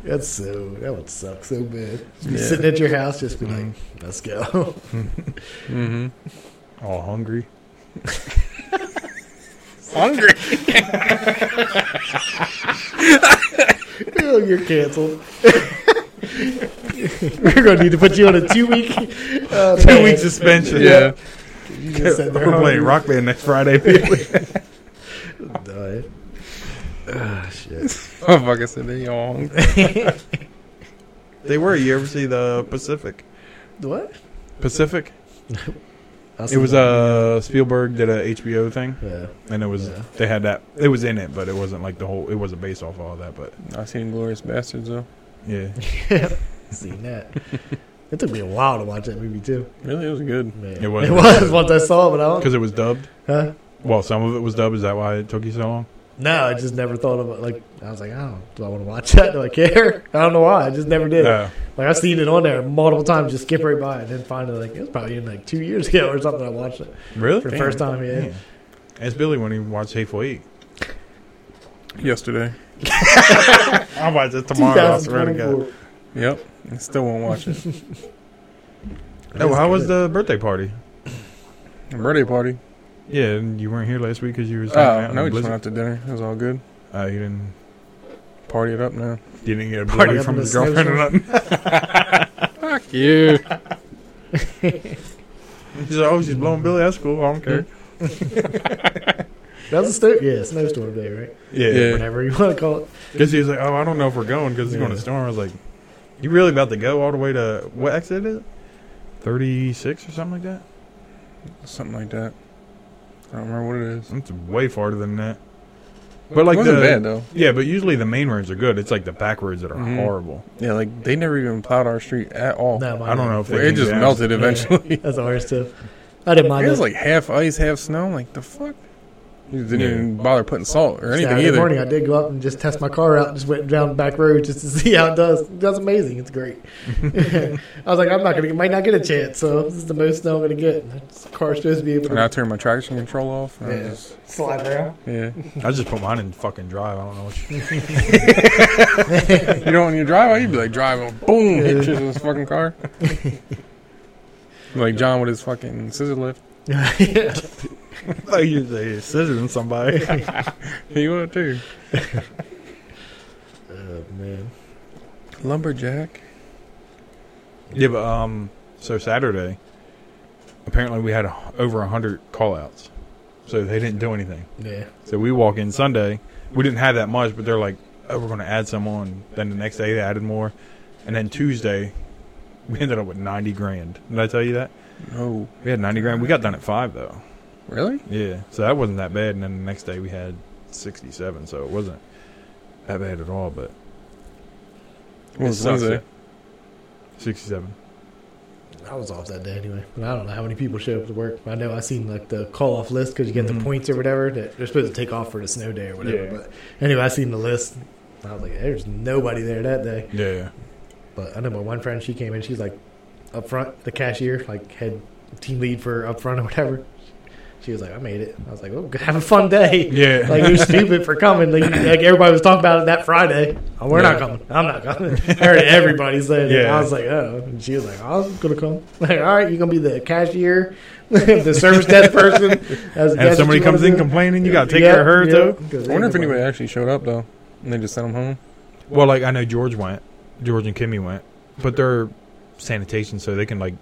Speaker 2: That's so. That would suck so bad. Just be
Speaker 3: Yeah.
Speaker 2: sitting at your house, just be like,
Speaker 1: Mm-hmm.
Speaker 2: "Let's go."
Speaker 3: Mhm.
Speaker 1: All hungry.
Speaker 3: Hungry.
Speaker 2: oh, you're canceled. We're gonna need to put you on a two week, uh,
Speaker 1: Two
Speaker 2: ban.
Speaker 1: week suspension.
Speaker 3: Yeah.
Speaker 2: You just
Speaker 1: We're
Speaker 2: said they're
Speaker 1: playing
Speaker 2: hungry.
Speaker 1: Rock Band next Friday.
Speaker 2: Die. Ah, shit.
Speaker 3: Oh fuck! I said they all hungry.
Speaker 1: they were. You ever see the Pacific?
Speaker 2: What?
Speaker 1: Pacific.
Speaker 2: I'll
Speaker 1: It
Speaker 2: see
Speaker 1: was
Speaker 2: that.
Speaker 1: uh Spielberg did a HBO thing,
Speaker 2: Yeah.
Speaker 1: and it was
Speaker 2: Yeah.
Speaker 1: they had that. It was in it, but it wasn't like the whole. It wasn't based off all that, but
Speaker 3: I seen Glorious Bastards though.
Speaker 1: yeah.
Speaker 2: Seen that. It took me a while to watch that movie too.
Speaker 3: Really, it was good.
Speaker 2: Man.
Speaker 1: It was.
Speaker 2: It was once I saw it, but I don't.
Speaker 1: Because it was dubbed.
Speaker 2: Huh?
Speaker 1: Well, some of it was dubbed. Is that why it took you so long?
Speaker 2: No, I just never thought about like I was like, oh, do I want to watch that? Do I care? I don't know why. I just never did.
Speaker 1: Yeah.
Speaker 2: Like I've seen it on there multiple times, just skip right by, it, and then finally like it was probably in like two years ago or something. I watched it
Speaker 1: really?
Speaker 2: for the
Speaker 3: Damn.
Speaker 2: first time. Yeah.
Speaker 1: Yeah. Ask Billy when he watched Hateful Eight.
Speaker 3: Yesterday.
Speaker 1: I'll watch it
Speaker 2: 2024.
Speaker 3: Yep. I still won't watch it.
Speaker 1: Oh, how was the birthday party?
Speaker 3: The birthday party.
Speaker 1: Yeah, and you weren't here last week because you was. hanging
Speaker 3: Oh
Speaker 1: out
Speaker 3: no, we
Speaker 1: in
Speaker 3: just went
Speaker 1: Blizzard.
Speaker 3: out to dinner. It was all good.
Speaker 1: Uh, you didn't.
Speaker 3: Party it up now.
Speaker 1: You didn't get a
Speaker 2: Party
Speaker 1: party
Speaker 2: up
Speaker 1: from
Speaker 2: in
Speaker 1: his
Speaker 2: the
Speaker 1: girlfriend or nothing.
Speaker 3: Fuck you.
Speaker 1: She's like, oh, she's blowing Billy. That's cool. I don't care.
Speaker 2: That was a sto- yeah snowstorm day, right?
Speaker 1: Yeah.
Speaker 3: Yeah.
Speaker 2: Whatever you want to call it.
Speaker 1: Because he was like, oh, I don't know if we're going because it's going to
Speaker 2: Yeah.
Speaker 1: storm. I was like, you really about to go all the way to what exit is it? Thirty six or something like that.
Speaker 3: Something like that. I don't remember what it is.
Speaker 1: It's way farther than that. But like
Speaker 3: it wasn't
Speaker 1: the
Speaker 3: bad though.
Speaker 1: Yeah, but usually the main roads are good. It's like the back roads that are
Speaker 3: Mhm.
Speaker 1: horrible.
Speaker 3: Yeah, like they never even plowed our street at all.
Speaker 2: No, mine
Speaker 1: I don't know if they
Speaker 3: it just
Speaker 1: came down.
Speaker 3: melted eventually.
Speaker 2: That's the hardest stuff. I didn't mind
Speaker 3: It was
Speaker 2: that.
Speaker 3: like half ice, half snow. I'm like the fuck. You didn't
Speaker 1: Yeah.
Speaker 3: even bother putting salt or anything
Speaker 2: Saturday
Speaker 3: either.
Speaker 2: morning, I did go up and just test my car out. and Just went down the back road just to see how it does. That's amazing. It's great. I was like, I'm not gonna, might not get a chance. So this is the most snow I'm gonna get. This car's supposed to be able
Speaker 3: And I
Speaker 2: to
Speaker 3: turned my traction control off. And I
Speaker 2: Yeah.
Speaker 3: just-
Speaker 2: slide around.
Speaker 3: yeah.
Speaker 1: I just put mine in fucking drive. I don't know what you
Speaker 3: you know, when you drive out, you'd be like driving, boom, hit shit with this fucking car. like John with his fucking scissor lift.
Speaker 2: yeah.
Speaker 1: thought you were saying, scissoring somebody.
Speaker 3: He would too.
Speaker 2: Oh man.
Speaker 3: Lumberjack.
Speaker 1: yeah, but um, so Saturday, apparently we had a, over hundred call-outs, so they didn't do anything.
Speaker 2: Yeah.
Speaker 1: So we walk in Sunday. We didn't have that much, but they're like, "Oh, we're going to add some on." Then the next day they added more, and then Tuesday we ended up with ninety grand. Did I tell you that?
Speaker 3: No.
Speaker 1: We had ninety grand. We got done at five though.
Speaker 3: Really?
Speaker 1: Yeah, so that wasn't that bad. And then the next day we had 67, so it wasn't that bad at all. But
Speaker 3: It was
Speaker 1: sucks,
Speaker 3: Wednesday.
Speaker 1: yeah. 67.
Speaker 2: I was off that day anyway, but I don't know how many people showed up to work. I know I seen like the call off list because you get
Speaker 1: Mhm.
Speaker 2: the points or whatever that they're supposed to take off for the snow day or whatever.
Speaker 1: Yeah.
Speaker 2: But anyway, I seen the list. I was like, there's nobody there that day.
Speaker 1: Yeah, yeah.
Speaker 2: But I know my one friend, she came in, she's like up front, the cashier, like head team lead for up front or whatever. She was like, I made it. I was like, oh, have a fun day.
Speaker 1: Yeah.
Speaker 2: Like you're stupid for coming. Like, like everybody was talking about it that Friday. Oh, we're
Speaker 1: Yeah.
Speaker 2: not coming. I'm not coming. I heard everybody saying it.
Speaker 1: Yeah.
Speaker 2: I was like, oh. And she was like, I'm gonna come. Like, all right, you're gonna be the cashier, the service desk person. That's-
Speaker 1: and if
Speaker 2: that's
Speaker 1: somebody
Speaker 2: what you wanna
Speaker 1: comes in
Speaker 2: do?
Speaker 1: complaining, you got to take
Speaker 2: Yeah,
Speaker 1: care of her,
Speaker 2: yeah.
Speaker 1: too.
Speaker 2: 'Cause
Speaker 3: I wonder if
Speaker 2: everybody-
Speaker 3: anybody actually showed up, though. And they just sent him home.
Speaker 1: Well, like, I know George went, George and Kimmy went, but they're sanitation, so they can, like,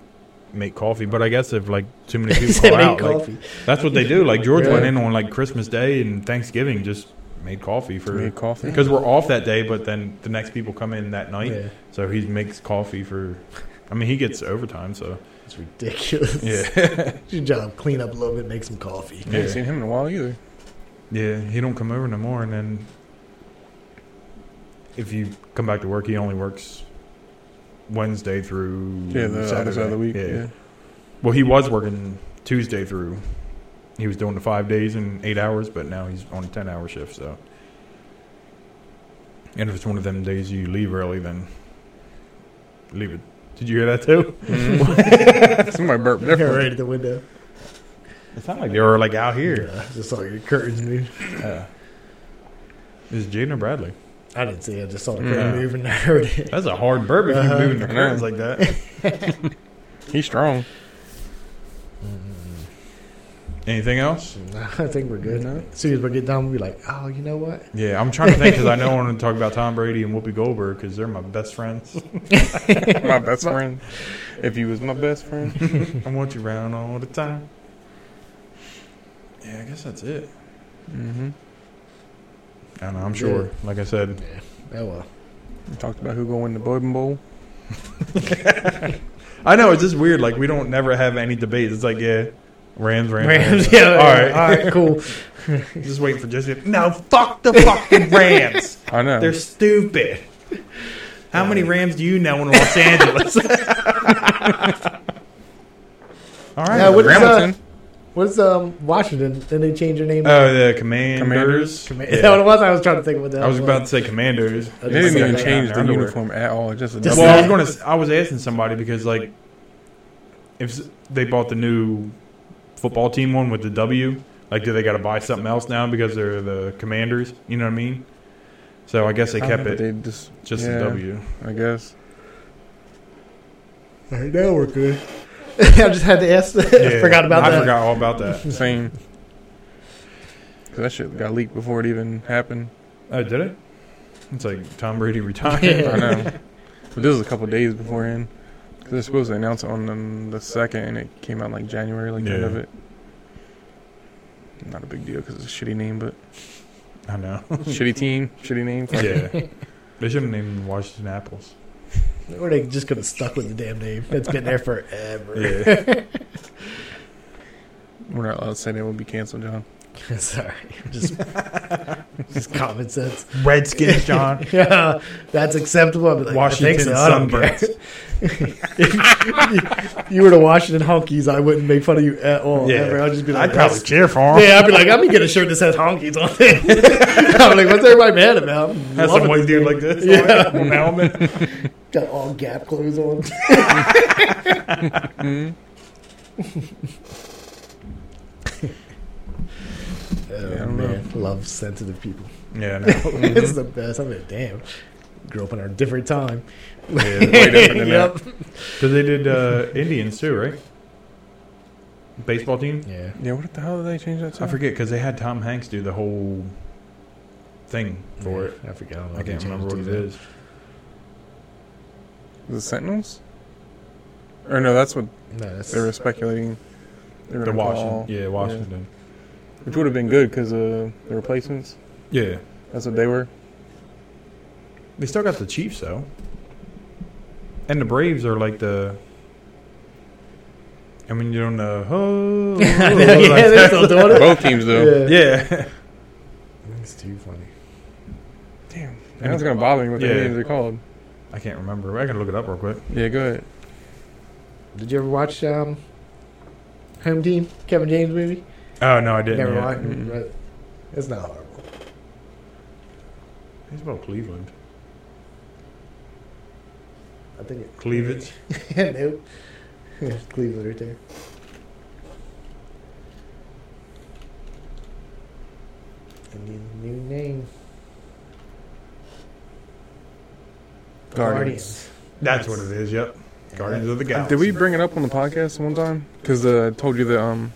Speaker 1: make coffee. But I guess if, like, too many people
Speaker 2: Said
Speaker 1: call
Speaker 2: make
Speaker 1: out, like,
Speaker 2: coffee.
Speaker 1: that's what they do. Like, George
Speaker 2: Yeah.
Speaker 1: went in on, like, Christmas Day and Thanksgiving, just made coffee for.
Speaker 3: Made coffee.
Speaker 1: Because we're off that day, but then the next people come in that night.
Speaker 2: yeah,
Speaker 1: So he makes coffee for. I mean, he gets overtime, so
Speaker 2: it's ridiculous.
Speaker 1: yeah.
Speaker 2: Your job, clean up a little bit, make some coffee.
Speaker 3: I haven't seen him in a while either.
Speaker 1: Yeah, he don't come over no more. And then if you come back to work, he only works Wednesday through
Speaker 3: Yeah, the other side of the week. Yeah.
Speaker 1: Well, he was working Tuesday through. He was doing the five days and eight hours, but now he's on a ten hour shift. So, and if it's one of them days you leave early, then leave it. Did you hear that too?
Speaker 3: Mhm. Somebody burped
Speaker 2: Yeah,
Speaker 3: different.
Speaker 2: right at the window.
Speaker 1: It sounded like they were like out here.
Speaker 2: Yeah, just saw your curtains move.
Speaker 1: Uh, is Jaden or Bradley?
Speaker 2: I didn't see it. I just saw the
Speaker 3: Yeah.
Speaker 2: curtain move and I heard it.
Speaker 1: That's a hard burp if
Speaker 2: Uh-huh.
Speaker 1: you're moving the
Speaker 3: I know.
Speaker 1: curtains like that.
Speaker 3: He's strong.
Speaker 1: Anything else?
Speaker 2: I think we're good.
Speaker 3: No.
Speaker 2: As soon as we get done, we'll be like, oh, you know what?
Speaker 1: Yeah, I'm trying to think because I know I want to talk about Tom Brady and Whoopi Goldberg because they're my best friends.
Speaker 3: My best friend. If he was my best friend.
Speaker 1: I want you around all the time. Yeah, I guess that's it.
Speaker 3: hmm
Speaker 1: I don't know. I'm sure. Like I said,
Speaker 2: Oh well.
Speaker 3: We talked about who gonna win the Bowden Bowl.
Speaker 1: I know it's just weird. Like we don't never have any debates. It's like yeah, Rams, Rams, Rams.
Speaker 2: Rams, yeah,
Speaker 1: all right,
Speaker 2: all right, cool.
Speaker 1: just waiting for Jesse. No, fuck the fucking Rams.
Speaker 3: I know.
Speaker 1: They're stupid. How many Rams do you know in Los Angeles? all right.
Speaker 2: Yeah, what is, uh,
Speaker 3: Hamilton.
Speaker 2: What is um Washington? Then they change their name.
Speaker 1: Oh, the commanders.
Speaker 3: Commanders?
Speaker 2: Command-
Speaker 1: Yeah.
Speaker 2: Is that what it was? I was trying to think of what that
Speaker 1: I was about to say commandos.
Speaker 2: I
Speaker 3: they didn't
Speaker 2: said
Speaker 3: even
Speaker 2: that.
Speaker 3: change the
Speaker 1: Underwear.
Speaker 3: uniform at all. It's Just a
Speaker 2: Just-
Speaker 3: double-
Speaker 1: Well, I was going to. I was asking somebody because like, if s- they bought the new football team one with the W, like, do they got to buy something else now because they're the commanders? You know what I mean? So I guess they
Speaker 3: I
Speaker 1: kept
Speaker 3: know, but They
Speaker 1: it
Speaker 3: just
Speaker 1: just
Speaker 3: yeah,
Speaker 1: the W.
Speaker 3: I guess.
Speaker 2: All right, now we're good. I just had to ask. I
Speaker 1: Yeah,
Speaker 2: forgot about
Speaker 1: I
Speaker 2: that.
Speaker 1: forgot all about that.
Speaker 3: Same. 'Cause that shit got leaked before it even happened.
Speaker 1: Oh, did it? It's like Tom Brady retired.
Speaker 3: I
Speaker 2: Yeah.
Speaker 3: know. But this was a couple days beforehand. 'Cause they're supposed to announce it on um, the second, and it came out like January, like the end
Speaker 1: Yeah.
Speaker 3: of it. Not a big deal because it's a shitty name, but
Speaker 1: I know.
Speaker 3: shitty team, shitty name. fuck it.
Speaker 1: Yeah. They should have named them Washington Apples.
Speaker 2: Or they just could have stuck with the damn name. It's been there forever.
Speaker 1: Yeah.
Speaker 3: We're not allowed to say that would be canceled, John.
Speaker 2: Sorry, just just common sense.
Speaker 1: Redskins, John.
Speaker 2: Yeah, that's acceptable. I'd be like, I
Speaker 1: Washington
Speaker 2: think so. I don't care.
Speaker 1: Sunburns.
Speaker 2: If you were the Washington Honkies, I wouldn't make fun of you at all.
Speaker 1: Yeah.
Speaker 2: ever. I'd just be like,
Speaker 1: I'd probably
Speaker 2: "That's-
Speaker 1: cheer for him.
Speaker 2: Yeah, I'd be like, I'm gonna get a shirt that says honkies on it. I'm like, what's everybody mad about? I'm
Speaker 1: Has
Speaker 2: loving
Speaker 1: some white
Speaker 2: this
Speaker 1: dude
Speaker 2: thing.
Speaker 1: like this
Speaker 2: Yeah.
Speaker 1: on, on helmet.
Speaker 2: Got all gap clothes on. oh
Speaker 3: Yeah, I don't know.
Speaker 2: man, love sensitive people.
Speaker 1: Yeah, no.
Speaker 2: it's the best. I'm like, damn. Grew up in a different time.
Speaker 1: yeah.
Speaker 3: different than
Speaker 2: Yep.
Speaker 1: Because they did uh, Indians too, right? Baseball team.
Speaker 2: Yeah.
Speaker 3: Yeah, what the hell did they change that to?
Speaker 1: I forget because they had Tom Hanks do the whole thing for it.
Speaker 2: I forgot.
Speaker 1: I can't remember what it is.
Speaker 3: The Sentinels? Or no, that's what
Speaker 2: No, that's
Speaker 3: they were speculating. They were
Speaker 1: The
Speaker 3: gonna call-
Speaker 1: Washington. Yeah, Washington.
Speaker 3: Which would have been good because uh, the replacements,
Speaker 1: Yeah.
Speaker 3: that's what they were.
Speaker 1: they still got the Chiefs though, and the Braves are like the. I mean, you don't know. Oh,
Speaker 2: I know, yeah,
Speaker 1: like
Speaker 2: they're
Speaker 1: that.
Speaker 2: still doing it.
Speaker 3: Both teams, though.
Speaker 2: Yeah.
Speaker 1: yeah.
Speaker 2: It's too funny.
Speaker 3: Damn. And that's going to bother me what
Speaker 1: Yeah.
Speaker 3: their names are called.
Speaker 1: I can't remember. I gotta look it up real quick.
Speaker 3: Yeah, go ahead.
Speaker 2: Did you ever watch um, Home Team Kevin James movie?
Speaker 1: Oh no, I didn't.
Speaker 2: Never
Speaker 1: yet.
Speaker 2: mind.
Speaker 3: Mm-mm.
Speaker 2: Right. It's not horrible.
Speaker 1: It's about Cleveland.
Speaker 2: I think it.
Speaker 1: Cleavage.
Speaker 2: nope. Cleveland right there. I need a new name. The
Speaker 3: Guardians.
Speaker 1: That's what it is. Yep. Guardians of the
Speaker 3: Uh,
Speaker 1: Galaxy.
Speaker 3: Did we bring it up on the podcast one time? Because uh, I told you that um,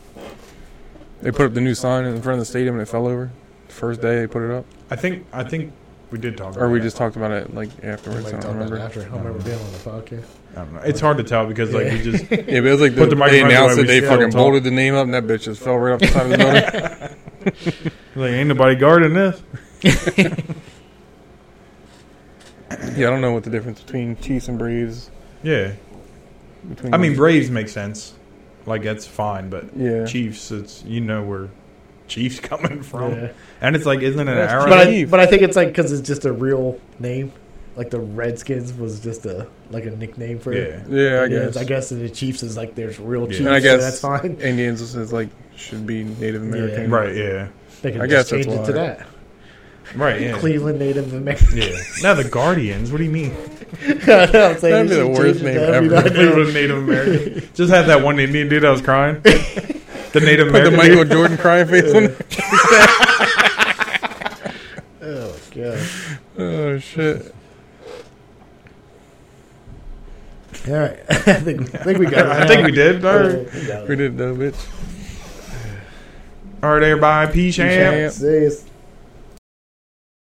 Speaker 3: they put up the new sign in front of the stadium and it fell over. First day they put it up.
Speaker 1: I think I think we did talk.
Speaker 3: Or
Speaker 1: about
Speaker 3: we
Speaker 1: it.
Speaker 3: just talked about it like afterwards.
Speaker 2: Somebody
Speaker 3: I don't
Speaker 2: talked about it
Speaker 3: remember.
Speaker 2: after. I don't remember being on the podcast.
Speaker 1: I don't know. It's hard to tell because like we just
Speaker 3: Yeah, but it was like
Speaker 1: Put
Speaker 3: the,
Speaker 1: the
Speaker 3: they
Speaker 1: microphone
Speaker 3: announced
Speaker 1: away,
Speaker 3: that they
Speaker 1: we still
Speaker 3: fucking
Speaker 1: talk.
Speaker 3: bolted the name up, and that bitch just fell right off the side of the building.
Speaker 1: like ain't nobody guarding this.
Speaker 3: yeah, I don't know what the difference between Chiefs and Braves.
Speaker 1: Yeah. Mm-hmm.
Speaker 3: Between
Speaker 1: I mean Braves make sense. Like that's fine, but
Speaker 3: yeah,
Speaker 1: Chiefs, it's you know we're Chief's coming from?
Speaker 2: Yeah.
Speaker 1: And it's like, isn't it an
Speaker 3: That's
Speaker 1: arrow?
Speaker 2: But I,
Speaker 3: Chief.
Speaker 2: but I think it's like because it's just a real name. Like the Redskins was just a like a nickname for it.
Speaker 1: yeah.
Speaker 3: Yeah, I
Speaker 2: And
Speaker 3: guess.
Speaker 2: I guess the Chiefs is like there's real
Speaker 1: Yeah.
Speaker 2: Chiefs.
Speaker 3: And I
Speaker 2: so
Speaker 3: guess
Speaker 2: that's fine.
Speaker 3: Indians is like should be Native American.
Speaker 1: Right. Yeah.
Speaker 2: They can
Speaker 3: I
Speaker 2: just
Speaker 3: guess that's
Speaker 2: change it to
Speaker 3: why.
Speaker 2: that.
Speaker 1: Right. Yeah.
Speaker 2: Cleveland Native American.
Speaker 1: yeah. Now the Guardians. What do you mean?
Speaker 2: That'd
Speaker 3: That'd be the worst name ever.
Speaker 1: Cleveland Native American. Just had that one Indian dude I was crying. The Native
Speaker 3: Put the
Speaker 1: American.
Speaker 3: Michael Jordan crying face on. it.
Speaker 2: Oh god.
Speaker 3: Oh shit!
Speaker 2: All right. I think I think we got. it
Speaker 1: I think we did. All right,
Speaker 2: Yeah, we got it.
Speaker 3: We did though, bitch.
Speaker 1: All right everybody. Peace, champ.
Speaker 3: champ.
Speaker 2: See you.